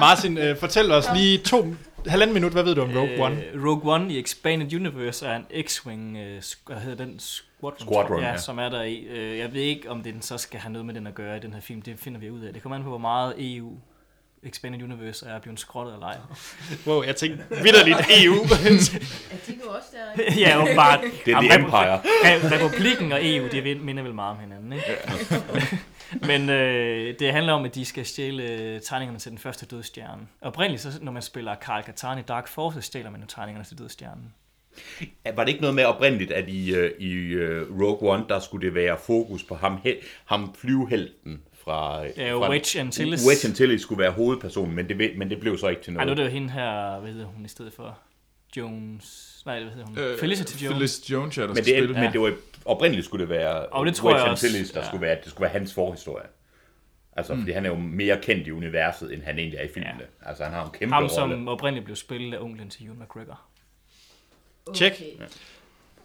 Martin, øh, fortæl os lige to, halvanden minut, hvad ved du om Rogue One? Øh, Rogue One i Expanded Universe er en X-Wing, øh, sk- hvad hedder den? Squadron, Squadron, tror jeg, ja. som er der i. Øh, jeg ved ikke, om den så skal have noget med den at gøre i den her film. Det finder vi ud af. Det kommer an på, hvor meget EU Expanded Universe er blevet skrottet eller ej. Wow, jeg tænkte vidderligt E EU. Er de nu også der? ja, åbenbart. Det er The Jamen, Repu- Empire. Re- Republikken og E EU, det minder vel meget om hinanden, ikke? Men øh, det handler om, at de skal stjæle øh, tegningerne til den første dødstjerne. Oprindeligt, så, når man spiller Karl Katarn i Dark Force, så stjæler man jo tegningerne til dødstjernen. Ja, Var det ikke noget med oprindeligt, at i, øh, i øh, Rogue One, der skulle det være fokus på ham, hel- ham flyvehelten fra... øh, Ja, fra Wedge Antilles. Wedge Antilles skulle være hovedpersonen, men det, ved- men det blev så ikke til Nej, noget. nu er det jo hende her, hvad hedder hun i stedet for? Jones. Nej, hvad hedder hun? Øh, Felicity Jones. men det, er- Men det var, oprindeligt skulle det være Og det tror Wedge jeg også, Antilles, der ja. skulle være, det skulle være hans forhistorie. Altså, mm. fordi han er jo mere kendt i universet, end han egentlig er i filmene. Ja. Altså, han har en kæmpe Ham, rolle. som oprindeligt blev spillet af onklen til Ewan McGregor. Tjek.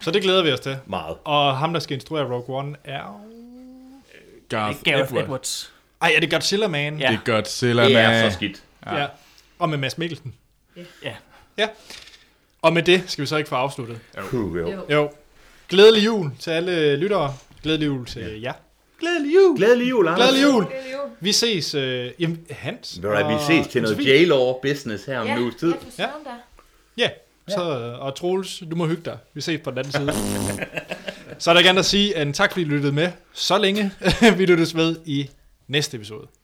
Så det glæder vi os til. Meget. Og ham, der skal instruere Rogue One, er... Garth Gareth Edwards. Edwards. Ej, er det Godzilla Man? Det er Godzilla, Det er man. så skidt. Ja. ja. Og med Mads Mikkelsen. Ja. Ja. Og med det skal vi så ikke få afsluttet. Jo. Jo. Jo. jo. Glædelig jul til alle lyttere. Glædelig jul til ja. jer. Glædelig jul! Glædelig jul, Anders. Glædelig jul! Glædelig jul. Vi ses, øh, jamen, Hans. Ved du hvad, vi og ses til noget Josefine. jailor-business her om Ja, en uges tid. ja, for søren da. Ja, så, øh, og Troels, du må hygge dig. Vi ses på den anden side. så er der gerne at sige en tak, fordi I lyttede med så længe. vi lyttes ved i næste episode.